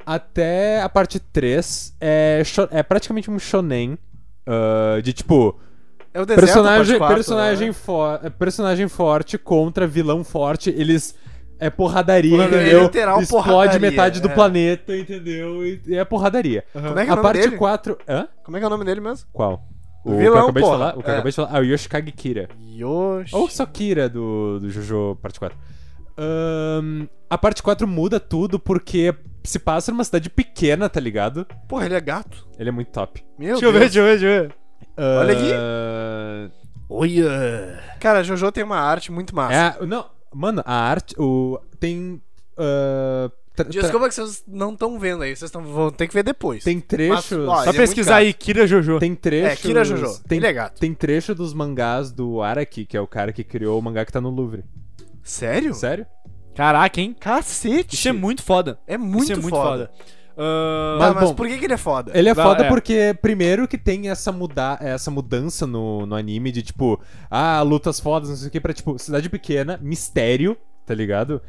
[SPEAKER 3] até a parte 3 é, sho- é praticamente um shonen ah, de tipo
[SPEAKER 2] É o deserto, parte
[SPEAKER 3] personagem
[SPEAKER 2] quatro,
[SPEAKER 3] personagem,
[SPEAKER 2] né?
[SPEAKER 3] fo- é, personagem forte contra vilão forte, eles é porradaria,
[SPEAKER 2] Porradaria, é
[SPEAKER 3] entendeu?
[SPEAKER 2] literal
[SPEAKER 3] Explode
[SPEAKER 2] porradaria,
[SPEAKER 3] metade do
[SPEAKER 2] é.
[SPEAKER 3] planeta, entendeu? E e é porradaria.
[SPEAKER 2] Como é que é o
[SPEAKER 3] a
[SPEAKER 2] nome
[SPEAKER 3] parte
[SPEAKER 2] dele?
[SPEAKER 3] 4, hã?
[SPEAKER 2] Como é que é o nome dele mesmo?
[SPEAKER 3] Qual? O que eu
[SPEAKER 2] Vilão,
[SPEAKER 3] acabei de
[SPEAKER 2] porra.
[SPEAKER 3] falar, o que eu
[SPEAKER 2] É.
[SPEAKER 3] acabei de falar, ah, o Yoshikage Kira.
[SPEAKER 2] Yoshi.
[SPEAKER 3] Ou só Kira do, do Jojo parte 4. Ahn, a parte 4 muda tudo porque se passa numa cidade pequena, tá ligado?
[SPEAKER 2] Porra, ele é gato.
[SPEAKER 3] Ele é muito top.
[SPEAKER 2] Meu
[SPEAKER 1] Deixa eu ver,
[SPEAKER 2] Deus.
[SPEAKER 1] deixa eu ver, deixa eu ver.
[SPEAKER 2] Olha aqui.
[SPEAKER 3] Ahn,
[SPEAKER 1] Olha!
[SPEAKER 2] Cara, Jojo tem uma arte muito massa.
[SPEAKER 3] Oh, é a- não, mano, a arte. O, tem. ah, tra- tra-
[SPEAKER 2] Desculpa que vocês não estão vendo aí, vocês tão- vão ter que ver depois.
[SPEAKER 3] Tem trechos.
[SPEAKER 2] Mas, ó,
[SPEAKER 1] Só
[SPEAKER 2] Ele é
[SPEAKER 1] pesquisar
[SPEAKER 2] muito
[SPEAKER 1] aí, Kira Jojo.
[SPEAKER 3] tem
[SPEAKER 2] É,
[SPEAKER 3] trechos.
[SPEAKER 2] Kira Jojo.
[SPEAKER 3] Tem,
[SPEAKER 2] Ele é gato.
[SPEAKER 3] tem trecho dos mangás do Araki, que é o cara que criou o mangá que tá no Louvre.
[SPEAKER 2] Sério?
[SPEAKER 3] Sério?
[SPEAKER 1] Caraca, hein?
[SPEAKER 2] Cacete.
[SPEAKER 1] Isso é muito foda.
[SPEAKER 2] É muito,
[SPEAKER 1] Isso é muito foda.
[SPEAKER 2] foda.
[SPEAKER 1] Ah,
[SPEAKER 2] Tá,
[SPEAKER 3] Mas,
[SPEAKER 2] mas,
[SPEAKER 3] bom,
[SPEAKER 2] por que, que ele é foda?
[SPEAKER 3] Ele é
[SPEAKER 1] Não,
[SPEAKER 3] foda
[SPEAKER 1] é.
[SPEAKER 3] porque, primeiro, que tem essa, muda essa mudança no, no anime de tipo, ah, lutas fodas, não sei o que, pra tipo, cidade pequena, mistério, tá ligado?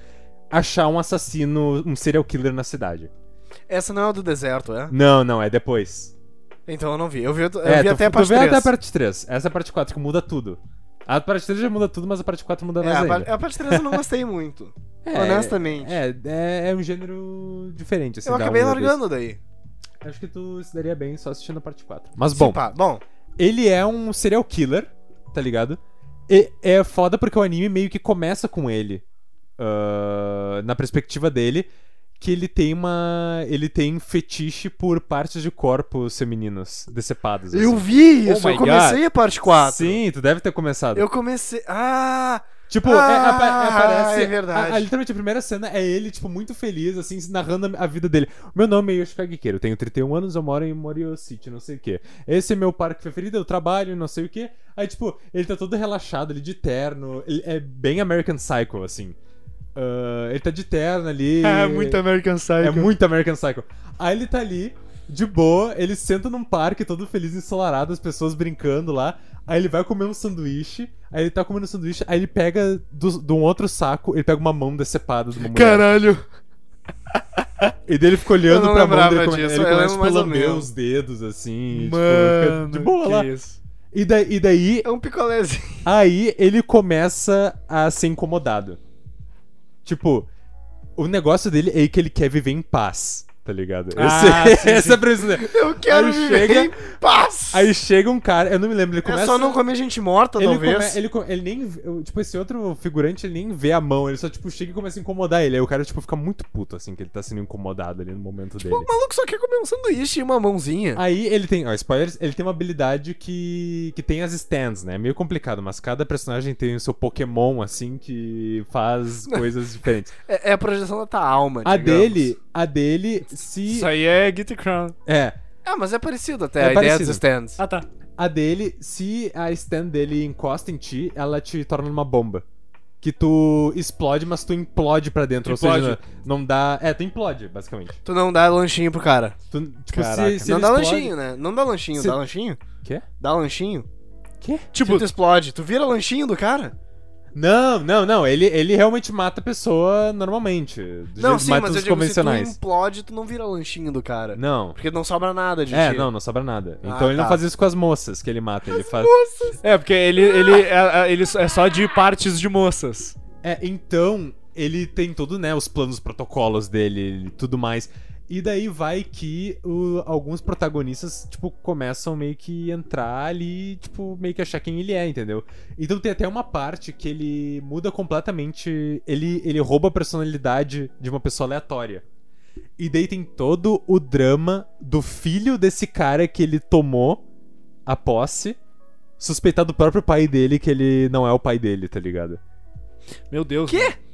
[SPEAKER 3] Achar um assassino, um serial killer na cidade.
[SPEAKER 2] Essa não é a do deserto, é?
[SPEAKER 3] Não, não, é depois.
[SPEAKER 2] Então eu não vi. Eu vi, eu vi
[SPEAKER 3] é, tu-
[SPEAKER 2] até a
[SPEAKER 3] tu
[SPEAKER 2] parte
[SPEAKER 3] vê
[SPEAKER 2] 3.
[SPEAKER 3] até a parte 3. Essa é a parte 4 que muda tudo. A parte 3 já muda tudo, mas a parte 4 muda
[SPEAKER 2] É,
[SPEAKER 3] mais
[SPEAKER 2] a,
[SPEAKER 3] ainda.
[SPEAKER 2] par- a parte 3 eu não gostei muito.
[SPEAKER 3] É,
[SPEAKER 2] honestamente.
[SPEAKER 3] É, é, é um gênero diferente, assim.
[SPEAKER 2] eu
[SPEAKER 3] dá
[SPEAKER 2] acabei
[SPEAKER 3] um-
[SPEAKER 2] largando daí.
[SPEAKER 3] Acho que tu se daria bem só assistindo a parte 4. Mas bom,
[SPEAKER 2] Sim, pá, bom.
[SPEAKER 3] ele é um serial killer, tá ligado? E é foda porque o anime meio que começa com ele. ah, na perspectiva dele, que ele tem uma. Ele tem fetiche por partes de corpos femininos decepados.
[SPEAKER 2] Eu
[SPEAKER 3] assim.
[SPEAKER 2] vi isso,
[SPEAKER 1] Oh
[SPEAKER 2] eu
[SPEAKER 1] my
[SPEAKER 2] comecei a parte 4.
[SPEAKER 3] Sim, tu deve ter começado.
[SPEAKER 2] Eu comecei. Ah!
[SPEAKER 3] Tipo,
[SPEAKER 2] Ah,
[SPEAKER 3] é, apa- é, aparece.
[SPEAKER 2] é verdade.
[SPEAKER 3] a- a- literalmente a primeira cena é ele, tipo, muito feliz, assim, narrando a a vida dele. Meu nome é Yoshikage Kira, eu tenho 31 anos, eu moro em Morio City, não sei o quê. Esse é meu parque preferido, eu trabalho, não sei o quê. Aí, tipo, ele tá todo relaxado, ele de terno. Ele é bem American Psycho, assim. Ah, ele tá de terno ali.
[SPEAKER 1] É muito American Psycho.
[SPEAKER 3] É muito American Psycho. Aí ele tá ali, de boa, ele senta num parque todo feliz, ensolarado, as pessoas brincando lá. Aí ele vai comer um sanduíche, aí ele tá comendo um sanduíche, aí ele pega do- de um outro saco, ele pega uma mão decepada de uma mulher.
[SPEAKER 1] Caralho!
[SPEAKER 3] E daí ele fica
[SPEAKER 2] Eu
[SPEAKER 3] olhando
[SPEAKER 2] não
[SPEAKER 3] pra mão
[SPEAKER 2] lembrava
[SPEAKER 3] dele, come-
[SPEAKER 2] disso,
[SPEAKER 3] ele
[SPEAKER 2] eu
[SPEAKER 3] começa
[SPEAKER 2] lembro
[SPEAKER 3] tipo, a
[SPEAKER 2] mais ou
[SPEAKER 3] lamber
[SPEAKER 2] menos.
[SPEAKER 3] os dedos, assim, tipo,
[SPEAKER 1] Mano,
[SPEAKER 3] fica de boa
[SPEAKER 1] que
[SPEAKER 3] lá.
[SPEAKER 1] isso.
[SPEAKER 3] E daí, e daí,
[SPEAKER 2] É um picolézinho.
[SPEAKER 3] aí ele começa a ser incomodado. Tipo, o negócio dele é que ele quer viver em paz, tá ligado?
[SPEAKER 1] Ah,
[SPEAKER 3] Esse-
[SPEAKER 1] sim,
[SPEAKER 3] essa
[SPEAKER 1] sim.
[SPEAKER 3] é a premissa dele.
[SPEAKER 2] Eu quero
[SPEAKER 3] Aí
[SPEAKER 2] viver
[SPEAKER 3] chega-
[SPEAKER 2] em paz!
[SPEAKER 3] Aí chega um cara, eu não me lembro, ele começa.
[SPEAKER 2] É só não comer gente morta,
[SPEAKER 3] ele,
[SPEAKER 2] talvez.
[SPEAKER 3] come- ele, co- ele nem. eu- Tipo, esse outro figurante ele nem vê a mão, ele só, tipo, chega e começa a incomodar ele. Aí o cara, tipo, fica muito puto, assim, que ele tá sendo incomodado ali no momento
[SPEAKER 2] Pô,
[SPEAKER 3] dele.
[SPEAKER 2] o maluco só quer comer um sanduíche e uma mãozinha.
[SPEAKER 3] Aí ele tem, ó, spoilers, ele tem uma habilidade que, que tem as stands, né? É meio complicado, mas cada personagem tem o seu Pokémon, assim, que faz coisas diferentes.
[SPEAKER 2] É, é a projeção da tua alma,
[SPEAKER 3] A
[SPEAKER 2] digamos.
[SPEAKER 3] dele, a dele, se.
[SPEAKER 1] Isso aí é Git Crown.
[SPEAKER 3] É,
[SPEAKER 2] Ah, mas é parecido até,
[SPEAKER 3] É
[SPEAKER 2] a ideia
[SPEAKER 3] parecido.
[SPEAKER 2] dos stands.
[SPEAKER 1] Ah, tá.
[SPEAKER 3] A dele, se a stand dele encosta em ti, ela te torna uma bomba. Que tu explode, mas tu implode pra dentro. Ou seja,
[SPEAKER 1] Implode.
[SPEAKER 3] não dá. É, tu implode, basicamente.
[SPEAKER 2] Tu não dá lanchinho pro cara.
[SPEAKER 3] Tu, tipo,
[SPEAKER 1] Caraca.
[SPEAKER 3] se, se
[SPEAKER 2] não
[SPEAKER 3] ele
[SPEAKER 2] dá
[SPEAKER 3] explode-
[SPEAKER 2] lanchinho, né? Não dá lanchinho,
[SPEAKER 3] Se-
[SPEAKER 2] dá lanchinho?
[SPEAKER 3] Quê?
[SPEAKER 2] Dá lanchinho?
[SPEAKER 3] Quê?
[SPEAKER 2] Tipo,
[SPEAKER 1] Tipo,
[SPEAKER 2] tu explode, tu vira lanchinho do cara?
[SPEAKER 3] Não, não, não. Ele, ele realmente mata a pessoa normalmente. Do
[SPEAKER 2] Não,
[SPEAKER 3] jeito-
[SPEAKER 2] sim,
[SPEAKER 3] mata
[SPEAKER 2] mas
[SPEAKER 3] os
[SPEAKER 2] eu digo, se tu
[SPEAKER 3] convencionais.
[SPEAKER 2] implode, tu não vira lanchinho do cara.
[SPEAKER 3] Não.
[SPEAKER 2] Porque não sobra nada de
[SPEAKER 3] É,
[SPEAKER 2] ti.
[SPEAKER 3] não, não sobra nada. Então
[SPEAKER 2] Ah,
[SPEAKER 3] ele não
[SPEAKER 2] tá.
[SPEAKER 3] faz isso com as moças que ele mata. Ele faz.
[SPEAKER 1] É, porque ele, ele, é, é- ele é só de partes de moças.
[SPEAKER 3] É, então ele tem todo, né, os planos, os protocolos dele e tudo mais. E daí vai que o- alguns protagonistas, tipo, começam meio que entrar ali, tipo, meio que achar quem ele é, entendeu? Então tem até uma parte que ele muda completamente. Ele, ele rouba a personalidade de uma pessoa aleatória. E daí tem todo o drama do filho desse cara que ele tomou a posse, suspeitar do próprio pai dele que ele não é o pai dele, tá ligado?
[SPEAKER 1] Meu Deus.
[SPEAKER 2] Quê?
[SPEAKER 1] mano.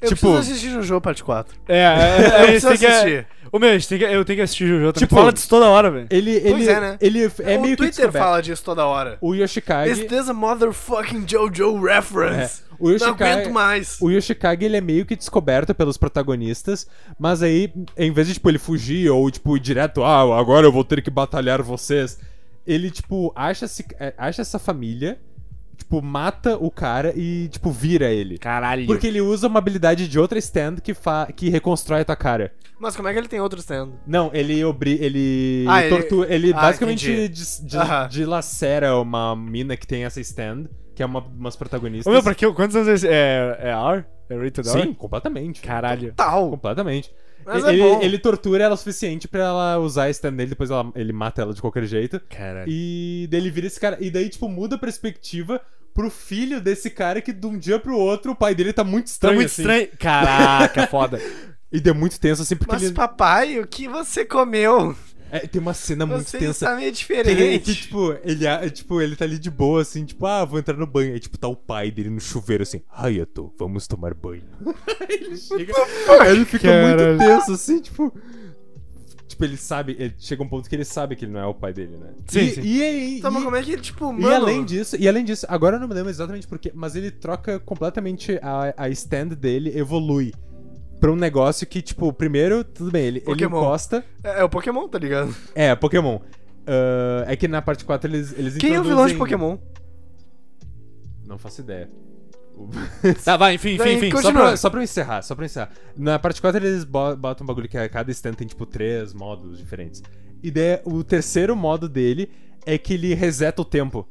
[SPEAKER 2] Eu
[SPEAKER 3] Tipo-
[SPEAKER 2] preciso assistir Jojo parte 4.
[SPEAKER 1] É, é,
[SPEAKER 2] Eu
[SPEAKER 1] é, a gente
[SPEAKER 2] preciso
[SPEAKER 1] tem que-
[SPEAKER 2] assistir.
[SPEAKER 1] Ô meu, a gente tem que- eu tenho que assistir Jojo também.
[SPEAKER 3] Tipo-
[SPEAKER 1] fala disso toda hora, velho.
[SPEAKER 3] Ele, ele,
[SPEAKER 2] Pois é, né?
[SPEAKER 3] ele é meio
[SPEAKER 2] o Twitter
[SPEAKER 3] que
[SPEAKER 2] fala disso toda hora.
[SPEAKER 3] O Yoshikage,
[SPEAKER 2] Is this a motherfucking Jojo reference?
[SPEAKER 3] o
[SPEAKER 2] Não
[SPEAKER 3] Yoshikage,
[SPEAKER 2] aguento mais.
[SPEAKER 3] o Yoshikage ele é meio que descoberto pelos protagonistas, mas aí em vez de tipo ele fugir ou tipo ir direto, ah, agora eu vou ter que batalhar vocês, ele tipo acha se acha essa família, tipo mata o cara e tipo vira ele.
[SPEAKER 1] Caralho.
[SPEAKER 3] Porque ele usa uma habilidade de outra stand que, fa que reconstrói a tua cara.
[SPEAKER 2] Mas como é que ele tem outro stand?
[SPEAKER 3] Não, ele obri ele
[SPEAKER 2] Ah, ele-
[SPEAKER 3] tortura, ele
[SPEAKER 2] Ah,
[SPEAKER 3] basicamente
[SPEAKER 2] entendi.
[SPEAKER 3] dis- dis-
[SPEAKER 2] Aham.
[SPEAKER 3] dilacera uma mina que tem essa stand, que é uma umas protagonistas.
[SPEAKER 1] Ô meu, pra que, quantos anos é esse? É, é R? É rated R?
[SPEAKER 3] Sim, completamente.
[SPEAKER 1] Caralho.
[SPEAKER 2] Tal.
[SPEAKER 3] Completamente.
[SPEAKER 2] Mas
[SPEAKER 3] ele,
[SPEAKER 2] é bom.
[SPEAKER 3] ele tortura ela o suficiente pra ela usar a stand dele, depois ela- ele mata ela de qualquer jeito.
[SPEAKER 2] É.
[SPEAKER 1] Caralho.
[SPEAKER 3] E daí ele vira esse cara. E daí, tipo, muda a perspectiva pro filho desse cara que de um dia pro outro o pai dele tá muito
[SPEAKER 1] Tá
[SPEAKER 3] estranho.
[SPEAKER 1] muito
[SPEAKER 3] assim.
[SPEAKER 1] estranho. Caraca, foda.
[SPEAKER 3] E deu muito tenso, assim, porque
[SPEAKER 2] Mas
[SPEAKER 3] ele.
[SPEAKER 2] papai, o que você comeu?
[SPEAKER 3] É, tem uma cena muito
[SPEAKER 2] você
[SPEAKER 3] tensa.
[SPEAKER 2] está meio
[SPEAKER 3] Que ele-
[SPEAKER 2] diferente.
[SPEAKER 3] que, tipo, ele, é, tipo, ele tá ali de boa, assim, tipo, ah, vou entrar no banho. Aí, tipo, tá o pai dele no chuveiro, assim, Hayato, vamos tomar banho. ele chega. Aí ele fica
[SPEAKER 1] Caralho.
[SPEAKER 3] muito tenso, assim, tipo. Tipo, ele sabe, ele chega um ponto que ele sabe que ele não é o pai dele, né?
[SPEAKER 1] Sim,
[SPEAKER 3] e,
[SPEAKER 1] sim.
[SPEAKER 3] E, e, e,
[SPEAKER 2] Então, mas como é que, tipo,
[SPEAKER 3] e
[SPEAKER 2] mano...
[SPEAKER 3] além disso, e além disso, agora eu não me lembro exatamente porquê, mas ele troca completamente a, a stand dele, evolui. Pra um negócio que, tipo, primeiro, tudo bem, ele, ele
[SPEAKER 2] Pokémon.
[SPEAKER 3] encosta.
[SPEAKER 2] É, é o Pokémon, tá ligado?
[SPEAKER 3] É, Pokémon. Ah, é que na parte 4 eles, eles
[SPEAKER 2] Quem é o vilão de
[SPEAKER 3] introduzem-
[SPEAKER 2] Pokémon?
[SPEAKER 3] Não faço ideia. O-
[SPEAKER 1] tá, vai, enfim, enfim,
[SPEAKER 2] Daí,
[SPEAKER 1] enfim.
[SPEAKER 2] co-
[SPEAKER 3] só, pra,
[SPEAKER 2] Continua.
[SPEAKER 3] só pra eu encerrar, só pra eu encerrar. Na parte 4 eles bo- botam um bagulho que a cada stand tem, tipo, três modos diferentes. E daí, o terceiro modo dele é que ele reseta o tempo.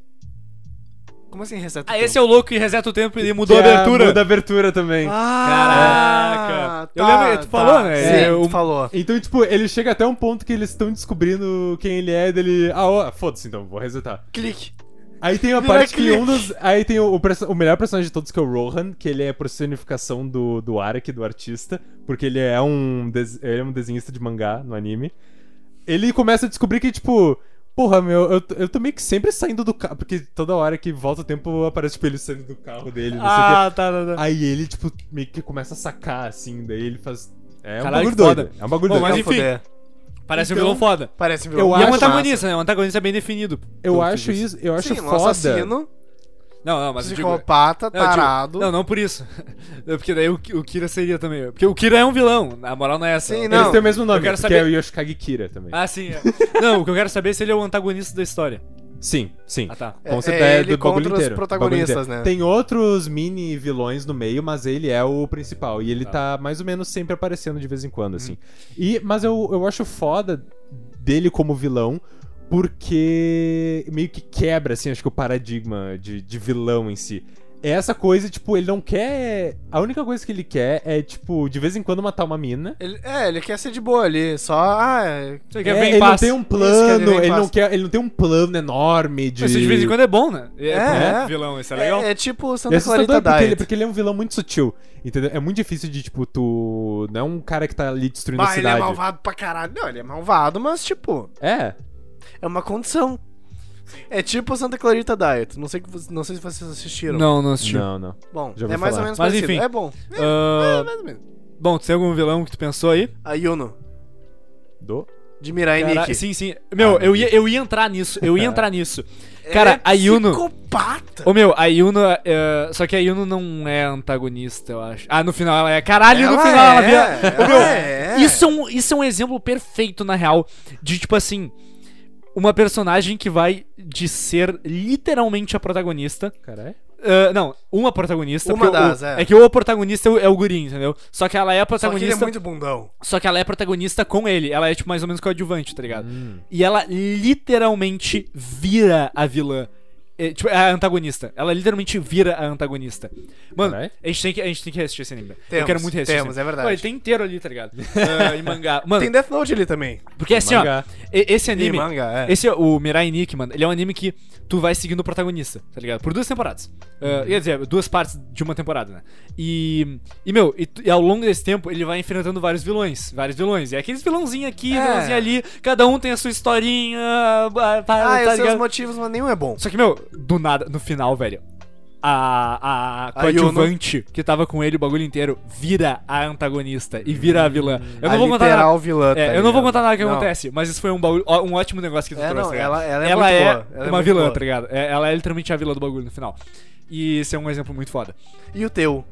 [SPEAKER 2] Como assim, reseta
[SPEAKER 1] Ah, esse é o louco que reseta o tempo e mudou a
[SPEAKER 3] Que é-
[SPEAKER 1] abertura.
[SPEAKER 3] Muda a abertura também.
[SPEAKER 1] Caraca. Eu lembro- tu falou, né?
[SPEAKER 2] Ah, tá, Sim,
[SPEAKER 1] É, o-
[SPEAKER 2] tu falou.
[SPEAKER 3] Então, tipo, ele chega até um ponto que eles estão descobrindo quem ele é, dele. Ah, ó, foda-se então, vou resetar.
[SPEAKER 2] Clique.
[SPEAKER 3] Aí tem a
[SPEAKER 2] Vira
[SPEAKER 3] parte que
[SPEAKER 2] clique.
[SPEAKER 3] um dos. Aí tem o, o perso- o melhor personagem de todos, que é o Rohan, que ele é a personificação do, do Araki, do artista, porque ele é um. des- Ele é um desenhista de mangá no anime. Ele começa a descobrir que, tipo. Porra, meu, eu, t- eu tô meio que sempre saindo do carro. Porque toda hora que volta o tempo aparece, tipo, ele saindo do carro dele, não sei o quê.
[SPEAKER 1] Ah, tá, tá, tá.
[SPEAKER 3] Aí ele, tipo, meio que começa a sacar, assim, daí ele faz. É um
[SPEAKER 1] Caralho,
[SPEAKER 3] bagulho
[SPEAKER 1] que foda.
[SPEAKER 3] doido. É um bagulho
[SPEAKER 1] Bom,
[SPEAKER 3] doido.
[SPEAKER 1] mas
[SPEAKER 2] Não
[SPEAKER 1] enfim.
[SPEAKER 2] foder.
[SPEAKER 1] Parece um
[SPEAKER 3] Então-
[SPEAKER 1] vilão foda.
[SPEAKER 2] Parece um
[SPEAKER 3] Eu
[SPEAKER 2] vilão.
[SPEAKER 1] E é um
[SPEAKER 3] acho
[SPEAKER 1] antagonista, né? Um antagonista bem definido.
[SPEAKER 3] Eu
[SPEAKER 1] pelo que
[SPEAKER 3] acho
[SPEAKER 1] tu disse.
[SPEAKER 3] isso, eu acho
[SPEAKER 2] Sim, um
[SPEAKER 3] foda.
[SPEAKER 2] assassino,
[SPEAKER 1] Não, não, mas eu digo...
[SPEAKER 2] psicopata,
[SPEAKER 1] Não, eu digo-
[SPEAKER 2] tarado.
[SPEAKER 1] Não, não por isso. É Porque daí o, Ki- o Kira seria também. Porque o Kira é um vilão. A moral não é essa.
[SPEAKER 2] Sim,
[SPEAKER 1] Ele-
[SPEAKER 2] não.
[SPEAKER 3] Eles têm o mesmo nome,
[SPEAKER 1] Eu quero
[SPEAKER 3] que
[SPEAKER 1] saber-
[SPEAKER 3] é o Yoshikage Kira também.
[SPEAKER 1] Ah, sim. é. não, o que eu quero saber é se ele é o antagonista da história.
[SPEAKER 3] Sim, sim.
[SPEAKER 1] Ah, tá.
[SPEAKER 3] Com
[SPEAKER 2] É-
[SPEAKER 3] certeza,
[SPEAKER 2] é
[SPEAKER 3] é
[SPEAKER 2] ele
[SPEAKER 3] do bagulho
[SPEAKER 2] contra os
[SPEAKER 3] inteiro.
[SPEAKER 2] protagonistas,
[SPEAKER 3] bagulho inteiro.
[SPEAKER 2] né?
[SPEAKER 3] Tem outros mini vilões no meio, mas ele é o principal. E ele
[SPEAKER 2] Ah.
[SPEAKER 3] tá mais ou menos sempre aparecendo de vez em quando,
[SPEAKER 2] Uhum.
[SPEAKER 3] assim. E, mas eu, eu acho foda dele como vilão, porque meio que quebra, assim, acho que o paradigma de, de vilão em si. É essa coisa, tipo, ele não quer. A única coisa que ele quer é, tipo, de vez em quando matar uma mina.
[SPEAKER 2] Ele- é, ele quer ser de boa ali, só... Ah, é-
[SPEAKER 1] Você
[SPEAKER 3] É,
[SPEAKER 1] quer bem
[SPEAKER 3] ele não
[SPEAKER 1] paz.
[SPEAKER 3] tem um
[SPEAKER 2] Isso, quer
[SPEAKER 3] plano,
[SPEAKER 2] viver em
[SPEAKER 3] ele
[SPEAKER 2] paz.
[SPEAKER 3] não, quer, ele não tem um plano enorme de.
[SPEAKER 1] Mas isso de vez em quando é bom, né? É,
[SPEAKER 2] É.
[SPEAKER 1] pro vilão, isso é legal.
[SPEAKER 2] é, é tipo
[SPEAKER 3] É
[SPEAKER 2] Santa
[SPEAKER 3] assustador
[SPEAKER 2] Clarita
[SPEAKER 3] porque ele,
[SPEAKER 2] Diet.
[SPEAKER 3] porque ele é um vilão muito sutil, entendeu? É muito difícil de, tipo, tu... Não é um cara que tá ali destruindo a
[SPEAKER 2] Mas ele é
[SPEAKER 3] cidade.
[SPEAKER 2] malvado pra caralho. Não, ele é malvado, mas tipo,
[SPEAKER 3] é,
[SPEAKER 2] é uma condição. É tipo Santa Clarita Diet. Não sei, que, vo- não sei se vocês assistiram.
[SPEAKER 1] Não, não assisti.
[SPEAKER 3] é. não, não.
[SPEAKER 2] Bom,
[SPEAKER 3] Já ouvi
[SPEAKER 2] é mais
[SPEAKER 3] falar.
[SPEAKER 2] ou menos
[SPEAKER 1] Mas
[SPEAKER 2] parecido.
[SPEAKER 1] enfim.
[SPEAKER 2] É bom.
[SPEAKER 1] Ah,
[SPEAKER 2] É, mais ou menos.
[SPEAKER 1] bom, tu tem algum vilão que tu pensou aí?
[SPEAKER 2] A Yuno,
[SPEAKER 3] Do?
[SPEAKER 2] de Mirai
[SPEAKER 1] Cara,
[SPEAKER 2] Nikki.
[SPEAKER 1] sim, sim. Meu,
[SPEAKER 3] Ah,
[SPEAKER 1] eu, ia, eu ia entrar nisso. Eu
[SPEAKER 2] Ah.
[SPEAKER 1] ia entrar nisso.
[SPEAKER 2] Ela
[SPEAKER 1] Cara,
[SPEAKER 2] é
[SPEAKER 1] a Yuno.
[SPEAKER 2] Psicopata.
[SPEAKER 1] Ô meu, a Yuno. é, só que a Yuno não é antagonista, eu acho. Ah, no final ela é. Caralho, no final ela vira.
[SPEAKER 2] é, ela é.
[SPEAKER 1] Isso, é um, isso é um exemplo perfeito, na real, de tipo assim. Uma personagem que vai de ser literalmente a protagonista
[SPEAKER 3] Caralho.
[SPEAKER 1] eh, Ah, não, uma protagonista.
[SPEAKER 2] Uma
[SPEAKER 1] porque o-
[SPEAKER 2] das,
[SPEAKER 1] o-
[SPEAKER 2] é.
[SPEAKER 1] que o protagonista é o- é o Gurinho, entendeu? Só que ela é a
[SPEAKER 2] Só que ele é
[SPEAKER 1] protagonista. Só que,
[SPEAKER 2] muito bundão.
[SPEAKER 1] ela é protagonista com ele. Ela é, tipo, mais ou menos coadjuvante, tá ligado? E ela literalmente vira a vilã. É, tipo, a antagonista. Ela literalmente vira a antagonista. Mano,
[SPEAKER 3] Caralho.
[SPEAKER 1] a gente, tem que, a gente tem que assistir esse anime. Eu
[SPEAKER 2] Temos,
[SPEAKER 1] quero muito assistir.
[SPEAKER 2] temos,
[SPEAKER 1] esse anime.
[SPEAKER 2] é verdade.
[SPEAKER 1] Pô, ele tem inteiro ali, tá ligado? Ah, em mangá. Mano,
[SPEAKER 2] Tem Death Note ali também.
[SPEAKER 1] porque assim,
[SPEAKER 3] mangá.
[SPEAKER 1] ó, e- esse anime.
[SPEAKER 2] E mangá, é.
[SPEAKER 1] Esse, o Mirai Nikki, mano, ele é um anime que tu vai seguindo o protagonista, tá ligado? Por duas temporadas. Ah,
[SPEAKER 2] Uhum.
[SPEAKER 1] Quer dizer, duas partes de uma temporada, né? E. E, meu, e, tu- e ao longo desse tempo ele vai enfrentando vários vilões. Vários vilões. E aqueles vilãozinhos aqui,
[SPEAKER 2] É.
[SPEAKER 1] vilãozinho ali, cada um tem a sua historinha. Ah, ah,
[SPEAKER 2] Ah, eu
[SPEAKER 1] tá
[SPEAKER 2] sei os
[SPEAKER 1] ligado?
[SPEAKER 2] motivos, mas nenhum é bom.
[SPEAKER 1] Só que, meu, do nada, no final, velho. A, a
[SPEAKER 2] A Yuno.
[SPEAKER 1] coadjuvante que tava com ele o bagulho inteiro vira a antagonista e vira a vilã. Eu não
[SPEAKER 2] a
[SPEAKER 1] vou contar nada.
[SPEAKER 2] literal vilã, tá
[SPEAKER 1] É, eu não vou
[SPEAKER 2] ligado?
[SPEAKER 1] contar nada que
[SPEAKER 2] Não.
[SPEAKER 1] acontece, mas isso foi um, baú- ó, um ótimo negócio que tu
[SPEAKER 2] É,
[SPEAKER 1] trouxe.
[SPEAKER 2] não,
[SPEAKER 1] tá ligado?
[SPEAKER 2] ela- ela é muito boa, ela é
[SPEAKER 1] uma
[SPEAKER 2] muito
[SPEAKER 1] vilã,
[SPEAKER 2] boa.
[SPEAKER 1] tá ligado? É, ela é literalmente a vilã do bagulho no final. E esse é um exemplo muito foda.
[SPEAKER 2] E o teu?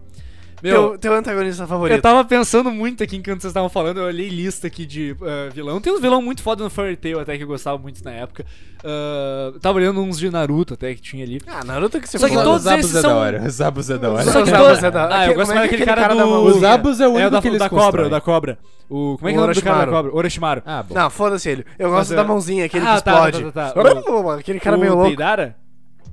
[SPEAKER 1] Meu,
[SPEAKER 2] teu? Teu antagonista favorito.
[SPEAKER 1] eu tava pensando muito aqui enquanto vocês estavam falando, eu olhei lista aqui de ah, vilão. Tem uns vilão muito foda no Fairy Tail até que eu gostava muito na época. Ah, tava olhando uns de Naruto até que tinha ali.
[SPEAKER 2] Ah, Naruto que se
[SPEAKER 1] Só que
[SPEAKER 2] foda.
[SPEAKER 1] todos
[SPEAKER 3] Os Abus
[SPEAKER 1] esses
[SPEAKER 3] é
[SPEAKER 1] são-
[SPEAKER 3] da hora. Os Abus é da hora.
[SPEAKER 1] Só que
[SPEAKER 2] Os
[SPEAKER 1] todo-
[SPEAKER 2] Abus é da-
[SPEAKER 1] Ah, eu
[SPEAKER 2] aquele-
[SPEAKER 1] gosto
[SPEAKER 2] como é
[SPEAKER 1] mais
[SPEAKER 2] que
[SPEAKER 1] daquele
[SPEAKER 2] aquele
[SPEAKER 1] cara,
[SPEAKER 2] cara da
[SPEAKER 1] do...
[SPEAKER 2] mãozinha?
[SPEAKER 3] Os Abus é o único
[SPEAKER 1] da,
[SPEAKER 3] que eles
[SPEAKER 1] da cobra,
[SPEAKER 3] constroem.
[SPEAKER 1] da cobra. O... Como é que é o nome do cara da
[SPEAKER 2] Orochimaru.
[SPEAKER 1] cobra? Orochimaru.
[SPEAKER 3] Ah, bom.
[SPEAKER 2] Não, foda-se ele. Eu
[SPEAKER 1] Mas
[SPEAKER 2] gosto da
[SPEAKER 1] eu-
[SPEAKER 2] mãozinha, aquele
[SPEAKER 1] Ah, tá,
[SPEAKER 2] que
[SPEAKER 1] tá,
[SPEAKER 2] explode.
[SPEAKER 1] tá, tá, tá.
[SPEAKER 2] Mano, aquele cara
[SPEAKER 1] o
[SPEAKER 2] meio louco.
[SPEAKER 1] Deidara?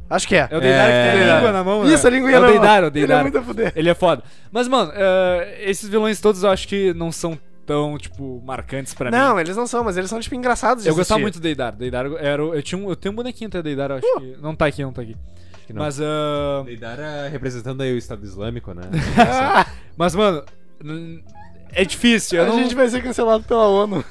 [SPEAKER 2] Acho que é.
[SPEAKER 1] É o Deidara que tem a
[SPEAKER 3] É.
[SPEAKER 1] língua na mão, né?
[SPEAKER 2] Isso, a linguinha
[SPEAKER 1] é o
[SPEAKER 2] na mão.
[SPEAKER 1] Deidara, o
[SPEAKER 2] Ele é
[SPEAKER 1] Deidara.
[SPEAKER 2] muito a fuder.
[SPEAKER 1] Ele é foda. Mas, mano, eh, esses vilões todos eu acho que não são tão, tipo, marcantes pra mim.
[SPEAKER 2] Não, eles não são, mas eles são, tipo, engraçados de
[SPEAKER 1] Eu gostava
[SPEAKER 2] assistir.
[SPEAKER 1] muito do Deidara. Deidara era o- eu, tinha um, eu tenho um bonequinho até Deidara, eu acho
[SPEAKER 2] Uh!
[SPEAKER 1] que. Não tá aqui, não tá aqui.
[SPEAKER 3] que não.
[SPEAKER 1] Mas, ah,
[SPEAKER 3] Deidara eh, representando aí o Estado Islâmico, né?
[SPEAKER 1] mas, mano, n- é difícil. Eu
[SPEAKER 2] A
[SPEAKER 1] não,
[SPEAKER 2] gente vai ser cancelado pela ONU.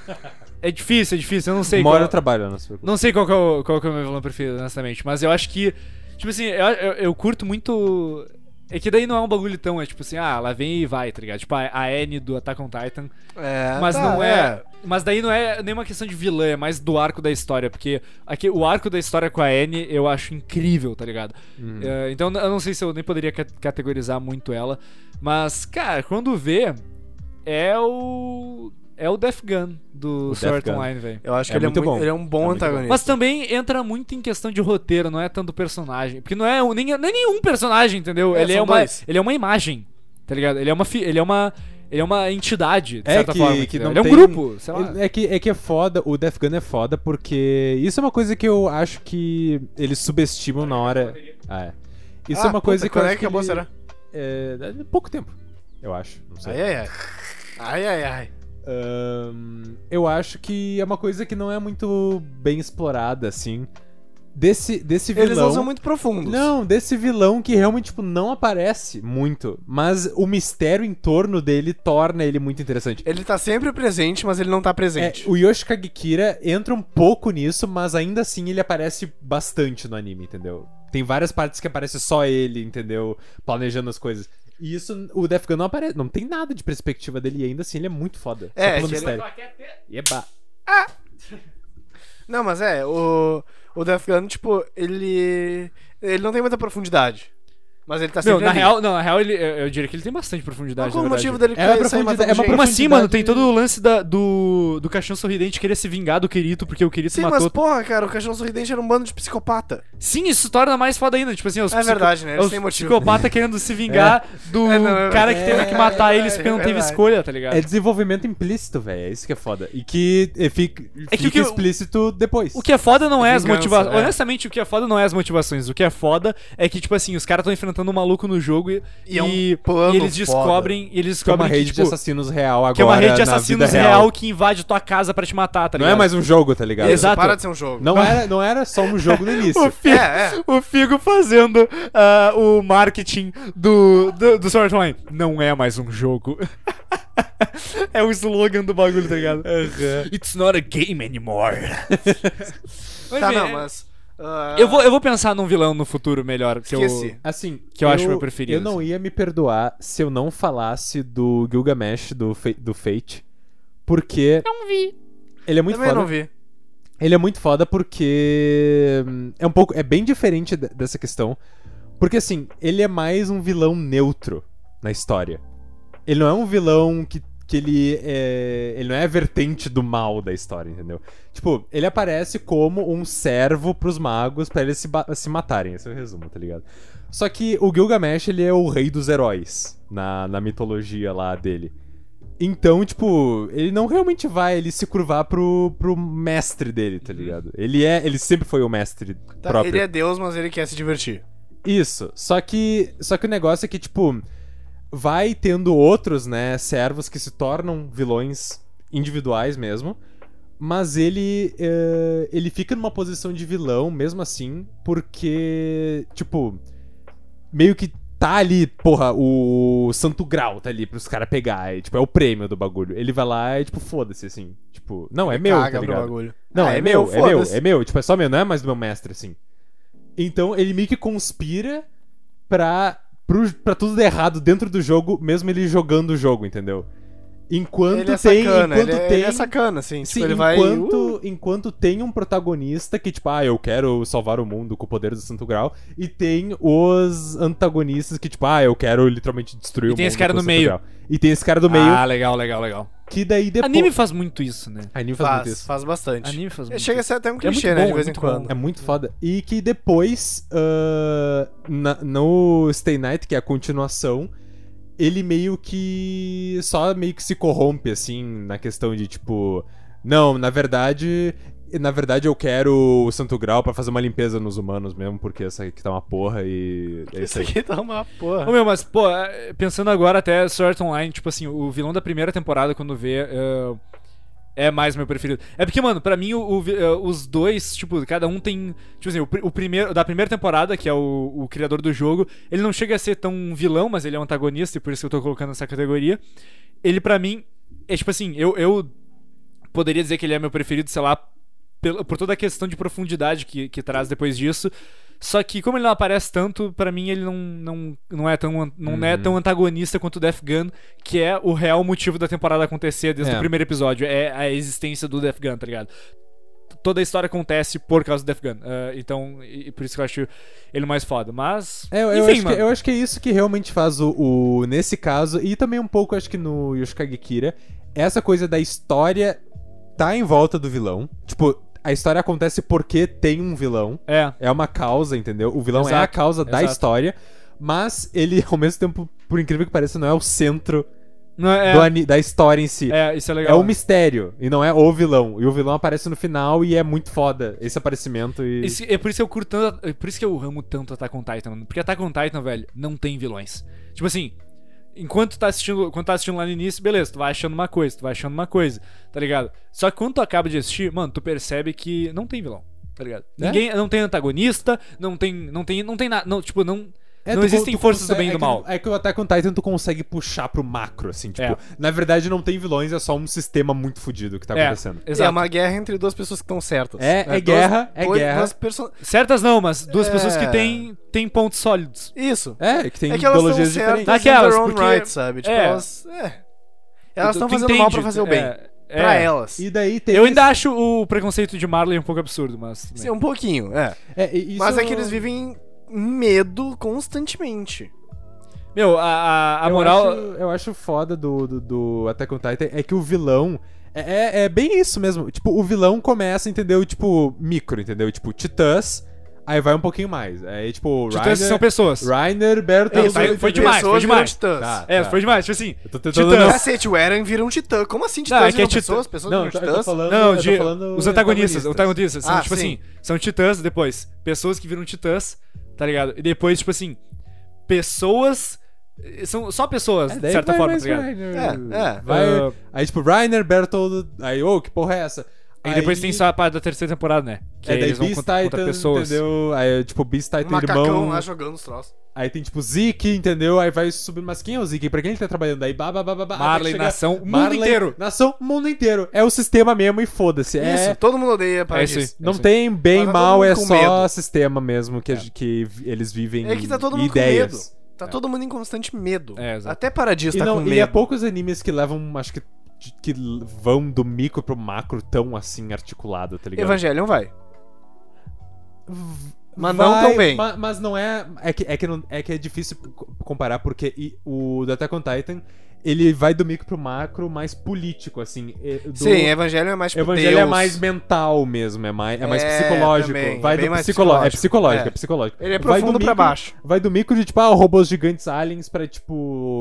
[SPEAKER 1] É difícil, é difícil. Eu não sei.
[SPEAKER 3] Mora
[SPEAKER 1] qual-
[SPEAKER 3] eu trabalho, não se preocupe.
[SPEAKER 1] Não sei qual que, é o, qual que é o meu vilão preferido, honestamente. Mas eu acho que. Tipo assim, eu, eu, eu curto muito. É que daí não é um bagulho tão. É tipo assim, ah, ela vem e vai, tá ligado? Tipo a, a Anne do Attack on Titan.
[SPEAKER 3] Ah,
[SPEAKER 2] É,
[SPEAKER 1] Mas
[SPEAKER 2] tá,
[SPEAKER 1] não é, Mas daí não é nenhuma questão de vilã, é mais do arco da história. Porque aqui, o arco da história com a Anne eu acho incrível, tá ligado?
[SPEAKER 3] Uhum.
[SPEAKER 1] É, então eu não sei se eu nem poderia ca- categorizar muito ela. Mas, cara, quando vê, é o. É o Death Gun do
[SPEAKER 3] O
[SPEAKER 1] Sword Art
[SPEAKER 3] Death Gun.
[SPEAKER 1] Online, velho.
[SPEAKER 2] Eu acho que
[SPEAKER 3] É
[SPEAKER 2] ele,
[SPEAKER 3] muito
[SPEAKER 2] é muito,
[SPEAKER 3] bom.
[SPEAKER 2] ele é um bom
[SPEAKER 3] muito bom.
[SPEAKER 2] antagonista.
[SPEAKER 1] Mas também entra muito em questão de roteiro, não é tanto personagem. Porque não é um- nem, nem nenhum personagem, entendeu?
[SPEAKER 2] É,
[SPEAKER 1] ele, é
[SPEAKER 2] são
[SPEAKER 1] uma,
[SPEAKER 2] dois.
[SPEAKER 1] ele é uma imagem, tá ligado? Ele é uma, fi- ele é uma, ele é uma entidade, de
[SPEAKER 3] É
[SPEAKER 1] certa
[SPEAKER 3] que,
[SPEAKER 1] forma.
[SPEAKER 3] que
[SPEAKER 1] entendeu?
[SPEAKER 3] não
[SPEAKER 1] ele é um
[SPEAKER 3] tem-
[SPEAKER 1] grupo, sei lá.
[SPEAKER 3] É que, é que é foda, o Death Gun é foda porque isso é uma coisa que eu acho que eles subestimam na hora. Ah, é. Isso
[SPEAKER 2] Ah,
[SPEAKER 3] é uma coisa
[SPEAKER 2] puta,
[SPEAKER 3] que eu
[SPEAKER 2] quando é
[SPEAKER 3] acho
[SPEAKER 2] que acabou,
[SPEAKER 3] ele-
[SPEAKER 2] será? é
[SPEAKER 3] É, é pouco tempo, eu acho. Não sei.
[SPEAKER 2] Ai, ai, ai. Ai, ai, ai.
[SPEAKER 3] Ahn, eu acho que é uma coisa que não é muito bem explorada, assim. Desse, desse vilão.
[SPEAKER 2] Eles não são muito profundos.
[SPEAKER 3] Não, desse vilão que realmente tipo, não aparece muito. Mas o mistério em torno dele torna ele muito interessante.
[SPEAKER 2] Ele tá sempre presente, mas ele não tá
[SPEAKER 3] É,
[SPEAKER 2] presente.
[SPEAKER 3] o Yoshikagekira entra um pouco nisso, mas ainda assim ele aparece bastante no anime, entendeu? Tem várias partes que aparece só ele, entendeu? Planejando as coisas. E isso, o Death Gun não aparece. Não tem nada de perspectiva dele e ainda assim ele é muito foda.
[SPEAKER 2] É,
[SPEAKER 3] só pelo
[SPEAKER 2] que ele-
[SPEAKER 3] mistério. Eba.
[SPEAKER 2] Não, mas é, o, o Death Gun, tipo, ele. Ele não tem muita profundidade. Mas ele tá sempre.
[SPEAKER 1] Meu, na
[SPEAKER 2] ali.
[SPEAKER 1] real, não, na real ele, eu, eu diria que ele tem bastante
[SPEAKER 2] Mas
[SPEAKER 1] profundidade,
[SPEAKER 2] qual
[SPEAKER 1] na
[SPEAKER 2] o
[SPEAKER 1] verdade.
[SPEAKER 2] motivo dele
[SPEAKER 3] É uma
[SPEAKER 2] cair- sair
[SPEAKER 3] profundidade-
[SPEAKER 2] matando
[SPEAKER 3] é
[SPEAKER 2] gente?
[SPEAKER 3] uma
[SPEAKER 1] Como
[SPEAKER 3] profundidade-
[SPEAKER 1] assim, mano? Tem todo o lance da- do, do cachorro sorridente querer se vingar do Kirito porque o Kirito
[SPEAKER 2] Sim,
[SPEAKER 1] matou.
[SPEAKER 2] mas porra, cara, o cachorro sorridente era um bando de psicopata.
[SPEAKER 1] Sim, isso torna mais foda ainda. Tipo assim, os
[SPEAKER 2] É
[SPEAKER 1] psico-
[SPEAKER 2] verdade, né? Eles
[SPEAKER 1] os
[SPEAKER 2] têm motivo.
[SPEAKER 1] psicopata querendo se vingar do
[SPEAKER 2] É, não, é
[SPEAKER 1] cara que
[SPEAKER 2] verdade.
[SPEAKER 1] teve que matar
[SPEAKER 2] É,
[SPEAKER 1] eles porque
[SPEAKER 2] é
[SPEAKER 1] não teve
[SPEAKER 2] verdade.
[SPEAKER 1] escolha, tá ligado?
[SPEAKER 3] É desenvolvimento implícito, velho. É isso que é foda. E que é, fica,
[SPEAKER 1] É que o
[SPEAKER 3] fica
[SPEAKER 1] que eu-
[SPEAKER 3] explícito depois.
[SPEAKER 1] O que é foda não é as
[SPEAKER 2] Vingança,
[SPEAKER 1] motivações.
[SPEAKER 2] é.
[SPEAKER 1] Honestamente, o que é foda não é as motivações. O que é foda é que, tipo assim, os caras estão enfrentando um maluco no jogo e,
[SPEAKER 2] E é um
[SPEAKER 1] e-
[SPEAKER 2] plano
[SPEAKER 1] e eles
[SPEAKER 2] foda.
[SPEAKER 1] descobrem, e eles
[SPEAKER 3] Que é uma
[SPEAKER 1] descobrem
[SPEAKER 3] rede
[SPEAKER 1] que,
[SPEAKER 3] de
[SPEAKER 1] tipo,
[SPEAKER 3] assassinos real agora.
[SPEAKER 1] que é uma rede de
[SPEAKER 3] na
[SPEAKER 1] assassinos
[SPEAKER 3] vida
[SPEAKER 1] real.
[SPEAKER 3] real.
[SPEAKER 1] que invade tua casa pra te matar, tá
[SPEAKER 3] Não
[SPEAKER 1] ligado?
[SPEAKER 3] é mais um jogo, tá ligado?
[SPEAKER 1] Exato.
[SPEAKER 2] Para de ser um jogo.
[SPEAKER 3] Não era, não era só um jogo no início.
[SPEAKER 1] Figo,
[SPEAKER 2] É, é.
[SPEAKER 1] O Figo fazendo ah, o marketing do, do, do Sword Online. Não é mais um jogo. é o slogan do bagulho, tá ligado? It's not a game anymore.
[SPEAKER 2] Tá,
[SPEAKER 1] Enfim,
[SPEAKER 2] não,
[SPEAKER 1] é-
[SPEAKER 2] mas. ah,
[SPEAKER 1] Eu vou, eu vou pensar num vilão no futuro melhor. Que
[SPEAKER 2] Esqueci.
[SPEAKER 1] Eu...
[SPEAKER 3] Assim,
[SPEAKER 1] Que eu acho meu preferido, assim.
[SPEAKER 3] Eu não ia me perdoar se eu não falasse do Gilgamesh do, Fa- do Fate, porque
[SPEAKER 1] Não vi.
[SPEAKER 3] ele é muito
[SPEAKER 2] Também
[SPEAKER 3] foda.
[SPEAKER 2] não vi.
[SPEAKER 3] Ele é muito foda porque hum, é um pouco, é bem diferente de- dessa questão, porque assim, ele é mais um vilão neutro na história. Ele não é um vilão que que ele, é, ele não é a vertente do mal da história, entendeu? Tipo, ele aparece como um servo pros magos pra eles se, ba- se matarem. Esse é o resumo, tá ligado? Só que o Gilgamesh, ele é o rei dos heróis na, na mitologia lá dele. Então, tipo, ele não realmente vai ele se curvar pro, pro mestre dele, tá ligado? Ele é, ele sempre foi o mestre
[SPEAKER 2] Uhum. Tá,
[SPEAKER 3] próprio.
[SPEAKER 2] Ele é Deus, mas ele quer se divertir.
[SPEAKER 3] Isso. Só que, só que o negócio é que, tipo, vai tendo outros, né, servos que se tornam vilões individuais mesmo. Mas ele, eh, ele fica numa posição de vilão mesmo assim, porque, tipo, meio que tá ali, porra, o Santo Grau tá ali pros caras pegar. e, tipo, é o prêmio do bagulho. Ele vai lá e, tipo, foda-se, assim. Tipo, não, é meu,
[SPEAKER 2] Caga
[SPEAKER 3] tá
[SPEAKER 2] pro
[SPEAKER 3] ligado?
[SPEAKER 2] bagulho.
[SPEAKER 3] Não,
[SPEAKER 2] Ah,
[SPEAKER 3] é, meu, é meu,
[SPEAKER 2] foda-se.
[SPEAKER 3] é meu. Tipo, é só meu, não é mais do meu mestre, assim. Então ele meio que conspira pra, pro, pra tudo dar errado dentro do jogo, mesmo ele jogando o jogo, entendeu? Enquanto
[SPEAKER 2] Ele é
[SPEAKER 3] tem.
[SPEAKER 2] sacana,
[SPEAKER 3] enquanto
[SPEAKER 2] ele, é-
[SPEAKER 3] tem.
[SPEAKER 2] ele é sacana, assim.
[SPEAKER 3] Sim,
[SPEAKER 2] tipo, ele vai.
[SPEAKER 3] enquanto, enquanto tem um protagonista que, tipo, ah, eu quero salvar o mundo com o poder do Santo Grau, e tem os antagonistas que, tipo, ah, eu quero literalmente
[SPEAKER 1] E
[SPEAKER 3] destruir o mundo.
[SPEAKER 1] tem esse cara
[SPEAKER 3] com
[SPEAKER 1] no
[SPEAKER 3] o Santo
[SPEAKER 1] meio.
[SPEAKER 3] Graal." E tem esse cara do meio,
[SPEAKER 1] Ah, legal, legal, legal.
[SPEAKER 3] que daí depois.
[SPEAKER 1] Anime faz muito isso, né?
[SPEAKER 3] Anime faz, muito
[SPEAKER 2] Faz,
[SPEAKER 3] isso.
[SPEAKER 2] faz bastante.
[SPEAKER 1] Anime faz
[SPEAKER 2] É,
[SPEAKER 1] muito
[SPEAKER 2] Chega a
[SPEAKER 1] isso.
[SPEAKER 2] ser até um
[SPEAKER 1] muito
[SPEAKER 2] clichê, né?
[SPEAKER 1] bom,
[SPEAKER 2] De
[SPEAKER 1] é
[SPEAKER 2] vez em
[SPEAKER 1] muito
[SPEAKER 2] quando.
[SPEAKER 1] bom.
[SPEAKER 3] É muito foda. E que depois, ah, na- no Stay Night, que é a continuação, ele meio que. só meio que se corrompe, assim, na questão de tipo. Não, na verdade. Na verdade, eu quero o Santo Grau pra fazer uma limpeza nos humanos mesmo, porque essa aqui tá uma porra e. É isso
[SPEAKER 2] Isso
[SPEAKER 3] aí.
[SPEAKER 2] aqui tá uma
[SPEAKER 1] Ô,
[SPEAKER 2] porra.
[SPEAKER 1] meu, mas, pô, eh, pensando agora até Sword Art Online, tipo assim, o vilão da primeira temporada, quando vê. eh, é mais meu preferido. É porque, mano, pra mim, o- o vi- eh, os dois, tipo, cada um tem. Tipo assim, o, pri- o primeiro. Da primeira temporada, que é o, o criador do jogo, ele não chega a ser tão vilão, mas ele é um antagonista, e por isso que eu tô colocando nessa categoria. Ele, pra mim, é tipo assim, eu, eu poderia dizer que ele é meu preferido, sei lá, pela- por toda a questão de profundidade que, que traz depois disso. Só que como ele não aparece tanto, pra mim ele não, não, não, é tão, an- não é
[SPEAKER 3] Uhum.
[SPEAKER 1] tão antagonista quanto o Death Gun, que é o real motivo da temporada acontecer desde
[SPEAKER 3] É.
[SPEAKER 1] o primeiro episódio. É a existência do Death Gun, tá ligado? T- Toda a história acontece por causa do Death Gun. Ah, então, e, e por isso que eu acho ele mais foda. Mas.
[SPEAKER 3] É, eu, eu
[SPEAKER 1] enfim,
[SPEAKER 3] acho
[SPEAKER 1] mano.
[SPEAKER 3] que, eu acho que é isso que realmente faz o, o- Nesse caso, e também um pouco, acho que no Yoshikage Kira, essa coisa da história tá em volta do vilão. Tipo, a história acontece porque tem um vilão.
[SPEAKER 1] É.
[SPEAKER 3] É uma causa, entendeu? O vilão é a
[SPEAKER 1] Exato,
[SPEAKER 3] causa da
[SPEAKER 1] exato.
[SPEAKER 3] história. Mas ele, ao mesmo tempo, por incrível que pareça, não é o centro
[SPEAKER 1] Não, é,
[SPEAKER 3] do ani- da história em si.
[SPEAKER 1] é, isso é
[SPEAKER 3] É
[SPEAKER 1] legal.
[SPEAKER 3] um mistério, e não é o vilão. E o vilão aparece no final e é muito foda esse aparecimento. E...
[SPEAKER 1] Esse- é por isso que eu curto tanto, é por isso que eu amo tanto Attack on Titan, mano. Porque Attack on Titan, velho, não tem vilões. Tipo assim, enquanto tá assistindo, quando tá assistindo lá no início, beleza, tu vai achando uma coisa, tu vai achando uma coisa, tá ligado? Só que quando tu acaba de assistir, mano, tu percebe que não tem vilão, tá ligado?
[SPEAKER 3] É?
[SPEAKER 1] Ninguém, não tem antagonista, não tem, não tem, não tem nada, não, tipo, não
[SPEAKER 3] É,
[SPEAKER 1] não
[SPEAKER 3] tu
[SPEAKER 1] existem
[SPEAKER 3] con- tu
[SPEAKER 1] forças do
[SPEAKER 3] consegue-
[SPEAKER 1] bem e
[SPEAKER 3] é
[SPEAKER 1] do
[SPEAKER 3] que-
[SPEAKER 1] mal.
[SPEAKER 3] É que o Attack on Titan tu consegue puxar pro macro, assim, tipo,
[SPEAKER 1] É.
[SPEAKER 3] na verdade não tem vilões, é só um sistema muito fodido que tá
[SPEAKER 1] é,
[SPEAKER 3] acontecendo.
[SPEAKER 1] exato.
[SPEAKER 2] É uma guerra entre duas pessoas que estão certas.
[SPEAKER 3] É, é
[SPEAKER 2] duas-
[SPEAKER 3] guerra, é
[SPEAKER 2] dois-
[SPEAKER 3] guerra.
[SPEAKER 2] duas perso-
[SPEAKER 1] Certas não, mas duas
[SPEAKER 2] É.
[SPEAKER 1] pessoas que têm têm pontos sólidos.
[SPEAKER 2] Isso.
[SPEAKER 3] É, que tem
[SPEAKER 2] é que elas estão certas
[SPEAKER 3] ideologias diferentes.
[SPEAKER 1] Ah,
[SPEAKER 2] in
[SPEAKER 1] Naquelas,
[SPEAKER 2] their own
[SPEAKER 1] porque-
[SPEAKER 2] right, sabe? Tipo,
[SPEAKER 1] é.
[SPEAKER 2] elas... É. Elas
[SPEAKER 1] Tu-
[SPEAKER 2] estão
[SPEAKER 1] tu
[SPEAKER 2] fazendo mal pra
[SPEAKER 1] entende,
[SPEAKER 2] fazer o
[SPEAKER 1] é,
[SPEAKER 2] bem.
[SPEAKER 1] é.
[SPEAKER 2] Pra elas.
[SPEAKER 3] E daí tem
[SPEAKER 1] Eu ainda acho o preconceito de Marley um pouco absurdo, mas tudo bem.
[SPEAKER 2] Sim, um pouquinho, é.
[SPEAKER 3] É, e- isso-
[SPEAKER 2] Mas é que eles vivem em medo constantemente.
[SPEAKER 1] Meu, a, a, a
[SPEAKER 3] eu
[SPEAKER 1] moral.
[SPEAKER 3] Acho, eu acho foda do, do, do Attack on Titan é que o vilão. É, é- é bem isso mesmo. Tipo, o vilão começa, entendeu? Tipo, micro, entendeu? Tipo, Titãs, aí vai um pouquinho mais. Aí, tipo,
[SPEAKER 1] Titãs
[SPEAKER 3] Reiner,
[SPEAKER 1] são pessoas.
[SPEAKER 3] Reiner, Bertolt...
[SPEAKER 1] Isso, foi- foi demais, foi
[SPEAKER 2] Pessoas
[SPEAKER 1] demais.
[SPEAKER 2] viram titãs.
[SPEAKER 3] Tá.
[SPEAKER 1] É, foi demais. Tipo assim,
[SPEAKER 3] Eu tô tentando
[SPEAKER 1] Titãs.
[SPEAKER 3] não-
[SPEAKER 2] Cacete, o Eren vira um titã. Como assim titãs
[SPEAKER 1] Não, é que
[SPEAKER 2] viram
[SPEAKER 1] é titã-
[SPEAKER 2] pessoas? Pessoas
[SPEAKER 3] Não, eu
[SPEAKER 2] viram
[SPEAKER 3] tô, eu
[SPEAKER 2] titãs?
[SPEAKER 3] tô falando,
[SPEAKER 1] Não,
[SPEAKER 3] eu tô
[SPEAKER 1] de-
[SPEAKER 3] falando
[SPEAKER 1] os antagonistas. Os antagonistas são,
[SPEAKER 2] Ah,
[SPEAKER 1] tipo
[SPEAKER 2] sim.
[SPEAKER 1] assim, são titãs depois. Pessoas que viram titãs, tá ligado? E depois, tipo assim, pessoas. eh, São só
[SPEAKER 3] É,
[SPEAKER 1] pessoas, de certa forma, tá ligado?
[SPEAKER 2] É, é.
[SPEAKER 3] Vai,
[SPEAKER 1] Ah.
[SPEAKER 3] aí, tipo, Reiner, Bertold, aí, ô, que porra é essa?
[SPEAKER 1] E depois
[SPEAKER 3] Aí-
[SPEAKER 1] tem só a parte da terceira temporada, né? Que
[SPEAKER 3] é,
[SPEAKER 1] aí
[SPEAKER 3] daí
[SPEAKER 1] eles vão
[SPEAKER 3] Beast
[SPEAKER 1] contra, contra
[SPEAKER 3] Titan,
[SPEAKER 1] pessoas.
[SPEAKER 3] entendeu? Aí, tipo, Beast
[SPEAKER 2] Um
[SPEAKER 3] Titan,
[SPEAKER 2] macacão
[SPEAKER 3] irmão,
[SPEAKER 2] lá jogando os troços.
[SPEAKER 3] aí tem, tipo, Zeke, entendeu? Aí vai subindo, mas quem é o Zeke? Pra quem ele tá trabalhando? Aí, babá, babá, babá.
[SPEAKER 1] Marley, nação, mundo inteiro.
[SPEAKER 3] Nação, mundo inteiro. É o sistema mesmo e foda-se.
[SPEAKER 2] Isso,
[SPEAKER 3] É,
[SPEAKER 2] todo mundo odeia para
[SPEAKER 1] É
[SPEAKER 2] isso.
[SPEAKER 1] isso aí.
[SPEAKER 3] não
[SPEAKER 1] É isso aí. É.
[SPEAKER 3] tem bem,
[SPEAKER 2] Mas tá todo
[SPEAKER 3] mal,
[SPEAKER 2] mundo
[SPEAKER 3] é
[SPEAKER 2] com
[SPEAKER 3] só
[SPEAKER 2] medo.
[SPEAKER 3] sistema mesmo que, a gente- que vi- eles vivem
[SPEAKER 2] É que tá todo mundo
[SPEAKER 3] e ideias.
[SPEAKER 2] com medo. Tá todo mundo em constante medo.
[SPEAKER 1] É, exato.
[SPEAKER 2] Até Paradis
[SPEAKER 3] E,
[SPEAKER 2] tá
[SPEAKER 3] não,
[SPEAKER 2] com
[SPEAKER 3] e
[SPEAKER 2] medo.
[SPEAKER 3] é poucos animes que levam, acho que, de- que l- vão do micro pro macro tão assim articulado, tá ligado?
[SPEAKER 2] Evangelion vai. Mas
[SPEAKER 3] Vai,
[SPEAKER 2] não tão bem.
[SPEAKER 3] ma- Mas, não é. É que é, que não- é que é difícil c- comparar, porque e- o do Attack on Titan ele vai do micro pro macro mais político, assim. é, do-
[SPEAKER 2] Sim, Evangelho é mais tipo
[SPEAKER 3] Evangelho é
[SPEAKER 2] Deus.
[SPEAKER 3] mais mental mesmo, é mais, é mais
[SPEAKER 2] É,
[SPEAKER 3] psicológico.
[SPEAKER 2] também,
[SPEAKER 3] vai
[SPEAKER 2] é bem
[SPEAKER 3] do
[SPEAKER 2] mais
[SPEAKER 3] psicolo- É
[SPEAKER 2] psicológico.
[SPEAKER 3] psicológico, é,
[SPEAKER 2] É.
[SPEAKER 3] psicológico.
[SPEAKER 2] Ele é
[SPEAKER 3] Vai do
[SPEAKER 2] profundo pra
[SPEAKER 3] micro-
[SPEAKER 2] baixo.
[SPEAKER 3] Vai do micro de tipo, ah, robôs gigantes aliens pra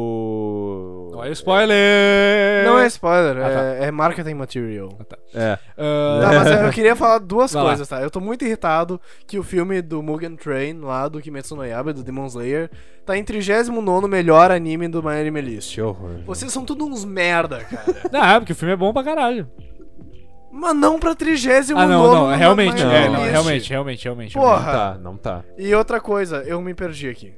[SPEAKER 3] tipo.
[SPEAKER 1] Olha o spoiler!
[SPEAKER 2] Não é spoiler,
[SPEAKER 1] Ah, tá.
[SPEAKER 2] é, é marketing material.
[SPEAKER 3] É.
[SPEAKER 1] Ah,
[SPEAKER 2] Não, Tá, mas eu queria falar duas
[SPEAKER 1] Vai lá.
[SPEAKER 2] coisas, tá? Eu tô muito irritado que o filme do Mugen Train, lá do Kimetsu no Yaiba, do Demon Slayer, tá em 39 melhor anime do My Anime List.
[SPEAKER 3] Que horror.
[SPEAKER 2] Vocês são tudo uns merda, cara.
[SPEAKER 1] Não, é, porque o filme é bom pra caralho.
[SPEAKER 2] mas não pra 39
[SPEAKER 1] Ah, não, não, realmente,
[SPEAKER 3] não,
[SPEAKER 1] é,
[SPEAKER 3] não,
[SPEAKER 1] não,
[SPEAKER 3] existe.
[SPEAKER 1] realmente, realmente, realmente.
[SPEAKER 3] Não
[SPEAKER 2] Porra.
[SPEAKER 3] tá, não tá.
[SPEAKER 2] E outra coisa, eu me perdi aqui.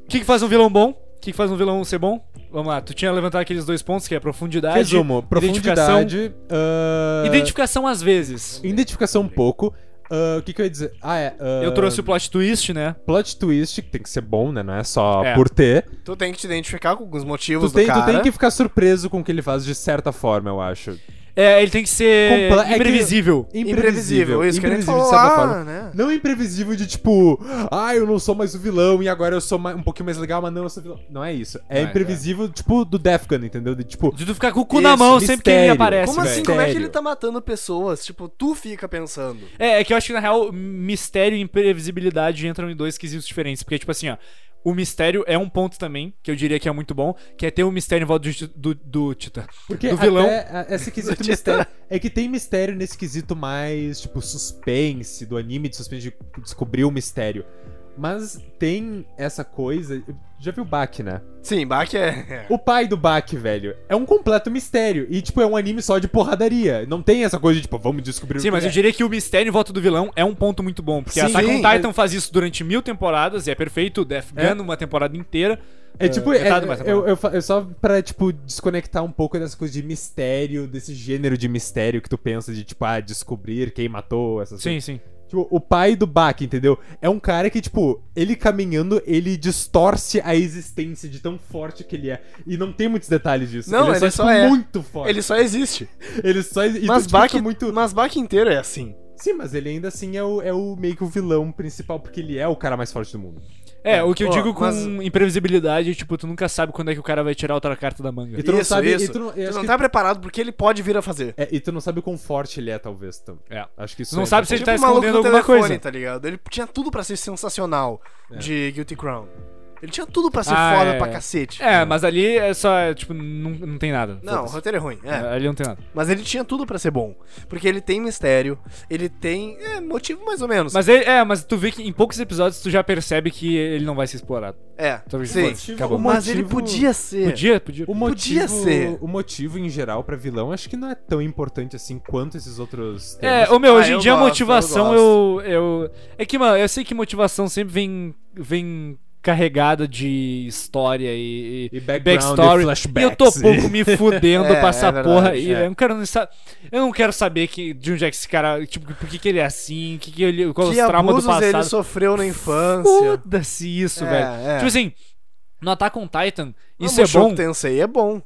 [SPEAKER 1] O que, que faz um vilão bom? O que, que faz um vilão ser bom? Vamos lá, tu tinha levantado aqueles dois pontos que é profundidade.
[SPEAKER 3] Resumo,
[SPEAKER 1] Identificação,
[SPEAKER 3] profundidade. ah,
[SPEAKER 1] identificação às vezes.
[SPEAKER 3] identificação um pouco. Ah, o que, que eu ia dizer? Ah, é. ah,
[SPEAKER 1] Eu trouxe o plot twist, né?
[SPEAKER 3] plot twist, que tem que ser bom, né? Não é só
[SPEAKER 1] É.
[SPEAKER 3] por ter.
[SPEAKER 2] Tu tem que te identificar com os
[SPEAKER 3] Tu
[SPEAKER 2] motivos
[SPEAKER 3] tem,
[SPEAKER 2] do
[SPEAKER 3] tu
[SPEAKER 2] cara.
[SPEAKER 3] tem que ficar surpreso com o que ele faz de certa forma, eu acho.
[SPEAKER 1] É, ele tem que ser
[SPEAKER 3] Comple- é que-
[SPEAKER 1] imprevisível.
[SPEAKER 2] Imprevisível, isso que a gente
[SPEAKER 3] Imprevisível, de
[SPEAKER 2] falou
[SPEAKER 3] certa
[SPEAKER 2] lá,
[SPEAKER 3] forma.
[SPEAKER 2] né?
[SPEAKER 3] Não imprevisível de tipo, ah, eu não sou mais o vilão e agora eu sou mais- um pouquinho mais legal, mas não, eu sou vilão. Não é isso. É
[SPEAKER 1] Não é,
[SPEAKER 3] imprevisível, tipo, do Death Gun, entendeu? De, tipo,
[SPEAKER 1] De tu ficar com o cu na
[SPEAKER 3] Isso,
[SPEAKER 1] mão sempre que ele
[SPEAKER 3] mistério.
[SPEAKER 1] aparece.
[SPEAKER 2] Como
[SPEAKER 1] velho.
[SPEAKER 2] assim? Como é que
[SPEAKER 3] Sério.
[SPEAKER 2] ele tá matando pessoas? Tipo, tu fica pensando.
[SPEAKER 1] É, é que eu acho que na real mistério e imprevisibilidade entram em dois quesitos diferentes. Porque, tipo assim, ó. O mistério é um ponto também, que eu diria que é muito bom, que é ter um mistério em volta do, ti- do, do Titã.
[SPEAKER 3] porque
[SPEAKER 1] do vilão.
[SPEAKER 3] até a- esse quesito mistério. É que tem mistério nesse quesito mais, tipo, suspense, do anime de suspense, de descobrir o mistério. Mas tem essa coisa. Já viu o Bach, né?
[SPEAKER 2] Sim, Bach é.
[SPEAKER 3] O pai do Bach, velho, é um completo mistério. E, tipo, é um anime só de porradaria. Não tem essa coisa de, tipo, vamos descobrir o
[SPEAKER 1] Sim,
[SPEAKER 3] que
[SPEAKER 1] mas
[SPEAKER 3] é.
[SPEAKER 1] eu diria que o mistério em volta do vilão é um ponto muito bom. Porque
[SPEAKER 2] Sim,
[SPEAKER 1] Attack on
[SPEAKER 2] sim,
[SPEAKER 1] Titan faz isso durante mil temporadas e é perfeito. Death Gun,
[SPEAKER 3] É.
[SPEAKER 1] uma temporada inteira.
[SPEAKER 3] É tipo,
[SPEAKER 1] É,
[SPEAKER 3] é-
[SPEAKER 1] metade mais,
[SPEAKER 3] eu, eu, fa- eu só pra, tipo, desconectar um pouco dessa coisa de mistério, desse gênero de mistério que tu pensa de, tipo, ah, descobrir quem matou, essas
[SPEAKER 1] Sim, sim.
[SPEAKER 3] Tipo, o pai do Bach, entendeu? É um cara que, tipo, ele caminhando, ele distorce a existência de tão forte que ele é. E não tem muitos detalhes disso.
[SPEAKER 2] Não,
[SPEAKER 3] ele é só,
[SPEAKER 2] ele
[SPEAKER 3] tipo,
[SPEAKER 2] só é.
[SPEAKER 3] muito forte. Ele,
[SPEAKER 2] Ele só existe.
[SPEAKER 3] só... e tu,
[SPEAKER 2] Mas
[SPEAKER 3] tipo,
[SPEAKER 2] Bach,
[SPEAKER 3] fica muito...
[SPEAKER 2] mas Bach inteiro é assim.
[SPEAKER 3] Sim, mas ele ainda assim é o, é o meio que o vilão principal, porque ele é o cara mais forte do mundo.
[SPEAKER 1] É, o que eu
[SPEAKER 2] Ó,
[SPEAKER 1] digo com
[SPEAKER 2] mas-
[SPEAKER 1] imprevisibilidade, tipo, tu nunca sabe quando é que o cara vai tirar outra carta da manga.
[SPEAKER 3] E tu não
[SPEAKER 2] Isso,
[SPEAKER 3] sabe... E
[SPEAKER 2] isso.
[SPEAKER 3] tu não, eu
[SPEAKER 2] Tu
[SPEAKER 3] acho
[SPEAKER 2] não
[SPEAKER 3] que-
[SPEAKER 2] tá preparado porque ele pode vir a fazer.
[SPEAKER 3] é, e tu não sabe o quão forte ele é, talvez. tam-
[SPEAKER 1] É.
[SPEAKER 3] Acho que isso
[SPEAKER 1] Tu não
[SPEAKER 3] é
[SPEAKER 1] sabe se ele
[SPEAKER 2] tipo
[SPEAKER 1] tá
[SPEAKER 2] o maluco
[SPEAKER 1] escondendo
[SPEAKER 2] do
[SPEAKER 1] alguma
[SPEAKER 2] telefone,
[SPEAKER 1] coisa.
[SPEAKER 2] tá ligado? Ele tinha tudo pra ser sensacional
[SPEAKER 3] É.
[SPEAKER 2] de Guilty Crown. Ele tinha tudo pra ser
[SPEAKER 1] Ah,
[SPEAKER 2] foda
[SPEAKER 1] é.
[SPEAKER 2] pra cacete.
[SPEAKER 1] É, mas ali é só, tipo, não, não tem nada.
[SPEAKER 2] Não, o
[SPEAKER 1] Foda-se.
[SPEAKER 2] roteiro é ruim, é.
[SPEAKER 1] Ali não tem nada.
[SPEAKER 2] Mas ele tinha tudo pra ser bom. Porque ele tem mistério, ele tem. É, motivo mais ou menos.
[SPEAKER 1] Mas ele- é, mas tu vê que em poucos episódios tu já percebe que ele não vai ser explorado.
[SPEAKER 2] é,
[SPEAKER 1] Então,
[SPEAKER 2] sim.
[SPEAKER 1] foda-se,
[SPEAKER 3] motivo-
[SPEAKER 1] acabou.
[SPEAKER 3] o
[SPEAKER 2] Mas ele
[SPEAKER 3] motivo-
[SPEAKER 2] podia ser.
[SPEAKER 1] Podia, podia.
[SPEAKER 3] O
[SPEAKER 2] Podia
[SPEAKER 3] motivo,
[SPEAKER 2] ser.
[SPEAKER 3] o motivo em geral pra vilão acho que não é tão importante assim quanto esses outros temas.
[SPEAKER 1] É, ô meu,
[SPEAKER 2] Ah,
[SPEAKER 1] hoje em
[SPEAKER 2] eu
[SPEAKER 1] dia a
[SPEAKER 2] gosto,
[SPEAKER 1] motivação eu,
[SPEAKER 2] eu
[SPEAKER 1] eu, É que, mano, eu sei que motivação sempre vem. vem carregada de história e,
[SPEAKER 3] E background,
[SPEAKER 1] backstory.
[SPEAKER 3] e
[SPEAKER 1] E
[SPEAKER 3] flashbacks.
[SPEAKER 1] eu tô pouco me fudendo
[SPEAKER 2] É,
[SPEAKER 1] pra essa
[SPEAKER 2] é verdade,
[SPEAKER 1] porra aí.
[SPEAKER 2] é.
[SPEAKER 1] Eu, não quero, nem sa- eu não quero saber que, de onde é que esse cara. Tipo, por que, que ele é assim? Que que ele, qual os
[SPEAKER 2] que
[SPEAKER 1] traumas do
[SPEAKER 2] abusos
[SPEAKER 1] passado?
[SPEAKER 2] ele sofreu na infância.
[SPEAKER 1] Foda-se isso,
[SPEAKER 2] É,
[SPEAKER 1] velho.
[SPEAKER 2] é.
[SPEAKER 1] Tipo assim, no Attack on Titan, isso
[SPEAKER 2] Ah,
[SPEAKER 1] é
[SPEAKER 2] Mushoku
[SPEAKER 1] bom.
[SPEAKER 2] Tensei é bom.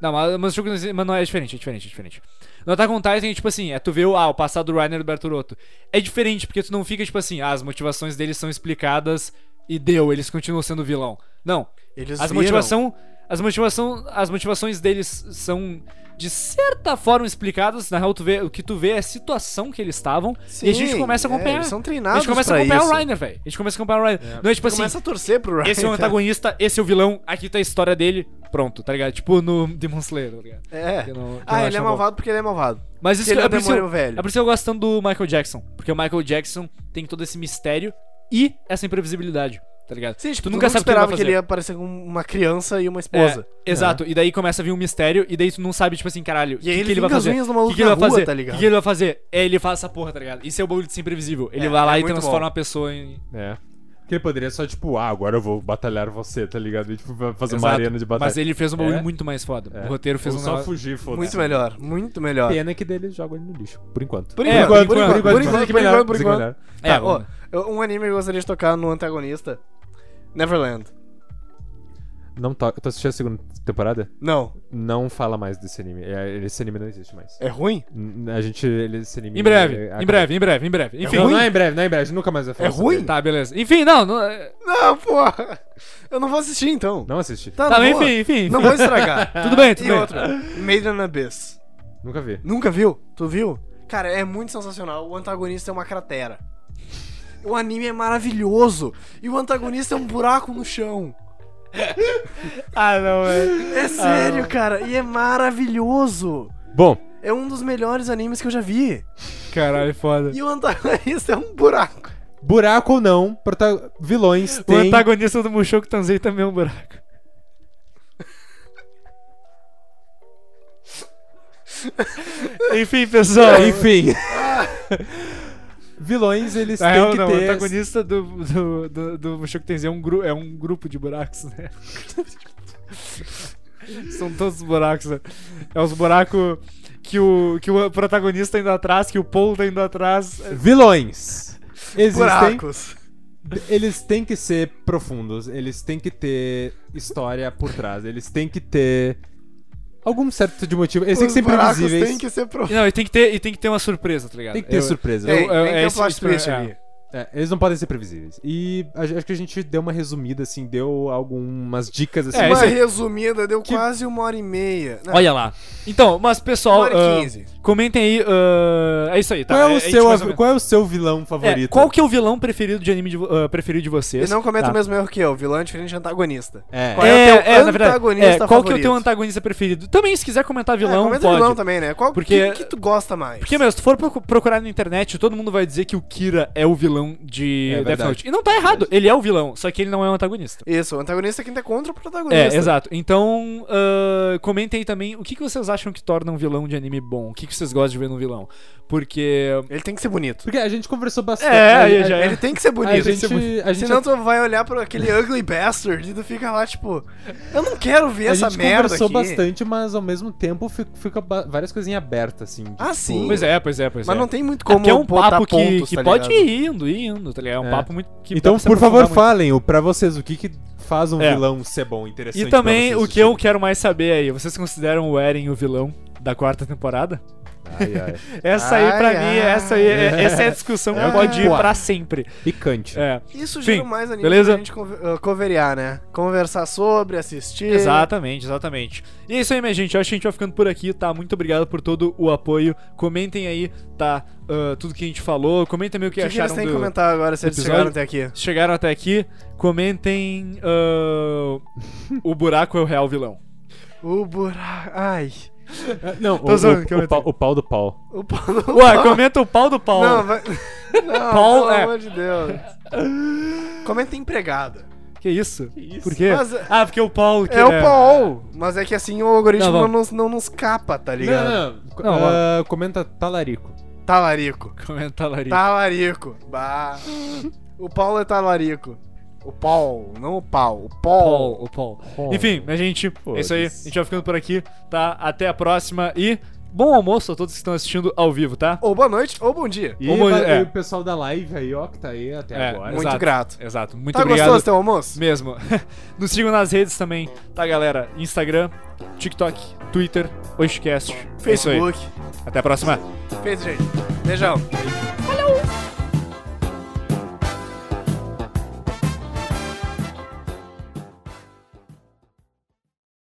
[SPEAKER 1] Não, mas, mas, o jogo- mas não é diferente, é diferente, é diferente. No Attack on Titan, tipo assim, é tu vê o, ah, o passado do Reiner e do Bertolotto. É diferente, porque tu não fica, tipo assim, ah, as motivações deles são explicadas e deu, eles continuam sendo vilão. Não.
[SPEAKER 2] Eles
[SPEAKER 1] As
[SPEAKER 2] viram.
[SPEAKER 1] motivação, as motivação, as motivações deles são de certa forma explicadas, na real tu vê, o que tu vê é a situação que eles estavam e a gente
[SPEAKER 2] Sim,
[SPEAKER 1] começa a
[SPEAKER 2] é,
[SPEAKER 1] acompanhar.
[SPEAKER 2] eles são
[SPEAKER 1] a
[SPEAKER 2] treinados
[SPEAKER 1] gente começa a
[SPEAKER 2] pra
[SPEAKER 1] acompanhar
[SPEAKER 2] isso.
[SPEAKER 1] o Reiner, velho. A gente começa a acompanhar o Reiner. Não é tipo
[SPEAKER 2] Tu
[SPEAKER 1] assim,
[SPEAKER 2] começa a torcer pro Ryan.
[SPEAKER 1] esse é o antagonista, esse é o vilão, aqui tá a história dele, pronto, tá ligado? Tipo no Demon Slayer, tá ligado?
[SPEAKER 2] É.
[SPEAKER 1] Que eu não- que eu não
[SPEAKER 2] Ah, ele
[SPEAKER 1] acho
[SPEAKER 2] é
[SPEAKER 1] bom.
[SPEAKER 2] malvado porque ele é malvado.
[SPEAKER 1] Mas isso
[SPEAKER 2] Porque ele é
[SPEAKER 1] é
[SPEAKER 2] um
[SPEAKER 1] por isso,
[SPEAKER 2] demônio
[SPEAKER 1] eu-
[SPEAKER 2] velho.
[SPEAKER 1] é por isso que eu gosto tanto do Michael Jackson. Porque o Michael Jackson tem todo esse mistério e essa imprevisibilidade, tá ligado?
[SPEAKER 2] Sim, tipo,
[SPEAKER 1] tu nunca sabe o que ele vai
[SPEAKER 2] esperava que
[SPEAKER 1] fazer.
[SPEAKER 2] ele ia aparecer com uma criança e uma esposa.
[SPEAKER 1] É, exato. E daí começa a vir um mistério e daí tu não sabe, tipo assim, caralho, o
[SPEAKER 2] E
[SPEAKER 1] que,
[SPEAKER 2] aí ele
[SPEAKER 1] que ele vai
[SPEAKER 2] finca as
[SPEAKER 1] fazer?
[SPEAKER 2] unhas do
[SPEAKER 1] O
[SPEAKER 2] maluco
[SPEAKER 1] que, que ele
[SPEAKER 2] na
[SPEAKER 1] vai
[SPEAKER 2] rua,
[SPEAKER 1] fazer?
[SPEAKER 2] tá
[SPEAKER 1] o
[SPEAKER 2] ligado?
[SPEAKER 1] que, que ele vai fazer? É, ele faz essa porra, tá ligado? Isso é o bagulho de ser imprevisível. Ele
[SPEAKER 2] É,
[SPEAKER 1] vai lá
[SPEAKER 2] é
[SPEAKER 1] e
[SPEAKER 2] muito
[SPEAKER 1] transforma
[SPEAKER 2] bom.
[SPEAKER 1] a pessoa em.
[SPEAKER 3] É. Porque ele poderia só, tipo, ah, agora eu vou batalhar você, tá ligado? E, tipo, vai fazer uma
[SPEAKER 1] Exato.
[SPEAKER 3] arena de batalha.
[SPEAKER 1] Mas ele fez um bagulho
[SPEAKER 3] É.
[SPEAKER 1] muito mais foda.
[SPEAKER 3] É.
[SPEAKER 1] O roteiro fez
[SPEAKER 3] Ou
[SPEAKER 1] um
[SPEAKER 3] só
[SPEAKER 1] negócio-
[SPEAKER 3] fugir, foda-se.
[SPEAKER 2] Muito melhor, muito melhor.
[SPEAKER 3] Pena que dele joga ele no lixo, por enquanto.
[SPEAKER 2] Por
[SPEAKER 1] É,
[SPEAKER 2] enquanto,
[SPEAKER 1] por
[SPEAKER 2] por
[SPEAKER 1] enquanto,
[SPEAKER 2] enquanto, por
[SPEAKER 1] por
[SPEAKER 2] enquanto,
[SPEAKER 3] Dizem
[SPEAKER 2] por
[SPEAKER 3] que é melhor,
[SPEAKER 2] enquanto, por
[SPEAKER 3] dizem que é
[SPEAKER 2] enquanto.
[SPEAKER 3] melhor.
[SPEAKER 1] É,
[SPEAKER 2] Tá,
[SPEAKER 1] vamos-
[SPEAKER 2] ó, eu- um anime que eu gostaria de tocar no antagonista, Neverland.
[SPEAKER 3] Não to... Tu assistiu a segunda temporada?
[SPEAKER 2] Não.
[SPEAKER 3] Não fala mais desse anime. É, Esse anime não existe mais.
[SPEAKER 2] É ruim?
[SPEAKER 3] N- A gente. ele- Esse anime.
[SPEAKER 1] Em breve,
[SPEAKER 3] é,
[SPEAKER 1] em
[SPEAKER 3] acabou.
[SPEAKER 1] breve, em breve, em breve. Enfim.
[SPEAKER 3] Não, não é em breve, não é em breve. A gente nunca mais vai falar.
[SPEAKER 2] É
[SPEAKER 3] sobre
[SPEAKER 2] ruim?
[SPEAKER 3] ele.
[SPEAKER 1] Tá, beleza. Enfim, não. não é-
[SPEAKER 2] Não, porra. Eu não vou assistir então.
[SPEAKER 3] Não assisti.
[SPEAKER 2] Tá,
[SPEAKER 1] tá,
[SPEAKER 2] não
[SPEAKER 1] mas
[SPEAKER 2] vou.
[SPEAKER 1] enfim, enfim.
[SPEAKER 2] Não
[SPEAKER 1] enfim.
[SPEAKER 2] vou estragar.
[SPEAKER 1] Tudo bem, tudo
[SPEAKER 2] E
[SPEAKER 1] bem.
[SPEAKER 2] outra, Made in Abyss.
[SPEAKER 3] Nunca vi.
[SPEAKER 2] Nunca viu? Tu viu? Cara, é muito sensacional. O antagonista é uma cratera. O anime é maravilhoso. E o antagonista é um buraco no chão.
[SPEAKER 1] Ah, não, é.
[SPEAKER 2] É sério, cara. E é maravilhoso.
[SPEAKER 3] Bom,
[SPEAKER 2] É um dos melhores animes que eu já vi.
[SPEAKER 1] Caralho, foda.
[SPEAKER 2] E o antagonista é um buraco.
[SPEAKER 3] buraco ou não, prota- vilões
[SPEAKER 1] O
[SPEAKER 3] têm.
[SPEAKER 1] antagonista do Mushoku Tanzei também é um buraco. Enfim, pessoal.
[SPEAKER 3] Enfim. vilões, eles
[SPEAKER 1] Na
[SPEAKER 3] têm
[SPEAKER 1] real,
[SPEAKER 3] que
[SPEAKER 1] não, o
[SPEAKER 3] ter.
[SPEAKER 1] antagonista do, do, do, do Mushoku Tensei é um, gru, é um grupo de buracos, né? São todos os buracos, né? É os buracos que o, que o protagonista tá indo atrás, que o Paul tá indo atrás.
[SPEAKER 3] Vilões. Existem.
[SPEAKER 2] Buracos.
[SPEAKER 3] Eles têm que ser profundos, eles têm que ter história por trás, eles têm que ter algum certo de motivo, eles têm que
[SPEAKER 2] Os
[SPEAKER 3] ser
[SPEAKER 2] buracos
[SPEAKER 3] previsíveis.
[SPEAKER 2] têm que ser pro...
[SPEAKER 1] Não, e tem que ter, e tem que ter uma surpresa, tá ligado?
[SPEAKER 3] Tem que ter
[SPEAKER 1] Eu-
[SPEAKER 3] surpresa.
[SPEAKER 2] Tem,
[SPEAKER 1] eu- eu-
[SPEAKER 2] tem que
[SPEAKER 1] é
[SPEAKER 2] ter um
[SPEAKER 1] isso-
[SPEAKER 2] plot
[SPEAKER 1] isso
[SPEAKER 2] twist
[SPEAKER 1] é-
[SPEAKER 2] ali.
[SPEAKER 3] É, eles não podem ser previsíveis. E a- acho que a gente deu uma resumida, assim, deu algumas dicas assim.
[SPEAKER 1] É,
[SPEAKER 2] Uma
[SPEAKER 1] isso aí.
[SPEAKER 2] resumida deu quase uma hora e meia. Não,
[SPEAKER 1] Olha lá. Então, mas pessoal,
[SPEAKER 2] Uma hora e
[SPEAKER 1] ah,
[SPEAKER 2] quinze.
[SPEAKER 1] comentem aí. ah, é isso aí, tá?
[SPEAKER 3] qual, é
[SPEAKER 1] a
[SPEAKER 3] o
[SPEAKER 1] gente
[SPEAKER 3] seu,
[SPEAKER 1] mais ou
[SPEAKER 3] av-
[SPEAKER 1] menos-
[SPEAKER 3] qual é o seu vilão favorito?
[SPEAKER 1] É, qual que é o vilão preferido de anime de, vo- ah, preferido de
[SPEAKER 2] E
[SPEAKER 1] vocês?
[SPEAKER 2] não cometa
[SPEAKER 1] Tá.
[SPEAKER 2] o mesmo erro que eu, vilão é diferente de antagonista.
[SPEAKER 3] É.
[SPEAKER 2] Qual é o teu
[SPEAKER 1] na verdade,
[SPEAKER 2] antagonista
[SPEAKER 1] é, qual que é o
[SPEAKER 2] favorito?
[SPEAKER 1] teu antagonista preferido? Também, se quiser comentar vilão,
[SPEAKER 2] é, comenta
[SPEAKER 1] pode.
[SPEAKER 2] vilão também, né? Qual
[SPEAKER 1] Porque-
[SPEAKER 2] que, que tu gosta mais?
[SPEAKER 1] Porque, meu, se tu for procu- procurar na internet, todo mundo vai dizer que o Kira é o vilão de
[SPEAKER 3] É
[SPEAKER 1] Death
[SPEAKER 3] verdade.
[SPEAKER 1] Note. E não tá errado, ele é o vilão, só que ele não é o antagonista.
[SPEAKER 2] Isso, o antagonista é quem tá contra o
[SPEAKER 1] É,
[SPEAKER 2] protagonista.
[SPEAKER 1] exato. Então, ah, comentem aí também o que, que vocês acham que torna um vilão de anime bom. O que, que vocês gostam de ver no vilão. Porque.
[SPEAKER 2] Ele tem que ser bonito.
[SPEAKER 3] Porque a gente conversou bastante.
[SPEAKER 1] É,
[SPEAKER 3] a-
[SPEAKER 1] aí
[SPEAKER 3] a-
[SPEAKER 1] já é.
[SPEAKER 2] Ele tem que ser
[SPEAKER 3] a
[SPEAKER 2] bonito.
[SPEAKER 3] gente- a gente
[SPEAKER 2] Senão tu vai olhar pro aquele ugly bastard e tu fica lá, tipo, eu não quero ver
[SPEAKER 3] a
[SPEAKER 2] essa
[SPEAKER 3] gente
[SPEAKER 2] merda
[SPEAKER 3] conversou
[SPEAKER 2] aqui.
[SPEAKER 3] bastante, mas ao mesmo tempo fi- fica, ba- várias coisinhas abertas, assim. de,
[SPEAKER 2] Ah,
[SPEAKER 3] tipo,
[SPEAKER 2] sim.
[SPEAKER 1] Pois é, pois é, pois é.
[SPEAKER 2] Mas não tem muito como
[SPEAKER 1] Aqui é um
[SPEAKER 2] botar
[SPEAKER 1] papo que,
[SPEAKER 2] pontos,
[SPEAKER 1] que
[SPEAKER 2] tá
[SPEAKER 1] pode
[SPEAKER 2] ligado?
[SPEAKER 1] ir indo, ir indo, tá ligado? É um
[SPEAKER 3] É.
[SPEAKER 1] papo muito que
[SPEAKER 3] Então,
[SPEAKER 1] dá pra se
[SPEAKER 3] por favor,
[SPEAKER 1] aprofundar
[SPEAKER 3] falem o- pra vocês o que, que faz um
[SPEAKER 1] É.
[SPEAKER 3] vilão ser bom, interessante.
[SPEAKER 1] muito. E também
[SPEAKER 3] pra vocês
[SPEAKER 1] o que eu
[SPEAKER 3] assistirem.
[SPEAKER 1] quero mais saber aí, vocês consideram o Eren o vilão da quarta temporada?
[SPEAKER 3] Ai, ai.
[SPEAKER 1] Essa aí pra
[SPEAKER 2] Ai,
[SPEAKER 1] mim,
[SPEAKER 2] ai.
[SPEAKER 1] essa aí, é- essa é a discussão
[SPEAKER 3] É
[SPEAKER 1] que
[SPEAKER 3] o
[SPEAKER 1] pode
[SPEAKER 3] que
[SPEAKER 1] ir
[SPEAKER 3] importa.
[SPEAKER 1] pra sempre.
[SPEAKER 3] Picante.
[SPEAKER 1] É,
[SPEAKER 2] Isso
[SPEAKER 1] Enfim,
[SPEAKER 2] gera mais anime
[SPEAKER 1] beleza?
[SPEAKER 2] pra gente conver- uh, coverear, né? Conversar sobre, assistir.
[SPEAKER 1] É, exatamente, exatamente. E é isso aí, minha gente. Eu acho que a gente vai ficando por aqui, tá? Muito obrigado por todo o apoio. Comentem aí, tá? ah, tudo que a gente falou. Comentem meio o
[SPEAKER 2] O
[SPEAKER 1] que,
[SPEAKER 2] que, que
[SPEAKER 1] acharam
[SPEAKER 2] eles têm que
[SPEAKER 1] do-
[SPEAKER 2] comentar agora se eles
[SPEAKER 1] episódio?
[SPEAKER 2] chegaram até aqui?
[SPEAKER 1] chegaram até aqui, comentem ah, o buraco é o real vilão.
[SPEAKER 2] O buraco. Ai.
[SPEAKER 3] Não,
[SPEAKER 1] Tô
[SPEAKER 3] o,
[SPEAKER 1] zoando
[SPEAKER 3] o-
[SPEAKER 1] que eu
[SPEAKER 3] o
[SPEAKER 1] não
[SPEAKER 3] pau,
[SPEAKER 1] tenho.
[SPEAKER 3] o pau do pau.
[SPEAKER 2] O Paulo.
[SPEAKER 1] Ué, comenta o pau do pau.
[SPEAKER 2] Não, vai... Não,
[SPEAKER 1] Paulo
[SPEAKER 2] pelo
[SPEAKER 1] é-
[SPEAKER 2] amor de Deus. Comenta empregada.
[SPEAKER 1] Que isso?
[SPEAKER 3] isso?
[SPEAKER 1] Por quê?
[SPEAKER 2] Mas-
[SPEAKER 1] Ah, porque o pau que
[SPEAKER 2] É o Paul, mas é que assim o algoritmo
[SPEAKER 1] Não,
[SPEAKER 2] não,
[SPEAKER 1] vamos.
[SPEAKER 2] nos, não nos capa, tá ligado?
[SPEAKER 3] Não, não,
[SPEAKER 1] Tá Não,
[SPEAKER 3] ah, comenta talarico.
[SPEAKER 2] Talarico.
[SPEAKER 1] Comenta Larissa.
[SPEAKER 2] Tá. Talarico. Bah. O Paulo é talarico. O Paul, não o pau. O Paul.
[SPEAKER 1] O pau. Enfim, minha gente, é isso aí. A gente vai ficando por aqui, tá? Até a próxima e bom almoço a todos que estão assistindo ao vivo, tá?
[SPEAKER 2] Ou boa noite, ou bom dia.
[SPEAKER 3] E
[SPEAKER 1] Vamos-
[SPEAKER 3] valeu
[SPEAKER 1] é.
[SPEAKER 3] o pessoal da live aí, ó, que tá aí até
[SPEAKER 1] É,
[SPEAKER 3] agora.
[SPEAKER 2] Muito
[SPEAKER 1] exato.
[SPEAKER 2] grato.
[SPEAKER 1] Exato. Muito
[SPEAKER 2] tá
[SPEAKER 1] obrigado.
[SPEAKER 2] gostoso teu almoço?
[SPEAKER 1] Mesmo. Nos sigam nas redes também, tá, galera? Instagram, TikTok, Twitter, Oishcast. É isso aí.
[SPEAKER 2] Facebook.
[SPEAKER 1] Até a próxima.
[SPEAKER 2] Feito, gente. Beijão.
[SPEAKER 3] Muito